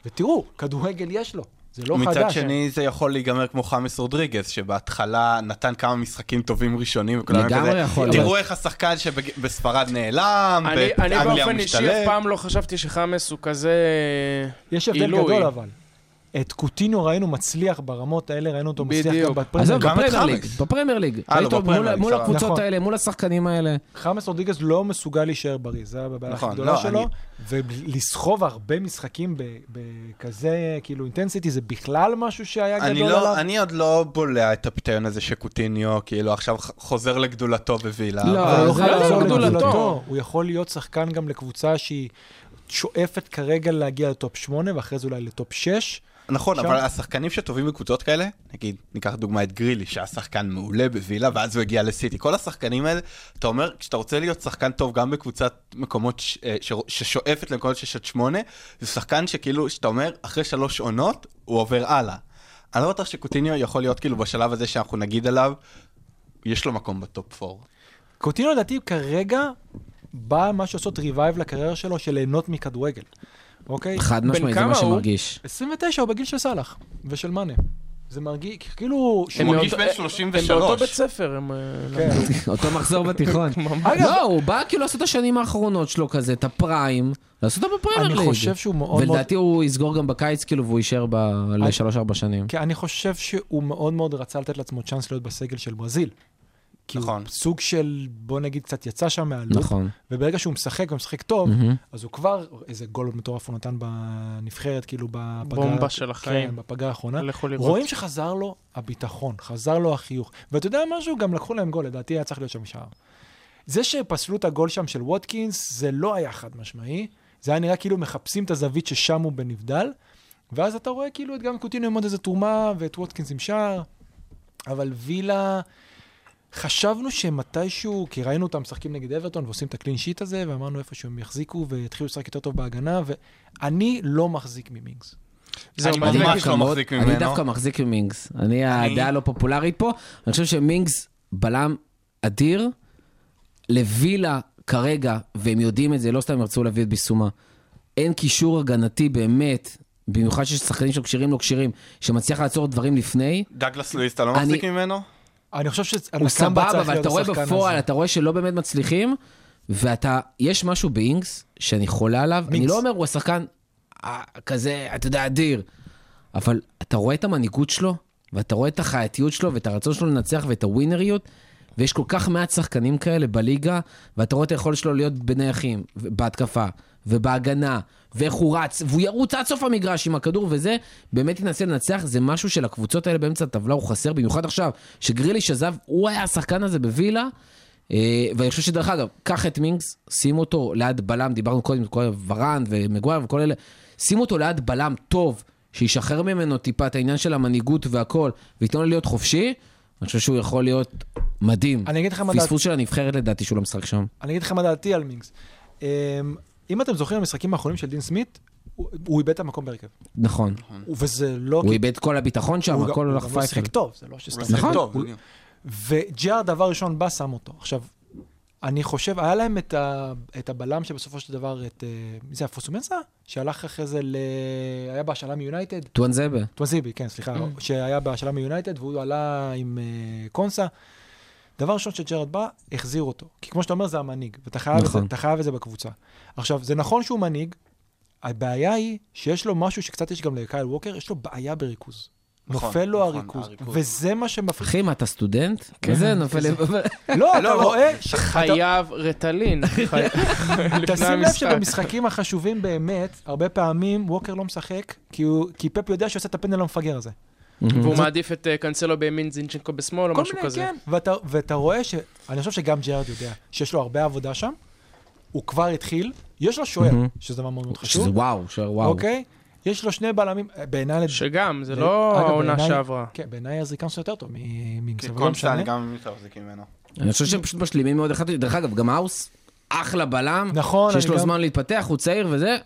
S4: ותראו, כדורגל יש לו, זה לא חדש.
S5: מצד
S2: אה.
S5: שני זה יכול להיגמר כמו חמאס רודריגז, שבהתחלה נתן כמה משחקים טובים ראשונים, וכולם היו
S2: לגמרי
S5: כזה,
S2: יכול להיות.
S5: תראו איך השחקן שבספרד נעלם,
S3: אני אני
S5: באנגליה
S3: באופן אישי אף
S5: משתלב.
S3: פעם לא חשבתי שחמאס הוא כזה...
S4: יש הבדל
S3: עילוי.
S4: גדול אבל. את קוטיניו ראינו מצליח ברמות האלה, ראינו אותו מצליח
S3: בדיוק.
S4: גם בפרמייר.
S2: עזוב,
S5: גם את
S2: בפרמייר
S5: חאמד.
S2: ליג, בפרמייר ליג.
S5: אה, לא,
S2: ראית,
S5: בפרמייר
S2: מול-
S5: ליג,
S2: מול
S5: סבבה.
S2: הקבוצות
S4: נכון.
S2: האלה, מול השחקנים
S4: [laughs]
S2: האלה.
S4: חמאס רודריגז לא מסוגל להישאר בריא, זה הבעיה
S5: נכון,
S4: הכי גדולה
S5: לא,
S4: שלו,
S5: אני-
S4: ולסחוב הרבה משחקים ב- בכזה, כאילו, אינטנסיטי, זה בכלל משהו שהיה
S5: אני
S4: גדול
S5: לא,
S4: עליו.
S5: אני עוד לא בולע את הפיתיון הזה שקוטיניו, כאילו עכשיו ח- חוזר לגדולתו בווילה.
S2: לא,
S5: אבל-
S4: אבל הוא
S2: זה
S4: יכול
S2: לא
S4: לחזור
S2: גדולתו.
S4: לגדולתו. הוא יכול להיות שחקן גם לקבוצה שהיא שואפת כרגע להגיע לטופ 8, ואחרי זה אולי לטופ 6.
S5: נכון,
S4: שם-
S5: אבל השחקנים שטובים בקבוצות כאלה, נגיד, ניקח דוגמא את גרילי, שהיה שחקן מעולה בווילה, ואז הוא הגיע לסיטי. כל השחקנים האלה, אתה אומר, כשאתה רוצה להיות שחקן טוב גם בקבוצת מקומות ש- אה, ש- ששואפת למקומות 6 עד 8, זה שחקן שכאילו, שאתה אומר, אחרי שלוש עונות, הוא עובר הלאה. אני לא בטוח שקוטיניו יכול להיות כאילו בשלב הזה שאנחנו נגיד עליו, יש לו מקום בטופ 4.
S4: קוטינו לדעתי כרגע בא משהו לעשות ריבייב לקריירה שלו, של ליהנות מכדורגל, אוקיי?
S2: חד משמעית, זה
S3: כמה
S2: מה
S3: הוא?
S4: [laughs]
S2: שמרגיש.
S4: 29 הוא בגיל של סאלח ושל מאנה. זה מרגיש, כאילו... ש-
S5: הם- הוא מרגיש
S3: מאותו-
S5: בן
S3: הם באותו
S5: 33.
S3: בית ספר, הם... אה,
S4: כן.
S3: למדו.
S2: אותו מחזור בתיכון.
S4: אגב,
S2: לא, הוא בא כאילו לעשות את השנים האחרונות שלו כזה, את הפריים, לעשות אותו בפרמייר
S4: אני
S2: ליג.
S4: חושב שהוא מאוד מאוד...
S2: לא, ולדעתי הוא יסגור גם בקיץ, כאילו, והוא יישאר ב- לשלוש-ארבע שנים.
S4: כי אני חושב שהוא מאוד מאוד רצה לתת לעצמו צ'אנס להיות בסגל של ברזיל. כי הוא
S5: נכון.
S4: סוג של, בוא נגיד, קצת יצא שם מהלופ.
S2: נכון.
S4: וברגע שהוא משחק, הוא משחק כאילו, טוב,
S2: מהמם.
S4: אז הוא כבר, איזה גול מטורף הוא נתן בנבחרת, כאילו בפגרה...
S3: בומבה של החיים.
S4: כן, בפגרה
S2: אה,
S4: האחרונה.
S3: לכו לראות.
S4: רואים שחזר לו הביטחון, חזר לו החיוך. ואתה יודע משהו? גם לקחו להם גול, לדעתי היה צריך להיות שם שער. זה שפסלו את הגול שם של ווטקינס, זה לא היה חד משמעי. זה היה נראה כאילו מחפשים את הזווית ששם הוא בנבדל, ואז אתה רואה כאילו את גם קוטינו עם עוד איזה תרומה, ואת ווטקינס עם שער, אבל וילה... חשבנו שמתישהו, כי ראינו אותם משחקים נגד אברטון ועושים את הקלין שיט הזה, ואמרנו איפה שהם יחזיקו ויתחילו לשחק יותר טוב בהגנה, ואני לא מחזיק ממינגס.
S3: זהו,
S5: אני
S3: מה זה
S5: ממש
S3: להגיד?
S5: לא
S2: מאוד-
S5: מחזיק
S2: אני
S5: ממנו.
S2: דווקא מחזיק ממינגס. אני הדעה הלא פופולרית פה. אני חושב שמינגס בלם אדיר לווילה כרגע, והם יודעים את זה, לא סתם ירצו להביא את ביסומה. אין קישור הגנתי באמת, במיוחד שיש שחקנים שלא כשירים לא כשירים, שמצליח לעצור דברים לפני.
S5: דגלס לואיס, אתה לא
S2: אני-
S5: מחזיק ממנו?
S4: אני חושב
S2: הוא
S4: שהנקמבה צריך להיות השחקן
S2: סבבה,
S4: הזה.
S2: אבל אתה רואה בפועל, אתה רואה שלא באמת מצליחים, ואתה, יש משהו באינגס שאני חולה עליו, אני
S4: מינגס.
S2: לא אומר הוא השחקן אה, כזה, אתה יודע, אדיר, אבל אתה רואה את המנהיגות שלו, ואתה רואה את החייתיות שלו, ואת הרצון שלו לנצח, ואת הווינריות, ויש כל כך מעט שחקנים כאלה בליגה, ואתה רואה את היכולת שלו להיות בנייחים, בהתקפה, ובהגנה, ואיך הוא רץ, והוא ירוץ עד סוף המגרש עם הכדור וזה, באמת ינסה לנצח, זה משהו שלקבוצות האלה באמצע הטבלה הוא חסר, במיוחד עכשיו, שגרילי שעזב, הוא היה השחקן הזה בווילה. אה, ואני חושב שדרך אגב, קח את מינגס, שים אותו ליד בלם, דיברנו קודם, כל ורן ומגווייר וכל אלה, שים אותו ליד בלם טוב, שישחרר ממנו טיפה את העניין של המנהיגות והכל, וייתן לו להיות חופשי, אני חושב שהוא יכול להיות מדהים.
S4: אני אגיד לך מה
S2: פספוס של הנבחרת לדעתי שהוא לא משחק שם.
S4: אני אגיד לכם מה דעתי על מינגס. אמ, אם אתם זוכרים המשחקים האחרונים של דין סמית, הוא הוא איבד את המקום בהרכב.
S2: נכון.
S4: וזה לא...
S2: הוא איבד כל הביטחון שם,
S4: אוקיי. הוא גם-
S2: הכל
S4: הוא
S2: הלך
S4: גם לא
S2: פייפל.
S4: שיחק טוב, זה לא שסתם.
S2: נכון.
S5: טוב, כן,
S4: הוא- וג'יאר דבר ראשון בא, שם אותו. עכשיו, אני חושב, היה להם את, ה, את הבלם שבסופו של דבר, את... אה, מי זה הפוסומנסה? שהלך אחרי זה ל... היה בהשאלה מיונייטד?
S2: טואנזבה.
S4: טואנזיבי, כן, סליחה,
S5: Mm.
S4: שהיה בהשאלה מיונייטד, והוא עלה עם אה, קונסה. דבר ראשון שג'רד בא, החזיר אותו. כי כמו שאתה אומר, זה המנהיג, ואתה חייב, את, זה,
S2: נכון.
S4: אתה חייב את זה בקבוצה. עכשיו, זה נכון שהוא מנהיג, הבעיה היא שיש לו משהו שקצת יש גם לקייל ווקר, יש לו בעיה בריכוז.
S5: נכון,
S4: נופל לו
S5: נכון,
S4: הריכוז,
S5: הריכוז.
S4: וזה מה שמפחיד.
S2: אחי, מה, אתה סטודנט?
S4: כן.
S2: וזה נופל...
S4: [laughs]
S2: לי- [laughs]
S4: לא, אתה
S5: [laughs] לא,
S4: רואה, ש-
S3: חייב
S4: [laughs]
S3: רטלין. חי- לפני
S4: תשים לב
S3: המשחק.
S4: שבמשחקים החשובים באמת, הרבה פעמים ווקר לא משחק, כי הוא- כי פפ יודע שעושה את הפנדל המפגר הזה.
S2: Mhm.
S3: והוא מעדיף את אה, קאנסלו בימין, זינצ'נקו בשמאל או משהו כזה.
S4: כן. ואתה, ואתה רואה ש... אני חושב שגם ג'רד יודע שיש לו הרבה עבודה שם, הוא כבר התחיל, יש לו שוער, שזה דבר מאוד מאוד
S2: שזה
S4: חשוב,
S2: וואו, שוער וואו.
S4: אוקיי? יש לו שני בלמים, אה, בעיניי...
S3: שגם, זה
S4: ו-
S3: לא
S4: אה, אגב,
S3: העונה
S4: בעיניי-
S3: שעברה.
S4: כן, בעיניי הזריקה יותר טוב ממינגס, אבל לא משנה.
S5: קונסטן גם אם אתה מחזיק ממנו.
S2: אני חושב שהם פשוט משלימים מאוד אחד את השני. דרך אגב, גם האוס, אחלה בלם.
S4: נכון,
S2: שיש
S4: אני
S2: לו
S4: גם-
S2: זמן להתפתח, הוא צעיר וזה.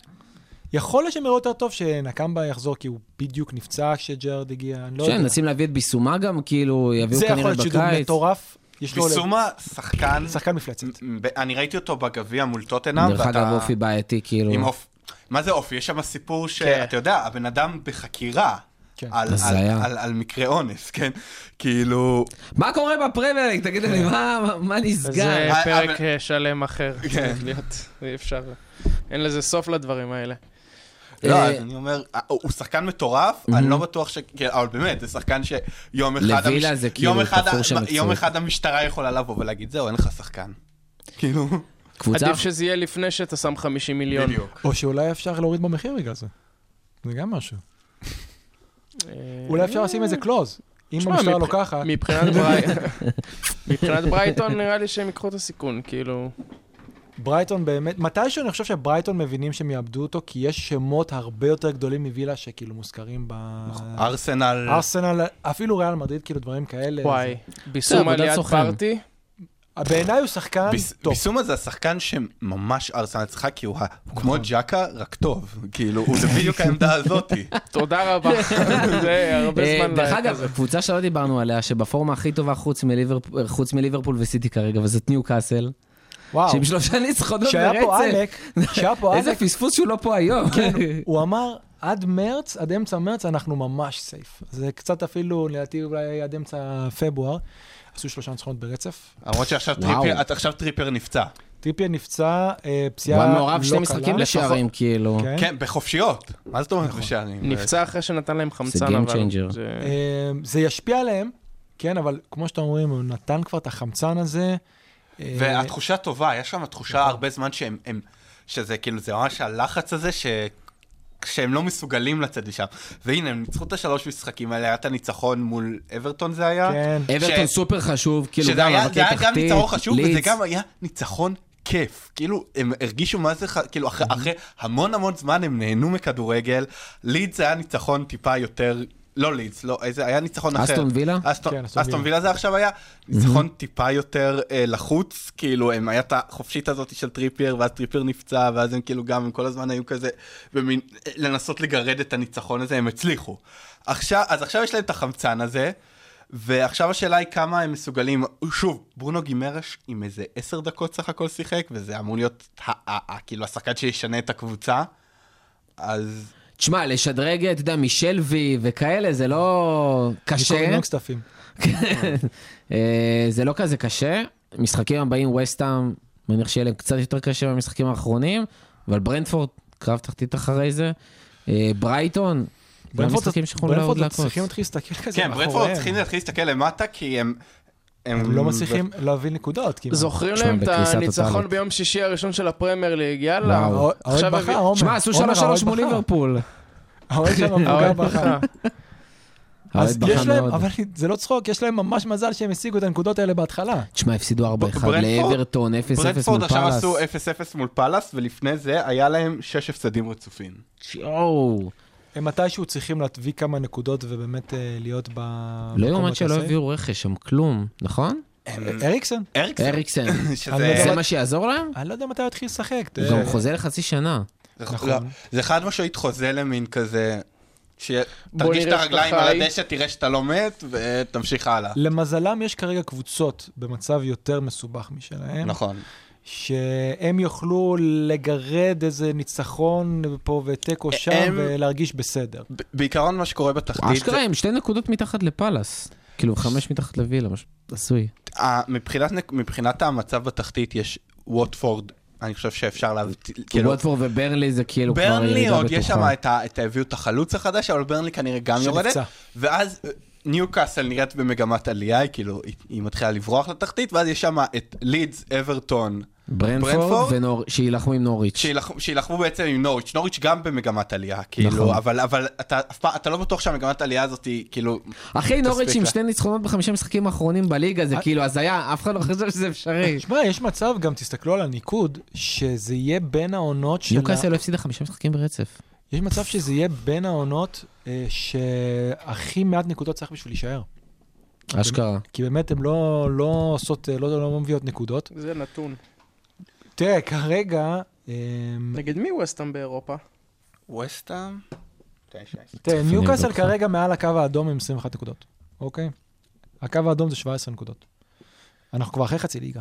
S4: יכול להיות שהם יראו יותר טוב שנקמבה יחזור, כי הוא בדיוק נפצע כשג'רד הגיע, אני לא
S2: כן,
S4: יודע.
S2: נשים להביא את ביסומה גם, כאילו, יביאו
S4: זה יכול
S2: כנראה
S4: להיות שידור
S2: בקיץ.
S4: מטורף. יש לו
S5: ביסומה, שחקן...
S4: לב- שחקן מפלצת.
S5: מ- ב- אני ראיתי אותו בגביע מול טוטנאם,
S2: דרך אגב, אופי בעייתי, כאילו.
S5: עם אופ... מה זה אופי? יש שם סיפור
S3: כן.
S5: שאתה יודע, הבן אדם בחקירה.
S4: כן.
S5: על, על,
S2: הזיה.
S5: על, על מקרה אונס, כן? כאילו...
S2: מה קורה בפרמייר ליג? תגידו לי, מה- מה- מה נסגר?
S3: זה
S5: אה,
S3: פרק
S5: אבל-
S3: אה, שלם אחר.
S5: כן.
S3: צריך להיות. אי אפשר. אין לזה סוף לדברים האלה.
S5: לא,
S2: אה,
S5: אז אני אומר, אה, הוא שחקן מטורף, אני לא בטוח ש... כן, אבל באמת, זה שחקן שיום אחד...
S2: לווילה
S5: המש-
S2: זה כאילו
S5: יום אחד ה-
S2: תפור של
S5: יום
S2: מקצועית.
S5: אחד המשטרה יכולה לבוא ולהגיד, זהו, אין לך שחקן. כאילו,
S2: קבוצה...
S3: עדיף שזה יהיה לפני שאתה שם 50 מיליון.
S5: בדיוק.
S4: או שאולי אפשר להוריד במחיר בגלל זה. זה גם משהו.
S3: אה,
S4: אולי אפשר לשים איזה קלוז. אם לא
S3: תשמע,
S4: המשטרה
S3: מבח-
S4: לוקחת,
S3: מבחינת
S4: [laughs]
S3: ברייטון, מבחינת ברייטון נראה לי שהם ייקחו את הסיכון, כאילו.
S4: כן. ברייטון באמת, מתישהו אני חושב שברייטון מבינים שהם יאבדו אותו, כי יש שמות הרבה יותר גדולים מווילה שכאילו מוזכרים ב...
S5: נכון. ארסנל...
S4: אה. ארסנל, אפילו ריאל מדריד, כאילו דברים כאלה.
S3: וואי, בישום
S2: עבודת
S3: עליית
S2: סוכן.
S3: פארטי.
S4: זה- בעיניי הוא שחקן
S5: ביס-
S4: טוב.
S5: ביסומה זה השחקן שממש ארסנל צריכה, כי הוא ה- הוא כמו
S4: נכון.
S5: ג'קה, רק טוב. כאילו, הוא זה בדיוק
S4: [laughs]
S5: העמדה הזאתי.
S3: תודה רבה. זה הרבה
S2: אה,
S3: זמן.
S2: דרך
S3: לעת
S2: אגב,
S3: הזאת.
S2: קבוצה שלא דיברנו עליה, שבפורמה הכי טובה חוץ מליברפול- חוץ מליברפול וסיטי כרגע, וזאת ניו קאסל,
S4: וואו.
S2: שעם שלושה ניצחונות
S4: כשהיה פה
S2: ברצף.
S4: עלק, כשהיה פה
S2: איזה
S4: עלק,
S2: פספוס שהוא לא פה היום. [laughs]
S4: הוא אמר, עד מרץ, עד אמצע מרץ, אנחנו ממש סייף. זה קצת אפילו, לדעתי, אולי עד אמצע פברואר. עשו שלושה ניצחונות ברצף.
S5: למרות שעכשיו טריפר- את- עכשיו טריפר נפצע.
S4: טריפיה נפצע, אה,
S2: הוא
S4: פציעה לא
S2: היה
S4: קלה.
S2: מעורב שני משחקים לשערים, כאילו.
S4: כן. נכון.
S5: כן, בחופשיות. מה זאת אומרת בשערים?
S3: נפצע אחרי שנתן להם חמצן,
S2: game
S3: אבל...
S2: changer.
S3: זה-
S4: אה, זה ישפיע עליהם, כן, אבל כמו שאתם אומרים, הוא נתן כבר את החמצן הזה. אה,
S5: והתחושה טובה, יש שם תחושה
S4: נכון.
S5: הרבה זמן שהם, הם, שזה כאילו, זה ממש הלחץ הזה ש... שהם לא מסוגלים לצאת משם. והנה, הם ניצחו את השלוש משחקים האלה, היה את הניצחון מול אברטון זה היה.
S4: כן.
S2: אברטון
S5: ש-
S2: סופר חשוב, כאילו
S5: שזה
S2: גם
S5: היה,
S2: מאבקי
S5: זה היה גם
S2: תחתית,
S5: ניצחון חשוב, וזה
S2: לידס.
S5: גם היה ניצחון כיף. כאילו, הם הרגישו מה זה, ח- כאילו, אחרי, אחרי המון המון זמן הם נהנו מכדורגל. לידס היה ניצחון טיפה יותר, לא לידס, לא, איזה, היה ניצחון אחר.
S2: אסטון וילה?
S5: אסטון,
S4: כן, אסטון
S5: אסטון
S4: וילה.
S5: וילה זה עכשיו היה ניצחון טיפה יותר אה, לחוץ, כאילו, הם, היה את החופשית הזאת של טריפייר, ואז טריפייר נפצע, ואז הם כאילו גם, הם כל הזמן היו כזה, במין, אה, לנסות לגרד את הניצחון הזה, הם הצליחו. עכשיו, אז עכשיו יש להם את החמצן הזה, ועכשיו השאלה היא כמה הם מסוגלים, שוב, ברונו גימרש עם איזה עשר דקות סך הכל שיחק, וזה אמור להיות, ה- ה- ה- כאילו, השחקן שישנה את הקבוצה, אז...
S2: תשמע, לשדרג, אתה יודע, משלווי וכאלה, זה לא קשה. לא,
S4: קוראים כספים.
S2: [laughs] אה, זה לא כזה קשה. משחקים הבאים, וסטאם, מניח שיהיה להם קצת יותר קשה מהמשחקים האחרונים, אבל ברנדפורד, קרב תחתית אחרי זה. אה, ברייטון, זה המשחקים שיכולים לעבוד
S4: ברנפורד
S2: להקות.
S4: צריכים להתחיל להסתכל כזה
S5: כן, ברדפורד צריכים להתחיל להסתכל למטה, כי הם...
S4: הם לא מצליחים להביא נקודות כמעט.
S3: זוכרים
S2: תשמע,
S3: להם את
S2: בקריסה
S3: הניצחון
S2: טוטאלית.
S3: ביום שישי הראשון של הפרמייר ליג, יאללה.
S2: וואו.
S4: האוהד
S3: עכשיו
S4: בחר,
S3: הביא-
S4: עומר.
S2: שמע, עשו
S4: עומר,
S2: 3-3 מול
S4: האוהד בחר.
S2: ליברפול.
S4: האוהד שם
S2: [laughs]
S4: המבוגר
S3: האוהד
S4: בחר. אז
S2: האוהד בחר
S4: יש להם,
S2: מאוד.
S4: אבל זה לא צחוק, יש להם ממש מזל שהם השיגו את הנקודות האלה בהתחלה.
S2: תשמע, הפסידו 4-1
S5: ברנדפורד-
S2: לאברטון, 0-0
S5: ברנדפורד
S2: מול
S5: עכשיו
S2: פאלאס.
S5: עשו 0-0 מול פאלאס, ולפני זה היה להם 6 הפסדים רצופים.
S2: יואו.
S4: הם מתישהו צריכים להביא כמה נקודות ובאמת אה, להיות ב...
S2: לא
S4: במקום
S2: יאומן שלא
S4: הזה.
S2: הביאו רכש שם כלום, נכון?
S4: אריקסן?
S5: אריקסן,
S4: [coughs]
S2: אריקסן.
S4: אני
S5: [laughs] שזה...
S2: זה מה שיעזור להם?
S4: אני לא יודע מתי הוא יתחיל לשחק.
S2: הוא גם חוזה לחצי שנה.
S5: נכון. לא, זה חד משמעית חוזה למין כזה...
S3: בוא
S5: שתרגיש
S3: נראה
S5: את הרגליים
S3: שאתה
S5: על
S3: חי.
S5: הדשא, תראה שאתה לא מת, ותמשיך הלאה.
S4: למזלם יש כרגע קבוצות במצב יותר מסובך
S2: כן.
S4: משלהם,
S5: נכון.
S4: שהם יוכלו לגרד איזה ניצחון פה ותיקו
S2: אה,
S4: שם
S5: הם-
S4: ולהרגיש בסדר.
S5: ב- בעיקרון מה שקורה בתחתית,
S2: אשכרה הם שתי נקודות מתחת לפאלאס. כאילו, חמש מתחת לווילה, משהו עשוי.
S5: זה- ה- מבחינת נק- מבחינת המצב בתחתית יש ווטפורד, אני חושב שאפשר להבטיח, כאילו,
S2: וודפורד וברנלי זה כאילו כבר ירידה בטוחה.
S5: ברנלי עוד יש שם את ה... את ה- הביאו את החלוץ החדש, אבל ברנלי כנראה גם
S4: שנפצע.
S5: יורדת. ואז אה, ניוקאסל נראית במגמת עלייה, היא כאילו, היא- היא מתחילה לברוח לתחתית, ואז יש שם את לידס, אברטון, ברנפורד?
S2: ברנפורד, ונור- שיילחמו עם נוריץ'.
S5: שילח- שילחמו בעצם עם נוריץ'. נוריץ' גם במגמת עלייה, כאילו,
S2: נכון.
S5: אבל אבל אתה אף פעם, אתה לא בטוח שהמגמת העלייה הזאת היא, כאילו...
S2: אחי נוריץ'
S5: תספיק
S2: עם
S5: לה. אה-
S2: שתי ניצחונות בחמישה משחקים האחרונים בליגה, זה כאילו הזיה, אף אחד לא חושב שזה אפשרי.
S4: תשמע, יש מצב, גם תסתכלו על הניקוד, שזה יהיה בין העונות של...
S2: [laughs]
S4: ה-
S2: ניוקאסל לא הפסידה חמישה משחקים ברצף.
S4: יש מצב שזה יהיה בין העונות אה, שהכי מעט נקודות צריך בשביל להישאר.
S2: אשכרה.
S4: כי באמת הן לא, לא עושות, אה, לא, לא מביאות נקודות.
S3: זה נתון.
S4: תראה, כרגע... אמ,
S3: נגד מי ווסטהאם באירופה?
S5: ווסטאם?
S4: תראה,
S2: צופים
S4: ניוקאסל
S2: בבקשה.
S4: כרגע מעל הקו האדום עם 21 נקודות, אוקיי? הקו האדום זה 17 נקודות. אנחנו כבר אחרי חצי ליגה.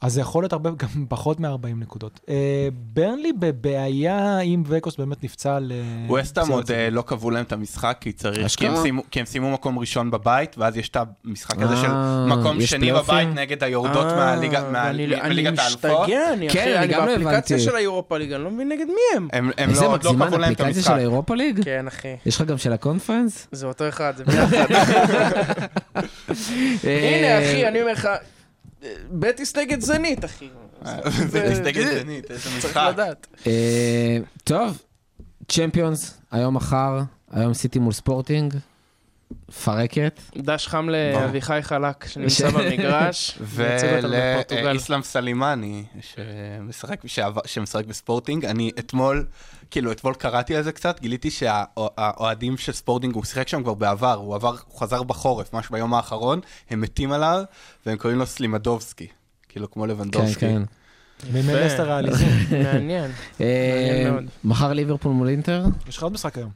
S4: אז זה יכול להיות הרבה, [laughs] גם פחות מ-40 נקודות. אה, ברנלי בבעיה אם וקוס באמת נפצע ל...
S5: ווסטהאם עוד אה, לא קבעו להם את המשחק, כי צריך, כי הם סיימו- כי הם סיימו מקום ראשון בבית, ואז יש את המשחק הזה של
S2: אה,
S5: מקום
S2: יש
S5: שני
S2: פלייאופים?
S5: בבית נגד היורדות מהליגה- מה-
S3: אה, אני-
S5: מליגת
S3: אני
S5: האלופות.
S3: משתגע, אני
S2: כן,
S3: אחי,
S2: אני
S3: אני
S2: גם לא
S3: באפליקציה
S2: הבנתי.
S3: של האירופה ליגה, אני לא מבין נגד מי הם.
S5: הם הם
S2: איזה
S5: לא עוד לא
S2: מגזימן
S5: קבעו להם את
S2: האפליקציה של
S5: המשחק.
S2: האירופה ליג?
S3: [laughs] כן, אחי,
S2: יש לך גם של הקונפרנס?
S3: זה אותו אחד, [laughs] זה ביחד. הנה,
S2: אה,
S3: אחי, אני אומר לך, בטיס נגד זנית,
S5: [laughs]
S3: אחי.
S5: זה מסתגל דנית, איזה
S3: אה, צריך
S5: משחק.
S3: לדעת.
S2: אה, טוב, צ'מפיונס, היום מחר, היום סיטי מול ספורטינג, פרקת.
S3: דש חם לאביחי חלק,
S2: [laughs]
S3: שנמצא
S2: ש-
S3: במגרש. מייצג אותנו בפורטוגל.
S5: ולאיסלאם סלימני, שמשחק, שעבר- שמשחק בספורטינג. אני אתמול, כאילו, אתמול קראתי על זה קצת, גיליתי שהאוהדים של ספורטינג, הוא שיחק שם כבר בעבר, הוא עבר, הוא חזר בחורף, ממש ביום האחרון, הם מתים עליו, והם קוראים לו סלימדובסקי. כאילו, כמו
S2: כן,
S5: לבנדובסקי.
S2: כן.
S4: ממלסטר העליזים.
S5: אה,
S3: מעניין.
S2: אה,
S3: מאוד.
S2: מחר ליברפול מול אינטר?
S4: יש לך עוד משחק היום.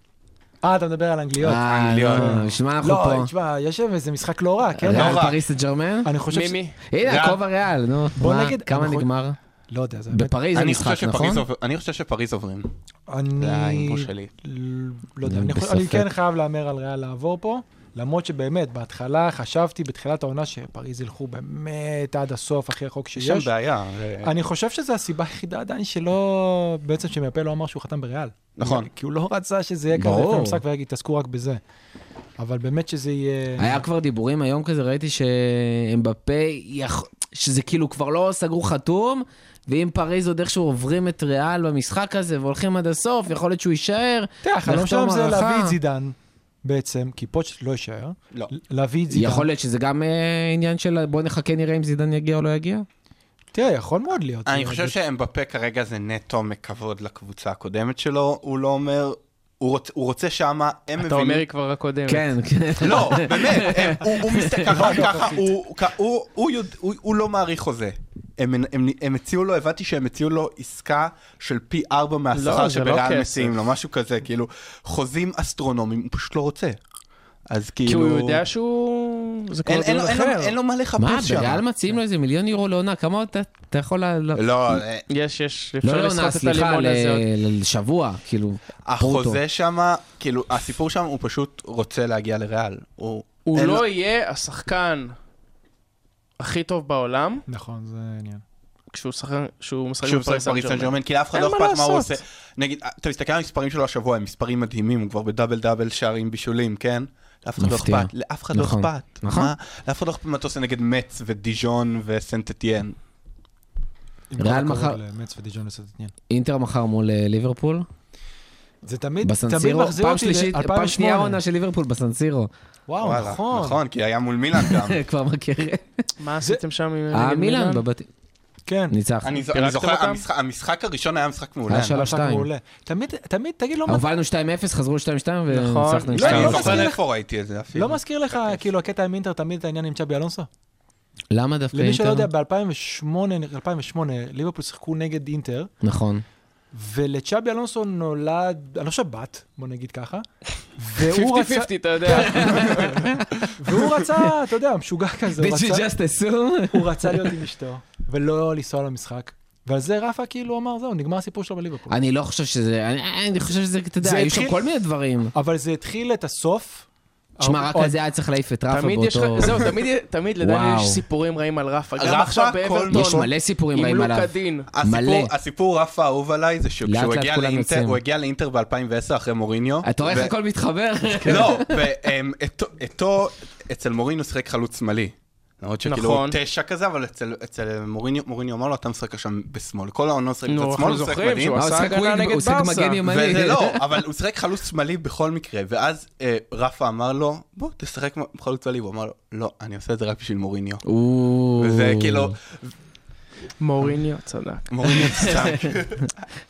S4: אה, אתה מדבר על אנגליות.
S2: אה,
S5: אנגליות.
S2: לא, בשביל מה אנחנו
S4: לא,
S2: פה? אה,
S4: תשמע, יש שם איזה משחק לא רע, כן?
S2: ריאל
S5: לא רע.
S2: פריס סט ג'רמן?
S4: אני חושב... ש-
S3: מימי,
S2: הנה,
S5: גם.
S2: הכובע ריאל, נו.
S4: בוא
S2: מה,
S4: נגיד,
S2: כמה
S4: אנחנו-
S2: נגמר?
S4: לא יודע, זה באמת...
S2: בפריז זה
S5: אני חושב,
S2: משחק, נכון?
S5: שפריז, עוב- אני חושב שפריז עוברים, זה
S4: אני...
S5: ההימור שלי.
S4: לא יודע,
S2: אני
S4: אני חושב-
S2: בספק.
S4: אני כן חייב להמר על ריאל לעבור פה, למרות שבאמת, בהתחלה חשבתי, בתחילת העונה, שפריז ילכו באמת עד הסוף, הכי רחוק
S5: יש שם
S4: שיש.
S5: בעיה. אה, זה-
S4: אני חושב שזו הסיבה היחידה עדיין שלא, בעצם שמאפה לא אמר שהוא חתם בריאל.
S5: נכון.
S4: כי הוא לא רצה שזה יהיה כזה
S2: ברור.
S4: לפני המשחק ויגיד, תעסקו רק בזה. אבל באמת שזה יהיה...
S2: היה כבר דיבורים היום כזה, ראיתי שאמבפה, יכ... שזה כאילו כבר לא סגרו חתום, ואם פריז עוד איכשהו עוברים את ריאל במשחק הזה והולכים עד הסוף, יכול להיות שהוא יישאר.
S4: תראה, החלום
S2: לחתום
S4: שלהם זה
S2: הערכה.
S4: להביא את זידן, בעצם, כי פוטש לא יישאר.
S5: לא.
S4: להביא את זידן.
S2: יכול להיות שזה גם אה, עניין של בוא נחכה נראה אם זידן יגיע או לא יגיע.
S4: תראה, יכול מאוד להיות.
S5: אני חושב שאמבפה כרגע זה נטו מכבוד לקבוצה הקודמת שלו, הוא לא אומר, הוא רוצ- הוא רוצה שמה, הם
S3: אתה אומר
S5: מבינים...
S3: היא כבר הקודמת.
S2: כן, כן.
S3: [laughs]
S5: לא, באמת, הם- הוא הוא מסתכל
S3: לא,
S5: רק ככה, הוא- כ- הוא- הוא יודע- הוא- הוא לא מעריך חוזה. הם- הם- הם הציעו לו, הבנתי שהם הציעו לו עסקה של פי ארבע מהשכר
S3: לא, זה לא
S5: שבריאל
S3: כסף.
S5: מציעים לו, משהו כזה, כאילו, חוזים אסטרונומיים, הוא פשוט לא רוצה. אז כאילו...
S3: כי הוא יודע שהוא... זה
S5: אין-
S3: כבר דיון
S5: אין לו- אין לו-
S3: אחר.
S5: אין לו מה
S2: מה,
S5: לחפש שם.
S2: בריאל מציעים לו איזה מיליון יורו לעונה, כמה עוד אתה- אתה יכול ל... לא,
S5: לא, אה,
S3: יש, יש, אפשר
S2: לא
S3: לסחוט
S2: לעונה,
S3: את
S2: סליחה,
S3: הלימון
S2: ל-
S3: הזה עוד.
S2: ל- לשבוע, כאילו. ברוטו.
S5: החוזה שם, כאילו, הסיפור שם, הוא פשוט רוצה להגיע לריאל. הוא...
S3: הוא
S5: אין לו-
S3: לא יהיה השחקן הכי טוב בעולם
S4: נכון, זה עניין.
S3: כשהוא שחק- כשהוא משחק
S5: שהוא משחק
S3: בפריס
S5: בפריס סן
S3: סן
S5: ג'רמן, כי לאף אחד
S3: אין
S5: לא
S3: מה
S5: אכפת מה הוא עושה.
S3: לעשות.
S5: נגיד, אתה מסתכל על המספרים שלו השבוע, הם מספרים מדהימים, הוא כבר בדאבל דאבל שערים בישולים, כן? לאף אחד לא
S2: מפתיע.
S5: אכפת, לאף אחד לא
S2: נכון.
S5: אכפת.
S2: נכון.
S5: מה- לאף אחד לא אכפת מה אתה עושה נגד מצ ודיז'ון וסנטטיאן.
S4: עם
S2: ריאל
S4: כל הכבוד
S2: מחר-
S4: למץ ודיג'ון לעשות את העניין.
S2: אינטר מחר מול אה, ליברפול.
S4: זה תמיד, תמיד
S2: בסנסירו,
S4: מחזיר
S2: פעם
S4: אותי
S2: שלישית, פעם שנייה עונה
S4: ל-2008.
S2: של ליברפול בסנסירו.
S4: וואו,
S5: וואלה,
S4: נכון.
S5: נכון, כי היה מול מילאן
S4: [laughs]
S5: גם.
S2: [laughs] כבר מכיר.
S3: מה עשיתם שם עם
S2: אה,
S3: נגד
S2: מילאן בבתים.
S4: כן.
S2: ניצחנו.
S5: אני ז-
S3: פירקתם
S5: אני זוכר,
S3: אותם?
S5: המשחק- המשחק הראשון היה משחק מעולה.
S2: היה שלוש-
S4: המשחק
S2: שתיים.
S4: מעולה. תמיד, תמיד, תגיד, לא,
S2: הובלנו 2-0, חזרו 2-2
S3: נכון.
S2: וניצחנו עם
S5: לא,
S4: לא
S5: אני
S2: 2-0.
S5: לא
S4: מסכים
S5: זוכר
S4: לך.
S5: איפה ראיתי את זה אפילו.
S4: לא מזכיר לך,
S5: כן.
S4: כאילו, הקטע עם אינטר, תמיד את העניין עם צ'אבי אלונסו?
S2: כן, למה דווקא
S4: למי שלא
S2: אינטר?
S4: יודע, ב-2008, 2008, ליברפול שיחקו נגד אינטר,
S2: נכון.
S4: ולצ'אבי אלונסו נולד, אני לא שבת, בוא נגיד ככה,
S2: [laughs]
S4: והוא רצה,
S3: 50-50, אתה יודע.
S4: והוא רצה, אתה יודע, משוגע כזה, הוא
S2: Did you
S4: רצה-
S2: just assume?
S4: הוא רצה להיות עם אשתו, ולא לנסוע למשחק. ועל זה רפה כאילו אמר, זהו, נגמר הסיפור שלו בליברפול.
S2: אני לא חושב שזה, אני- אני חושב שזה, אתה יודע,
S4: זה
S2: היו שם
S4: התחיל-
S2: כל מיני דברים.
S4: אבל זה התחיל את הסוף.
S2: תשמע, רק
S4: עוד-
S2: על זה היה צריך להעיף את רפה
S3: תמיד יש לך,
S2: באותו...
S3: זהו, תמיד- תמיד לדני
S2: וואו.
S3: יש סיפורים רעים על רפה. גם
S5: רפה,
S3: עכשיו
S5: כל-
S3: באברטון.
S4: לא-
S2: יש מלא סיפורים
S3: עם
S2: רעים עליו.
S3: לוקה דין.
S5: הסיפור,
S2: מלא.
S5: הסיפור רף האהוב עליי זה
S2: לאט
S5: שכשהוא
S2: לאט
S5: הגיע
S2: כולם
S5: לאינטר,
S2: יוצאים.
S5: הוא הגיע לאינטר ב-2010 אחרי מוריניו.
S2: אתה רואה איך
S5: ו-
S2: הכל מתחבר?
S4: כן.
S3: כן.
S5: לא, ואתו, אצל מוריניו שיחק חלוץ שמאלי. למרות שכאילו הוא
S3: נכון.
S5: תשע כזה, אבל אצל- אצל מוריניו, מוריניו אמר לו, אתה משחק שם בשמאל. כל העונה הוא שיחק
S3: נו,
S5: בצד
S3: אנחנו
S5: שמאל, הוא שיחק
S3: זוכרים
S5: מדהים.
S3: שהוא
S2: הוא
S3: עשה
S2: שיחק
S3: הגנה
S2: ווינג,
S3: נגד
S2: הוא שיחק מגן
S3: ברסה.
S2: ימני.
S5: וזה לא, אבל הוא שיחק חלוץ שמאלי בכל מקרה. ואז אה, רפה אמר לו, בוא, תשחק חלוץ שמאלי. והוא אמר לו, לא, אני עושה את זה רק בשביל מוריניו.
S2: או.
S5: וזה כאילו,
S3: מוריניו צדק.
S5: מוריניו
S3: [laughs]
S5: סתם.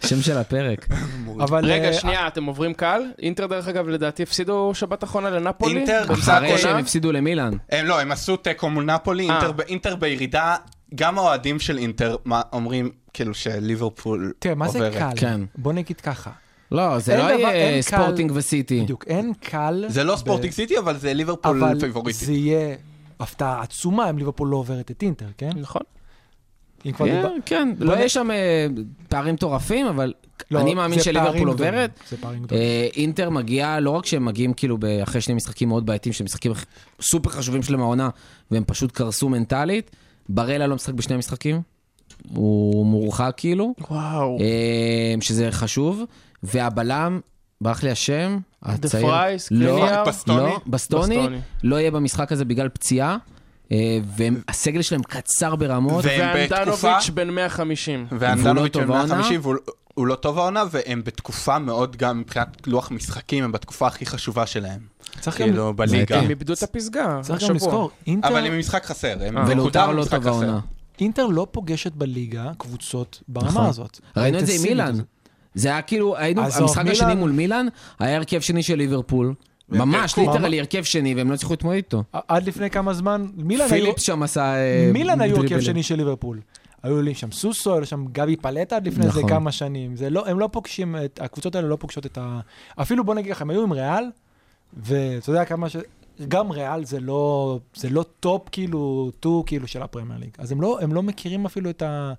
S2: שם של
S5: [laughs]
S2: הפרק.
S4: אבל...
S3: רגע,
S4: אה,
S3: שנייה, אתם עוברים קל? אינטר, דרך אגב, לדעתי הפסידו שבת אחרונה לנפולי.
S5: אינטר,
S3: במשחק
S5: אחרי
S2: אחרי שהם
S4: אה?
S3: עונה.
S2: הפסידו למילאן.
S5: הם לא, הם עשו תיקו מול נפולי,
S3: אה.
S5: אינטר ב- אינטר בירידה, גם האוהדים של אינטר מה- אומרים, כאילו, שליברפול
S4: תראה, מה זה
S5: עוברת.
S4: קל?
S2: כן.
S4: בוא נגיד ככה.
S2: לא, זה
S4: אין
S2: לא
S4: דבר-
S2: יהיה
S4: אין קל.
S2: ספורטינג וסיטי.
S4: בדיוק, אין קל...
S5: זה לא
S4: ב-
S5: ספורטינג סיטי, אבל זה ליברפול
S4: אבל
S5: פייבוריטי.
S4: זה יהיה הפתעה עצומה אם ליברפול לא עוברת את אינטר, כן?
S3: נכון.
S4: אם כבר דיבר-
S2: כן, לא יש שם אה, פערים מטורפים, אבל
S4: לא,
S2: אני מאמין
S4: זה פערים
S2: שליברפול
S4: גדולים.
S2: עוברת.
S4: זה פערים גדולים.
S2: אה, אינטר מגיעה, לא רק שהם מגיעים כאילו ב- אחרי שני משחקים מאוד בעייתיים, שהם משחקים הכ- סופר חשובים שלהם העונה, והם פשוט קרסו מנטלית. ברלה לא משחק בשני המשחקים, הוא מורחק כאילו,
S3: וואו.
S2: אה, שזה חשוב. והבלם, ברח לי השם, הצעיר.
S3: פרייס,
S2: לא,
S3: קליניאר?
S5: בסטוני?
S2: לא, בסטוני,
S3: בסטוני.
S2: לא יהיה במשחק הזה בגלל פציעה, אה, והסגל שלהם קצר ברמות.
S5: והם בתקופה...
S3: ואנדנוביץ' בן 150.
S2: והוא לא
S5: ואנדנוביץ'
S2: טוב
S5: של
S2: העונה.
S5: 150 והוא- הוא לא טוב העונה, והם בתקופה מאוד, גם מבחינת לוח משחקים, הם בתקופה הכי חשובה שלהם.
S2: אה,
S4: צריך גם-
S5: כאילו, בליגה.
S3: הם איבדו את הפסגה.
S4: צריך גם
S3: השבוע.
S4: לזכור, אינטר-
S5: אבל הם משחק חסר. הם-
S2: ולותר
S5: קודם
S2: לא
S5: משחק
S2: טוב
S5: חסר.
S2: העונה.
S4: אינטר לא פוגשת בליגה קבוצות
S2: נכון.
S4: ברמה הזאת.
S2: ראינו את זה עם
S4: האינטנסיביות
S2: מילאן.
S4: הזאת.
S2: זה היה כאילו, היינו,
S4: עזוב,
S2: המשחק
S4: מילאן- כן,
S2: השני מול מילאן, היה הרכב שני של ליברפול. ממש,
S5: ממש.
S2: ליטרלי הרכב שני, והם לא הצליחו להתמודד איתו.
S4: עד לפני כמה זמן, מילאן היו...
S2: פיליפס שם עשה... אה,
S4: מילאן היו הרכב
S2: דריבלים.
S4: שני של ליברפול. היו לי שם סוסו, היו שם גבי פלטה עד לפני זה
S2: נכון.
S4: כמה שנים. זה לא, הם לא פוגשים, את, הקבוצות האלה לא פוגשות את ה... אפילו בוא נגיד לך, הם היו עם ריאל, ואתה יודע כמה ש... גם ריאל זה לא, זה לא טופ כאילו, טו כאילו של הפרמייר ליג. אז הם לא, הם לא מכירים אפילו את, ה,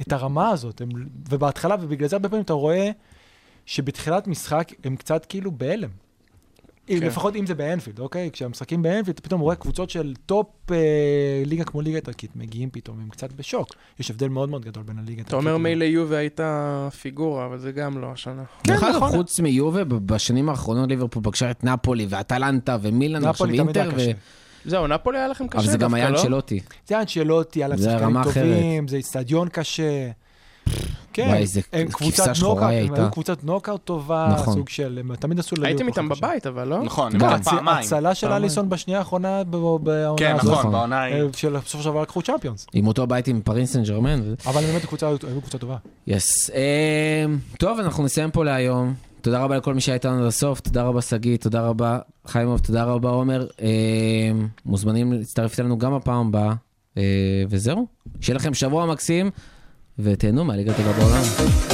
S4: את הרמה הזאת. הם, ובהתחלה, ובגלל זה הרבה פעמים אתה רואה שבתחילת משחק הם קצת כאילו בהלם. אם,
S3: כן.
S4: לפחות אם זה באנפילד, אוקיי? כשהמשחקים באנפילד, אתה פתאום רואה קבוצות של טופ אה, ליגה כמו ליגה איטלקית, מגיעים פתאום, הם קצת בשוק. יש הבדל מאוד מאוד גדול בין הליגה האיטלקית.
S3: אתה אומר
S4: ל-
S3: מילא יובה הייתה פיגורה, אבל זה גם לא השנה.
S2: דרך אגב,
S4: נכון.
S2: חוץ מיובה, ב- בשנים האחרונות ליברפול פגשה את נפולי ואטלנטה ומילאן, ועכשיו
S4: נפולי תמיד
S2: אינטר,
S4: היה
S2: ו-
S4: קשה.
S3: זהו, נפולי היה לכם קשה
S2: אבל זה גם
S3: דווקא,
S2: היה
S3: לא?
S2: אנשלוטי.
S4: זה אנשלוטי, עליו
S2: זה
S4: שחקנים
S2: רמה
S4: טובים, זה איצטדיון קשה. כן,
S2: וואי, איזה
S4: הם
S2: כבשה
S4: קבוצת
S2: שחורה
S4: נוקאאוט, הם
S2: הייתה.
S4: היו קבוצת נוקאאוט טובה,
S2: נכון.
S4: סוג של, הם תמיד עשו
S3: הייתם
S4: לליברפול
S3: איתם
S4: חשש.
S3: בבית, אבל לא?
S5: נכון,
S2: גם.
S5: הם
S4: הצ-
S5: הצ- פעמיים.
S4: הצלה של
S3: פעמיים.
S4: אליסון בשנייה האחרונה ב- בעונה
S5: כן,
S4: הזאת,
S5: נכון,
S2: נכון.
S5: בעונה
S4: אה,
S5: היא.
S4: של בסוף שעבר לקחו צ'מפיונס.
S2: עם אותו בית עם פריס סן ג'רמן. ו-
S4: אבל הם באמת קבוצה- היו קבוצה טובה.
S2: יס. אמ, טוב, אנחנו נסיים פה להיום. תודה רבה לכל מי שהיה איתנו עד הסוף, תודה רבה שגיא, תודה רבה חיימוב, תודה רבה עומר. אמ, מוזמנים להצטרף אלינו גם הפעם הבאה, אה, וזהו. שיהיה לכם שבוע מקסים, ותהנו מהליגת הגב בעולם.